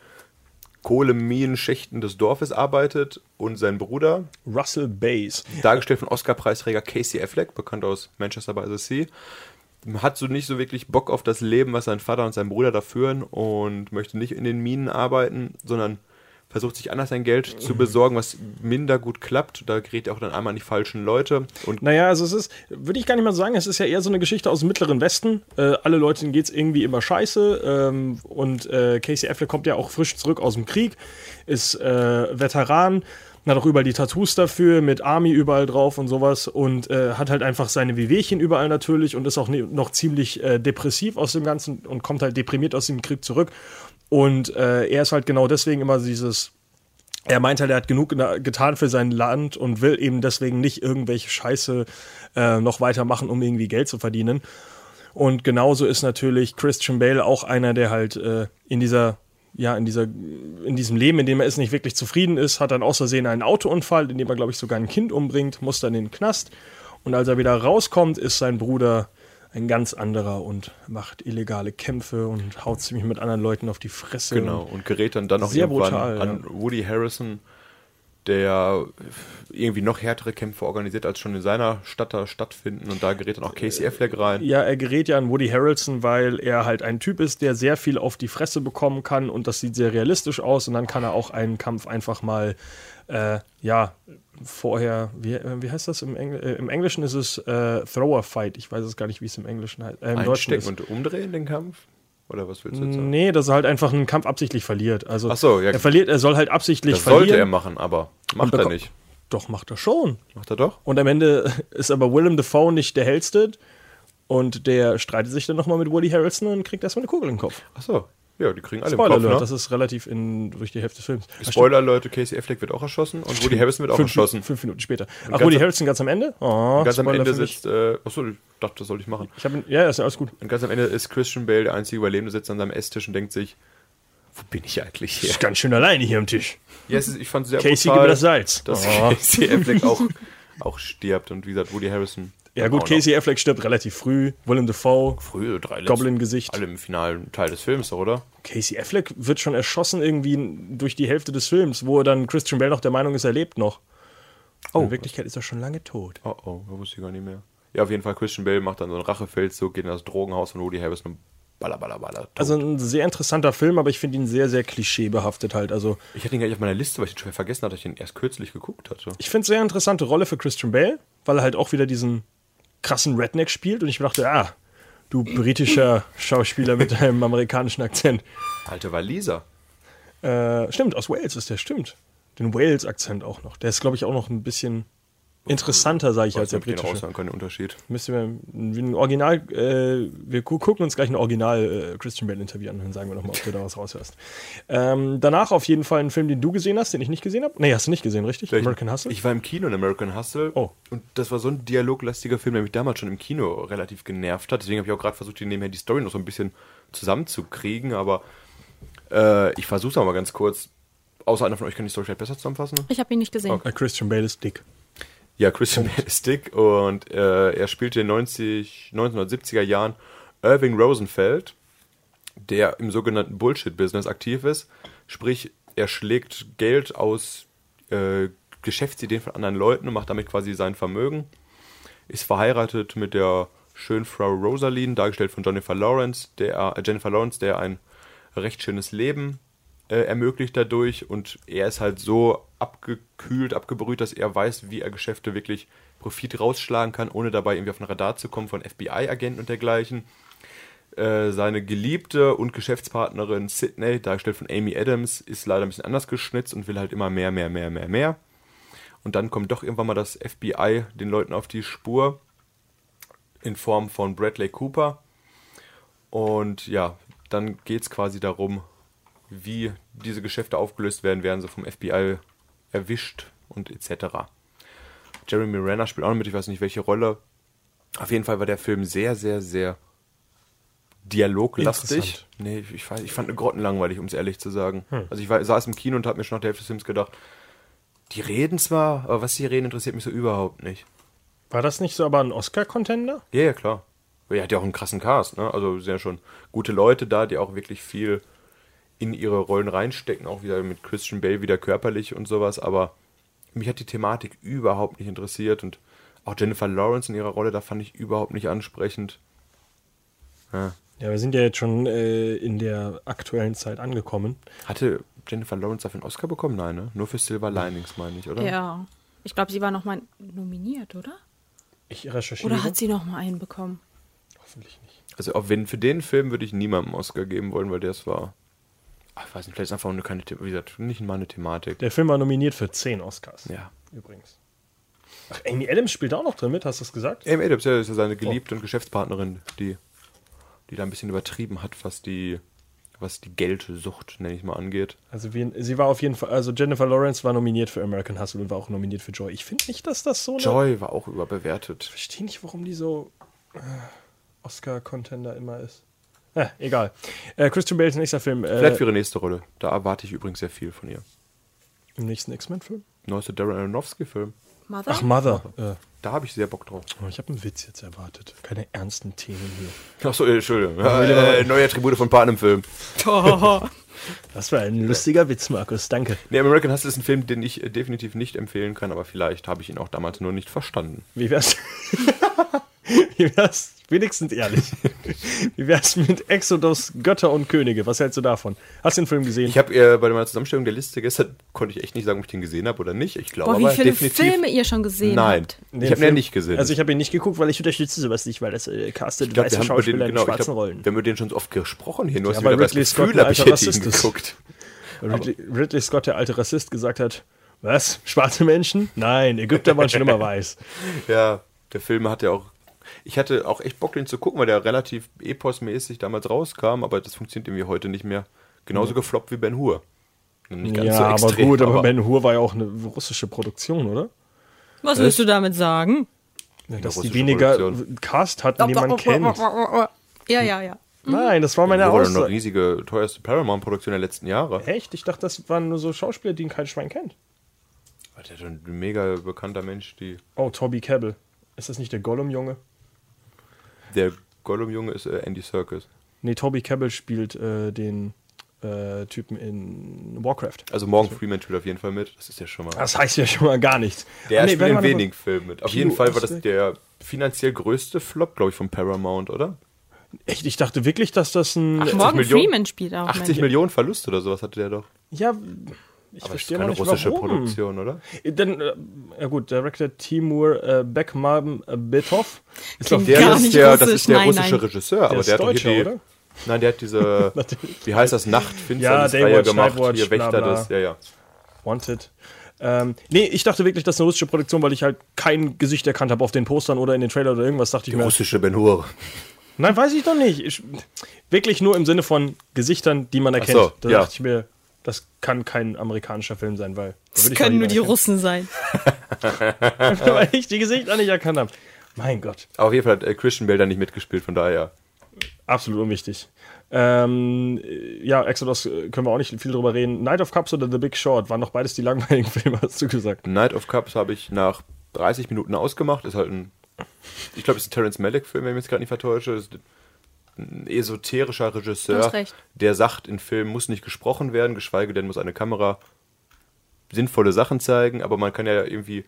Kohleminenschächten des Dorfes arbeitet und sein Bruder,
Russell Bays.
dargestellt von Oscar-Preisträger Casey Affleck, bekannt aus Manchester by the Sea, hat so nicht so wirklich Bock auf das Leben, was sein Vater und sein Bruder da führen und möchte nicht in den Minen arbeiten, sondern versucht sich anders sein Geld
Mhm.
zu besorgen, was minder gut klappt. Da gerät er auch dann einmal an die falschen Leute und
Naja, also es ist, würde ich gar nicht mal sagen, es ist ja eher so eine Geschichte aus dem Mittleren Westen. Äh, alle Leute geht es irgendwie immer scheiße. Ähm, und äh, Casey Affleck kommt ja auch frisch zurück aus dem Krieg, ist äh, Veteran, hat auch überall die Tattoos dafür, mit Army überall drauf und sowas. Und äh, hat halt einfach seine Wehwehchen überall natürlich und ist auch ne, noch ziemlich äh, depressiv aus dem Ganzen und kommt halt deprimiert aus dem Krieg zurück. Und äh, er ist halt genau deswegen immer dieses er meint halt, er hat genug gena- getan für sein Land und will eben deswegen nicht irgendwelche Scheiße äh, noch weitermachen, um irgendwie Geld zu verdienen. Und genauso ist natürlich Christian Bale auch einer, der halt äh, in dieser ja, in, dieser, in diesem Leben, in dem er ist, nicht wirklich zufrieden ist, hat dann aus Versehen einen Autounfall, in dem er, glaube ich, sogar ein Kind umbringt, muss dann in den Knast. Und als er wieder rauskommt, ist sein Bruder ein ganz anderer und macht illegale Kämpfe und haut ziemlich mit anderen Leuten auf die Fresse.
Genau, und gerät dann, dann auch
Sehr
irgendwann
brutal,
an Woody Harrison, der irgendwie noch härtere Kämpfe organisiert, als schon in seiner Stadt da stattfinden. Und da gerät dann auch Casey Affleck rein.
Äh, Ja, er gerät ja an Woody Harrelson, weil er halt ein Typ ist, der sehr viel auf die Fresse bekommen kann und das sieht sehr realistisch aus. Und dann kann er auch einen Kampf einfach mal, äh, ja, vorher, wie, äh, wie heißt das im, Engl äh, im Englischen? Ist es äh, Thrower Fight. Ich weiß es gar nicht, wie es im Englischen heißt. Äh, Im Deutschen
Einstecken
ist.
und umdrehen den Kampf? Oder was willst du jetzt sagen?
Nee, dass er halt einfach einen Kampf absichtlich verliert. Also
Ach so, ja.
er verliert, er soll halt absichtlich
Das
verlieren.
sollte er machen, aber macht er
beko-
nicht.
Doch macht er schon.
Macht er doch?
Und am Ende ist aber Willem Dafoe nicht der hellste. Und der streitet sich dann nochmal mit Woody Harrelson und kriegt erstmal eine Kugel im Kopf.
Achso, ja, die kriegen alle
Spoiler
im Kopf,
Alert,
ne?
das ist relativ in, durch die Hälfte des Films. Ah, stimmt,
Spoiler, Leute, Casey Affleck wird auch erschossen und Woody Harrison wird auch
fünf,
erschossen.
fünf Minuten später. Ach,
ganz
Woody
am-
Harrelson ganz am Ende? Oh,
Ganz am
Spoiler
Ende
für mich.
sitzt, äh, achso, ich dachte, das sollte ich machen.
Ich hab, ihn- ja, ja, ist ja alles gut.
Und ganz am Ende ist Christian Bale der einzige Überlebende, sitzt an seinem Esstisch und denkt sich, wo bin ich eigentlich hier?
Ist ganz schön alleine hier am Tisch.
Ja, es ist, ich fand es sehr
Casey,
brutal,
gib mir das Salz.
dass
Oh.
Casey Affleck auch, auch stirbt und wie gesagt, Woody Harrison.
Ja
dann
gut,
auch
Casey Affleck stirbt relativ früh. Willem Dafoe.
noch. Frühe drei letzte-
Goblin-Gesicht.
Alle im finalen Teil des Films, doch, oder?
Casey Affleck wird schon erschossen irgendwie durch die Hälfte des Films, wo dann Christian Bale noch der Meinung ist, er lebt noch. Oh. In Wirklichkeit ist er schon lange tot.
Oh oh, da wusste ich gar nicht mehr. Ja, auf jeden Fall, Christian Bale macht dann so einen Rachefeldzug, geht in das Drogenhaus von Woody Harrison und baller, baller, baller. tot.
Also ein sehr interessanter Film, aber ich finde ihn sehr, sehr klischeebehaftet halt. Also
ich hatte ihn gar nicht auf meiner Liste, weil ich den schon vergessen hatte, dass ich den erst kürzlich geguckt hatte.
ich finde es sehr interessante Rolle für Christian Bale, weil er halt auch wieder diesen krassen Redneck spielt und ich mir dachte, ah, du britischer Schauspieler mit einem amerikanischen Akzent.
Alte Waliser.
Äh, stimmt, aus Wales ist der, stimmt. Den Wales-Akzent auch noch. Der ist, glaube ich, auch noch ein bisschen interessanter, sage ich, als der
ob ich den
britische.
raushören kann, den Unterschied.
Müssen wir wie ein Original, äh, wir gu- gucken uns gleich ein Original äh, Christian Bale Interview an, dann sagen wir nochmal, ob du da was raushörst. Ähm, danach auf jeden Fall ein Film, den du gesehen hast, den ich nicht gesehen habe. Nee, hast du nicht gesehen, richtig? American Hustle?
Ich war im Kino in American Hustle.
Oh.
Und das war so ein dialoglastiger Film, der mich damals schon im Kino relativ genervt hat. Deswegen habe ich auch gerade versucht, hier nebenher die Story noch so ein bisschen zusammenzukriegen. Aber äh, ich versuche es mal ganz kurz. Außer einer von euch kann die Story vielleicht besser zusammenfassen.
Ich habe ihn nicht gesehen.
Äh, Christian Bale ist dick.
Ja, Christian Bale ist dick und äh, er spielte in den 90, 1970er Jahren Irving Rosenfeld, der im sogenannten Bullshit-Business aktiv ist. Sprich, er schlägt Geld aus äh, Geschäftsideen von anderen Leuten und macht damit quasi sein Vermögen. Ist verheiratet mit der schönen Frau Rosaline, dargestellt von Jennifer Lawrence, der, äh, Jennifer Lawrence, der ein recht schönes Leben äh, ermöglicht dadurch und er ist halt so abgekühlt, abgebrüht, dass er weiß, wie er Geschäfte wirklich Profit rausschlagen kann, ohne dabei irgendwie auf den Radar zu kommen von FBI-Agenten und dergleichen. Äh, seine Geliebte und Geschäftspartnerin Sydney, dargestellt von Amy Adams, ist leider ein bisschen anders geschnitzt und will halt immer mehr, mehr, mehr, mehr, mehr. Und dann kommt doch irgendwann mal das FBI den Leuten auf die Spur in Form von Bradley Cooper. Und ja, dann geht es quasi darum, wie diese Geschäfte aufgelöst werden, werden sie vom FBI erwischt und etc. Jeremy Renner spielt auch noch mit, ich weiß nicht welche Rolle. Auf jeden Fall war der Film sehr, sehr, sehr dialoglastig.
Interessant.
Nee, ich, ich, weiß, ich fand eine grottenlangweilig, um es ehrlich zu sagen. Also ich war, saß im Kino und habe mir schon nach der Hälfte des Films gedacht, die reden zwar, aber was sie reden, interessiert mich so überhaupt nicht.
War das nicht so aber ein Oscar-Contender?
Ja, ja, klar. Aber Er hat ja auch einen krassen Cast, ne? Also sind ja schon gute Leute da, die auch wirklich viel in ihre Rollen reinstecken, auch wieder mit Christian Bale wieder körperlich und sowas, aber mich hat die Thematik überhaupt nicht interessiert und auch Jennifer Lawrence in ihrer Rolle, da fand ich überhaupt nicht ansprechend. Ja.
Ja, wir sind ja jetzt schon äh, in der aktuellen Zeit angekommen.
Hatte Jennifer Lawrence dafür einen Oscar bekommen? Nein, ne? Nur für Silver Linings, meine ich, oder?
Ja. Ich glaube, sie war nochmal nominiert, oder?
Ich recherchiere.
Oder hat sie nochmal einen bekommen?
Hoffentlich nicht.
Also auch wenn für den Film würde ich niemandem einen Oscar geben wollen, weil der es war. Ach, ich weiß nicht, vielleicht ist einfach nur keine The- wie gesagt, nicht mal eine Thematik.
Der Film war nominiert für zehn Oscars.
Ja.
Übrigens. Ach, Amy Adams spielt auch noch drin mit, hast du das gesagt?
Amy Adams ja, ist ja seine geliebte und Geschäftspartnerin, die, die da ein bisschen übertrieben hat, was die, was die Geldsucht, nenne ich mal, angeht.
Also wie, sie war auf jeden Fall, also Jennifer Lawrence war nominiert für American Hustle und war auch nominiert für Joy. Ich finde nicht, dass das so eine.
Joy war auch überbewertet.
Ich verstehe nicht, warum die so äh, Oscar-Contender immer ist. Ah, egal. Äh, Christian Bales nächster Film.
Vielleicht
Äh,
für ihre nächste Rolle. Da erwarte ich übrigens sehr viel von ihr.
Im nächsten X-Men-Film?
Neueste Darren Aronofsky-Film.
Mother?
Ach, Mother. Äh,
Da habe ich sehr Bock drauf.
oh, ich habe einen Witz jetzt erwartet. Keine ernsten Themen hier.
Achso, äh, Entschuldigung. Äh, äh, neue Attribute von Panem-Film.
Das war ein lustiger Witz, Markus. Danke.
Nee, American Hustle ist ein Film, den ich äh, definitiv nicht empfehlen kann, aber vielleicht habe ich ihn auch damals nur nicht verstanden.
Wie wär's? Wie wär's? Wenigstens ehrlich. Wie wär's mit Exodus Götter und Könige? Was hältst du davon? Hast du den Film gesehen?
Ich habe äh, bei meiner Zusammenstellung der Liste gestern, konnte ich echt nicht sagen, ob ich den gesehen habe oder nicht. Ich glaube
Boah, wie
aber
viele
definitiv.
Filme ihr schon gesehen
Nein,
habt.
ich habe ihn ja
Film-
nicht gesehen.
Also ich habe ihn nicht geguckt, weil ich unterstütze sowas nicht, weil das äh, castet
Ich glaub,
weiße
über den-
Schauspieler
genau,
in
ich glaub,
schwarzen Rollen.
Wir haben über den schon so oft gesprochen hier. Nur
Ja,
hast du
aber
wieder das
Ridley Scott,
Gefühl, habe ich
Alter, was
hätte ihn
ist das?
geguckt.
Ridley, Ridley Scott, der alte Rassist, gesagt hat, was? Schwarze Menschen? Nein, Ägypter waren schon immer weiß.
Ja, der Film hat ja auch. Ich hatte auch echt Bock, den zu gucken, weil der relativ eposmäßig damals rauskam, aber das funktioniert irgendwie heute nicht mehr. Genauso gefloppt wie Ben Hur. Nicht
ja, aber gut, aber Ben Hur war ja auch eine russische Produktion, oder?
Was willst du damit sagen?
Dass die
russische
weniger
Produktion.
Cast hatten, die man kennt.
Ja, ja, ja.
Nein, das war meine
Hur war dann eine
Aussage.
riesige, teuerste Paramount-Produktion der letzten Jahre.
Echt? Ich dachte, das waren nur so Schauspieler, die kein Schwein kennt.
Der ist ein mega bekannter Mensch, die,
Oh, Toby Cabell. Ist das nicht der Gollum-Junge?
der Gollum-Junge ist äh, Andy Serkis.
Nee, Toby Cabell spielt äh, den äh, Typen in Warcraft.
Also Morgan Freeman spielt auf jeden Fall mit. Das ist ja schon mal.
Das heißt ja schon mal gar nichts.
Der
Ah, nee,
spielt
wenn
in
man aber-
wenigen Filmen mit. Auf
Pio
jeden Fall war das
Oswald.
der finanziell größte Flop, glaube ich, von Paramount, oder?
Echt, ich dachte wirklich, dass das ein.
Ach, Morgan
Millionen-
Freeman spielt auch.
80
mit.
Millionen Verlust oder sowas hatte der doch.
ja, ich
Aber das ist
verstehe
keine
noch nicht
russische
warum.
Produktion, oder?
Dann, äh, ja gut, Director Timur äh, Bekmam äh, Betov. Ist doch
Klingt
der.
Gar
das,
nicht
ist der das
russisch,
ist der
nein,
russische
nein.
Regisseur, aber
ist
der hat doch
Deutscher,
hier die,
oder?
Nein, der hat diese,
Natürlich.
wie heißt das, Nachtfinsternis
Ja, Daywatch,
gemacht,
Nightwatch,
hier
bla,
Wächter
bla.
des, ja, ja.
Wanted. Ähm, nee, ich dachte wirklich, das ist eine russische Produktion, weil ich halt kein Gesicht erkannt habe auf den Postern oder in den Trailer oder irgendwas. Dachte ich mir,
russische Ben Hur.
Nein, weiß ich doch nicht. Ich, wirklich nur im Sinne von Gesichtern, die man erkennt.
so,
da
ja.
dachte ich mir, das kann kein amerikanischer Film sein, weil. da
Das
würde ich
können
doch
nur die
jemanden
Russen sein.
Äh.
erkennen, Weil ich die Gesichter nicht erkannt habe. Mein Gott,
Aber auf jeden Fall hat äh, Christian Bale da nicht mitgespielt, von daher.
absolut unwichtig. Ähm, äh, ja, Exodus äh, können wir auch nicht viel drüber reden. Night of Cups oder The Big Short waren noch beides die langweiligen Filme, hast du gesagt.
Night of Cups habe ich nach 30 Minuten ausgemacht. Ist halt ein, ich glaube, es ist ein Terence Malick-Film, wenn ich mich jetzt gerade nicht vertäusche. Ist ein esoterischer
Du
Regisseur,
hast recht.
der sagt, in Filmen muss nicht gesprochen werden, geschweige denn muss eine Kamera sinnvolle Sachen zeigen, aber man kann ja irgendwie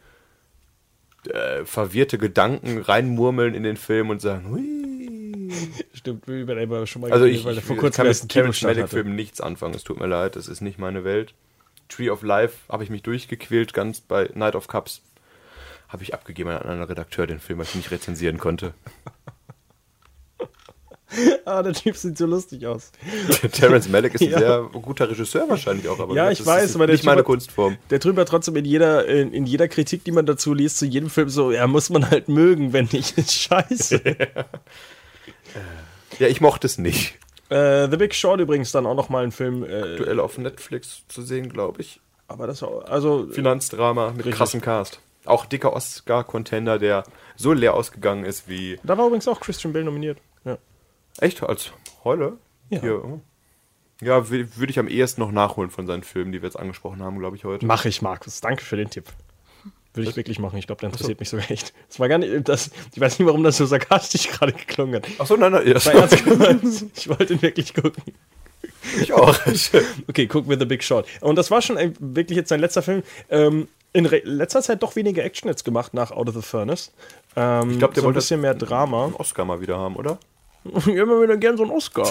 äh, verwirrte Gedanken reinmurmeln in den Film und sagen, hui.
Stimmt, wie wir darüber schon mal
Also
geredet,
ich,
weil
ich
der vor
kann
kurzem erst
mit
einen
Terrence
Kinostart
Malick
hatte.
Filmen nichts anfangen. Es tut mir leid, das ist nicht meine Welt. Tree of Life habe ich mich durchgequält, ganz bei Night of Cups habe ich abgegeben an einen anderen Redakteur den Film, weil ich ihn nicht rezensieren konnte.
Ah, der Typ sieht so lustig aus.
Terrence Malick ist ein
Ja.
sehr guter Regisseur wahrscheinlich auch, aber
Ja,
das
ich
ist
weiß, aber der
nicht meine
Typ hat-
Kunstform.
Der Typ hat trotzdem in jeder, in, in jeder Kritik, die man dazu liest, zu jedem Film so, ja, muss man halt mögen, wenn nicht, ist scheiße.
Ja, ich mochte es nicht.
äh, The Big Short übrigens dann auch nochmal ein Film, äh,
Duell auf Netflix zu sehen, glaube ich.
aber das war, also,
Finanzdrama mit krassem Cast. Auch dicker Oscar-Contender, der so leer ausgegangen ist wie
da war übrigens auch Christian Bale nominiert. Ja.
Echt? Als Heule?
Ja.
Hier. oh. Ja, wü- würde ich am ehesten noch nachholen von seinen Filmen, die wir jetzt angesprochen haben, glaube ich, heute.
Mache ich, Markus. Danke für den Tipp. Würde ich wirklich machen. Ich glaube, der interessiert mich sogar echt. Das war gar nicht, das, ich weiß nicht, warum das so sarkastisch gerade geklungen hat.
Achso, nein, nein,
War
ja,
ernst gemeint. Ich wollte ihn wirklich gucken.
ich auch.
Okay, gucken wir The Big Short. Und das war schon ein, wirklich jetzt sein letzter Film. Ähm, in re- letzter Zeit doch weniger Action jetzt gemacht nach Out of the Furnace. Ähm, ich
glaub, der
so ein
wollte-
bisschen mehr Drama.
Einen Oscar mal wieder haben, oder?
Immer wieder gern so einen Oscar.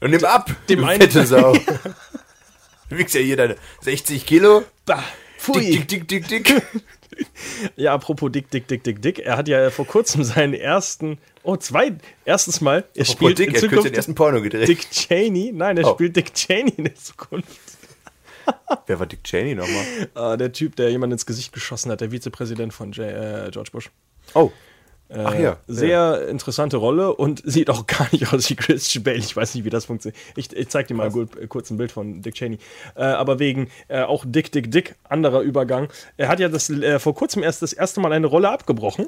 Und nimm ab,
dem
du
einen-
fette Sau. du wiegst ja hier deine 60 Kilo.
Bah,
Dick, dick, dick, dick, Oh dick.
Ja, apropos dick, dick, dick, dick, dick. Er hat ja vor kurzem seinen ersten, oh, zwei, erstes Mal. Er
Obwohl
spielt
Dick,
in
er hat kürzlich
Zukunft
den ersten Porno gedreht.
Dick Cheney. Nein, er
Oh.
spielt Dick Cheney in der Zukunft.
Wer war Dick Cheney nochmal?
Ah, der Typ, der jemand ins Gesicht geschossen hat, der Vizepräsident von J äh, George Bush.
Oh.
Ach
ja,
Sehr interessante Rolle und sieht auch gar nicht aus wie Christian Bale. Ich weiß nicht, wie das funktioniert. Ich, ich zeig dir mal gut, äh, kurz ein Bild von Dick Cheney. Äh, aber wegen äh, auch Dick, Dick, Dick, anderer Übergang. Er hat ja das, äh, vor kurzem erst das erste Mal eine Rolle abgebrochen,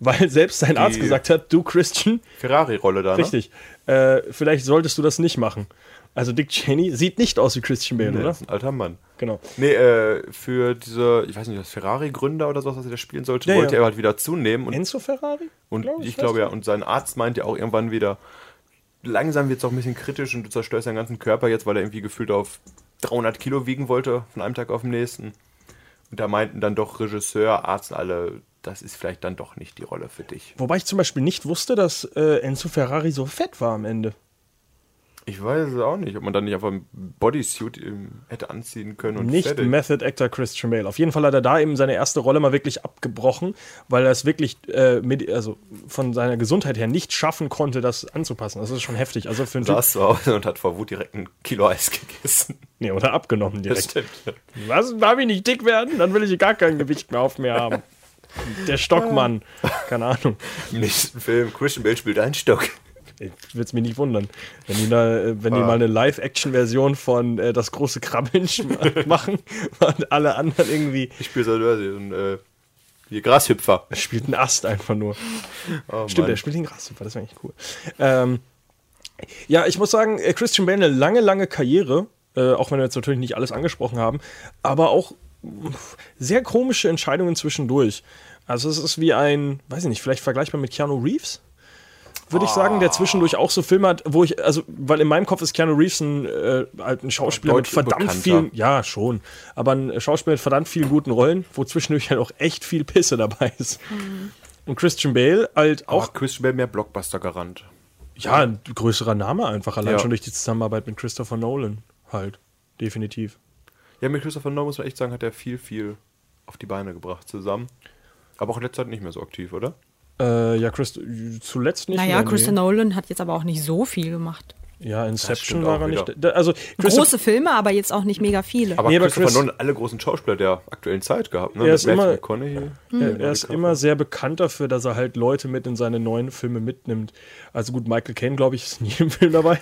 weil selbst sein Arzt gesagt hat, du Christian,
Ferrari-Rolle da, ne?
richtig, äh, vielleicht solltest du das nicht machen. Also Dick Cheney sieht nicht aus wie Christian Bale,
Nee,
oder?
das ist ein alter Mann.
Genau.
Nee, äh, für diese, ich weiß nicht, das Ferrari-Gründer oder sowas, was er da spielen sollte,
Ja,
wollte
ja.
er halt wieder zunehmen und
Enzo Ferrari?
Und
Glaub
ich
weiß
glaube ja, und sein Arzt meinte auch irgendwann wieder, langsam wird es auch ein bisschen kritisch und du zerstörst deinen ganzen Körper jetzt, weil er irgendwie gefühlt auf 300 Kilo wiegen wollte von einem Tag auf den nächsten. Und da meinten dann doch Regisseur, Arzt alle, das ist vielleicht dann doch nicht die Rolle für dich.
Wobei ich zum Beispiel nicht wusste, dass äh, Enzo Ferrari so fett war am Ende.
Ich weiß es auch nicht, ob man dann nicht einfach ein Bodysuit ähm, hätte anziehen können und
Nicht
fertig.
Method Actor Christian Bale. Auf jeden Fall hat er da eben seine erste Rolle mal wirklich abgebrochen, weil er es wirklich äh, mit, also von seiner Gesundheit her nicht schaffen konnte, das anzupassen. Das ist schon heftig. Also für einen Typ,
saß zu Hause und hat vor Wut direkt ein Kilo Eis gegessen.
nee, oder abgenommen direkt.
stimmt.
Was? Darf ich nicht dick werden? Dann will ich gar kein Gewicht mehr auf mir haben. Der Stockmann.
Ah.
Keine Ahnung.
Im nächsten Film, Christian Bale spielt einen Stock.
Ich würde es mir nicht wundern, wenn die, da, äh, wenn die mal eine Live-Action-Version von äh, Das große Krabbeln sch- machen und alle anderen irgendwie
Ich spiele so ein äh, hier Grashüpfer.
Er spielt einen Ast einfach nur.
Oh,
Stimmt,
Mann.
er spielt den Grashüpfer, das wäre eigentlich cool. Ähm, ja, ich muss sagen, äh, Christian Bale eine lange, lange Karriere, äh, auch wenn wir jetzt natürlich nicht alles angesprochen haben, aber auch mh, sehr komische Entscheidungen zwischendurch. Also es ist wie ein, weiß ich nicht, vielleicht vergleichbar mit Keanu Reeves? Würde ich sagen,
Ah.
der zwischendurch auch so Filme hat, wo ich, also, weil in meinem Kopf ist Keanu Reeves ein, äh, halt ein Schauspieler mit
Deutlich
verdammt
bekannter.
vielen, ja, schon, aber ein Schauspieler mit verdammt vielen guten Rollen, wo zwischendurch halt auch echt viel Pisse dabei ist. Und Christian Bale halt auch
Auch Christian Bale mehr Blockbuster-Garant.
ja, ein größerer Name einfach, allein
Ja.
schon durch die Zusammenarbeit mit Christopher Nolan halt. Definitiv.
Ja, mit Christopher Nolan muss man echt sagen, hat er viel, viel auf die Beine gebracht zusammen. Aber auch in letzter Zeit nicht mehr so aktiv, oder?
Äh, ja, Christ zuletzt nicht.
Naja,
mehr,
Christian Nolan hat jetzt aber auch nicht so viel gemacht.
Nee. Ja, Inception
stimmt
war
auch
er nicht.
wieder.
Da, also, Christoph-
Große Filme, aber jetzt auch nicht mega viele.
Aber
Nee, aber
Christopher
Chris-
Nolan hat alle großen Schauspieler der aktuellen Zeit gehabt, ne?
Er ist immer-
McConaughey.
er, er ist immer sehr bekannt dafür, dass er halt Leute mit in seine neuen Filme mitnimmt. Also gut, Michael Caine, glaube ich, ist in jedem Film dabei.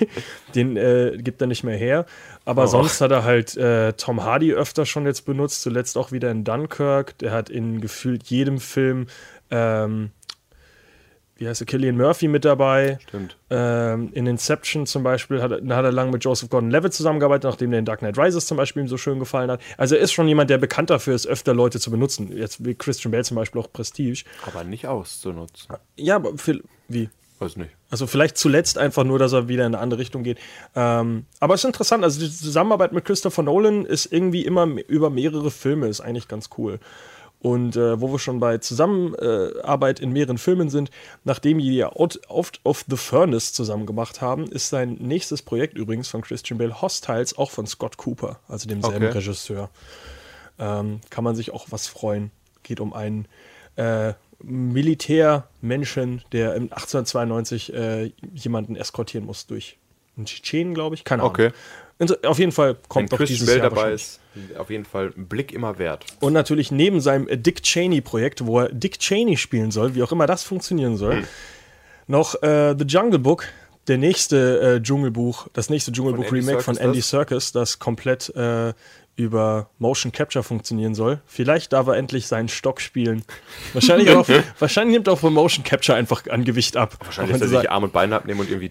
Den äh, gibt er nicht mehr her. Aber sonst hat er halt äh, Tom Hardy öfter schon jetzt benutzt, zuletzt auch wieder in Dunkirk. Der hat in gefühlt jedem Film, ähm, wie heißt er, Killian Murphy mit dabei.
Stimmt.
Ähm, in Inception zum Beispiel hat, er- da hat er lange mit Joseph Gordon-Levitt zusammengearbeitet, nachdem der in Dark Knight Rises zum Beispiel ihm so schön gefallen hat. Also er ist schon jemand, der bekannt dafür ist, öfter Leute zu benutzen. Jetzt wie Christian Bale zum Beispiel auch Prestige.
Aber nicht auszunutzen.
Ja, aber viel, wie?
Weiß nicht.
Also vielleicht zuletzt einfach nur, dass er wieder in eine andere Richtung geht. Ähm, aber es ist interessant, also die Zusammenarbeit mit Christopher Nolan ist irgendwie immer m- über mehrere Filme, ist eigentlich ganz cool. Und äh, wo wir schon bei Zusammenarbeit in mehreren Filmen sind, nachdem die ja Out, Out of the Furnace zusammen gemacht haben, ist sein nächstes Projekt übrigens von Christian Bale Hostiles, auch von Scott Cooper, also demselben
Okay.
Regisseur. Ähm, kann man sich auch was freuen. Geht um einen äh, Militärmenschen, der im 1892 äh, jemanden eskortieren muss durch einen Tschetschenen, glaube ich. Keine Ahnung.
Okay.
Und so- auf jeden Fall
Wenn
kommt doch
Christian
dieses
Bale
Jahr
dabei
wahrscheinlich.
ist, auf jeden Fall ein Blick immer wert.
Und natürlich neben seinem äh, Dick Cheney-Projekt, wo er Dick Cheney spielen soll, wie auch immer das funktionieren soll,
Hm.
noch äh, The Jungle Book, der nächste äh, Dschungelbuch, das nächste
Andy
Dschungelbuch-Remake von
Serkis,
Andy
das?
Serkis, das komplett äh, über Motion Capture funktionieren soll. Vielleicht darf er endlich seinen Stock spielen. Wahrscheinlich, auch, wahrscheinlich nimmt er auch von Motion Capture einfach an Gewicht ab.
Wahrscheinlich
Auch wenn
lässt er
sie
sich
sagen-
Arme und Beine abnehmen und irgendwie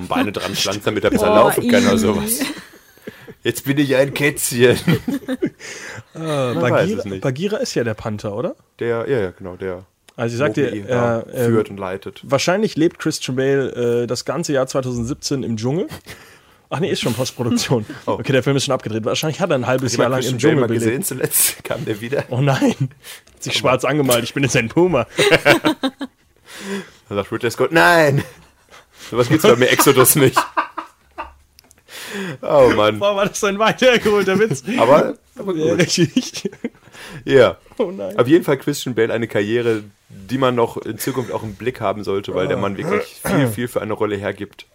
und Beine dran pflanzen, damit er besser
Boah,
laufen kann oder
ii.
sowas. Jetzt bin ich ein Kätzchen. weiß es
äh, Bagheera,
nicht.
Bagheera ist ja der Panther, oder?
Der, ja, ja, genau, der.
Also ich sagte,
Mowgli,
äh,
ja,
äh,
führt und leitet.
Wahrscheinlich lebt Christian Bale äh, das ganze Jahr 2017 im Dschungel. Ach nee, ist schon Postproduktion. Okay, der Film ist schon abgedreht. Wahrscheinlich hat er ein halbes Jahr
Oh. Jemand
lang im Dschungel
Christian Bale mal Oh
gelebt.
gesehen zuletzt? Kam der wieder?
Oh nein, hat sich schwarz angemalt. Ich bin jetzt ein Puma.
Dann sagt Ridley Scott, nein! Sowas gibt's bei mir Exodus nicht. Oh Mann.
Boah, war das ein weitergeholter Witz?
Aber, aber
Ja,
gut.
richtig.
Ja.
Oh nein.
Auf jeden Fall Christian Bale eine Karriere, die man noch in Zukunft auch im Blick haben sollte, weil der Mann wirklich
Oh.
viel, viel für eine Rolle hergibt.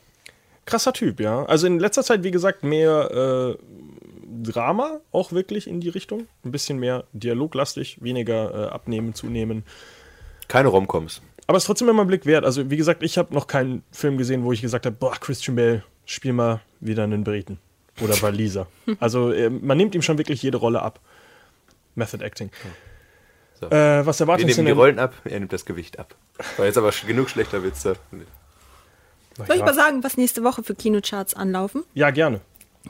Krasser Typ, ja. Also in letzter Zeit, wie gesagt, mehr äh, Drama auch wirklich in die Richtung. Ein bisschen mehr dialoglastig, weniger äh, abnehmen, zunehmen.
Keine Romcoms.
Aber es ist trotzdem immer ein Blick wert. Also, wie gesagt, ich habe noch keinen Film gesehen, wo ich gesagt habe, boah, Christian Bale, spiel mal wieder einen Briten oder Waliser. also, äh, man nimmt ihm schon wirklich jede Rolle ab. Method Acting.
So.
Äh, was
Wir
erwartet
nehmen die
denn?
Rollen ab, er nimmt das Gewicht ab. War jetzt aber sch- genug schlechter Witze.
Soll ich mal sagen, was nächste Woche für Kinocharts anlaufen?
Ja, gerne.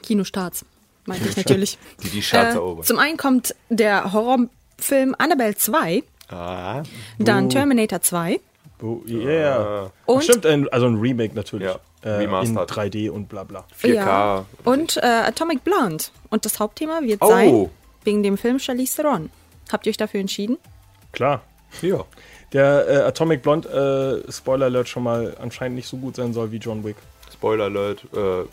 Kinostarts, meinte ich natürlich.
Die die Charts
Äh,
erobern.
zum einen kommt der Horrorfilm Annabelle 2,
Ah,
dann Terminator 2,
Oh, yeah.
Und-
Stimmt, ein, also ein Remake natürlich.
Ah. Ja,
Äh, in
remastered.
3D und bla bla.
4K.
Ja. Und äh, Atomic Blonde. Und das Hauptthema wird
Oh.
sein, wegen dem Film Charlize Theron. Habt ihr euch dafür entschieden?
Klar.
Ja.
Der äh, Atomic Blonde, äh, Spoiler Alert, schon mal anscheinend nicht so gut sein soll wie John Wick.
Spoiler Alert, äh,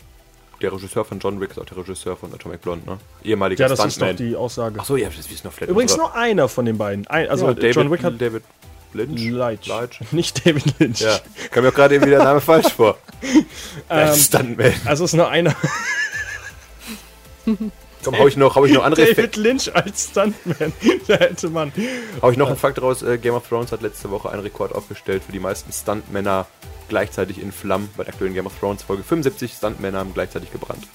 der Regisseur von John Wick ist auch der Regisseur von Atomic Blonde, ne? Ehemaliger
Ja, das ist doch
Stuntman.
die Aussage.
Achso, ja, das ist noch Flat.
Übrigens nur einer von den beiden. Ein, also
ja, David,
John Wick hat
David Lynch.
Leitch. Nicht David Lynch.
Ja, kam mir auch gerade eben wieder der Name falsch vor. Ähm, Stuntman.
Also ist nur einer.
Komm, hau ich noch, hau ich noch andere Fa-
David Lynch als Stuntman. da hätte man.
Hau ich noch einen Fakt raus, äh, Game of Thrones hat letzte Woche einen Rekord aufgestellt für die meisten Stuntmänner gleichzeitig in Flammen. Bei der aktuellen Game of Thrones Folge 75 Stuntmänner haben gleichzeitig gebrannt.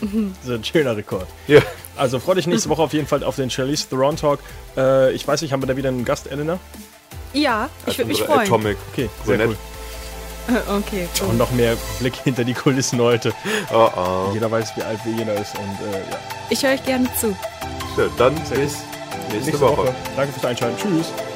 Das ist ein schöner Rekord.
Ja.
Also freu dich nächste Woche auf jeden Fall auf den Charlize Theron Talk. Äh, ich weiß nicht, haben wir da wieder einen Gast, Elena?
Ja, ich würde mich
Also Unsere
freuen.
Atomic.
Okay,
So
sehr
nett.
cool.
Äh, okay, cool.
Und noch mehr Blick hinter die Kulissen heute.
Oh, oh.
Jeder weiß, wie alt wie jeder ist. Und äh, ja,
Ich höre euch gerne zu.
Schön, Dann bis nächste, Woche.
Danke fürs Einschalten. Tschüss.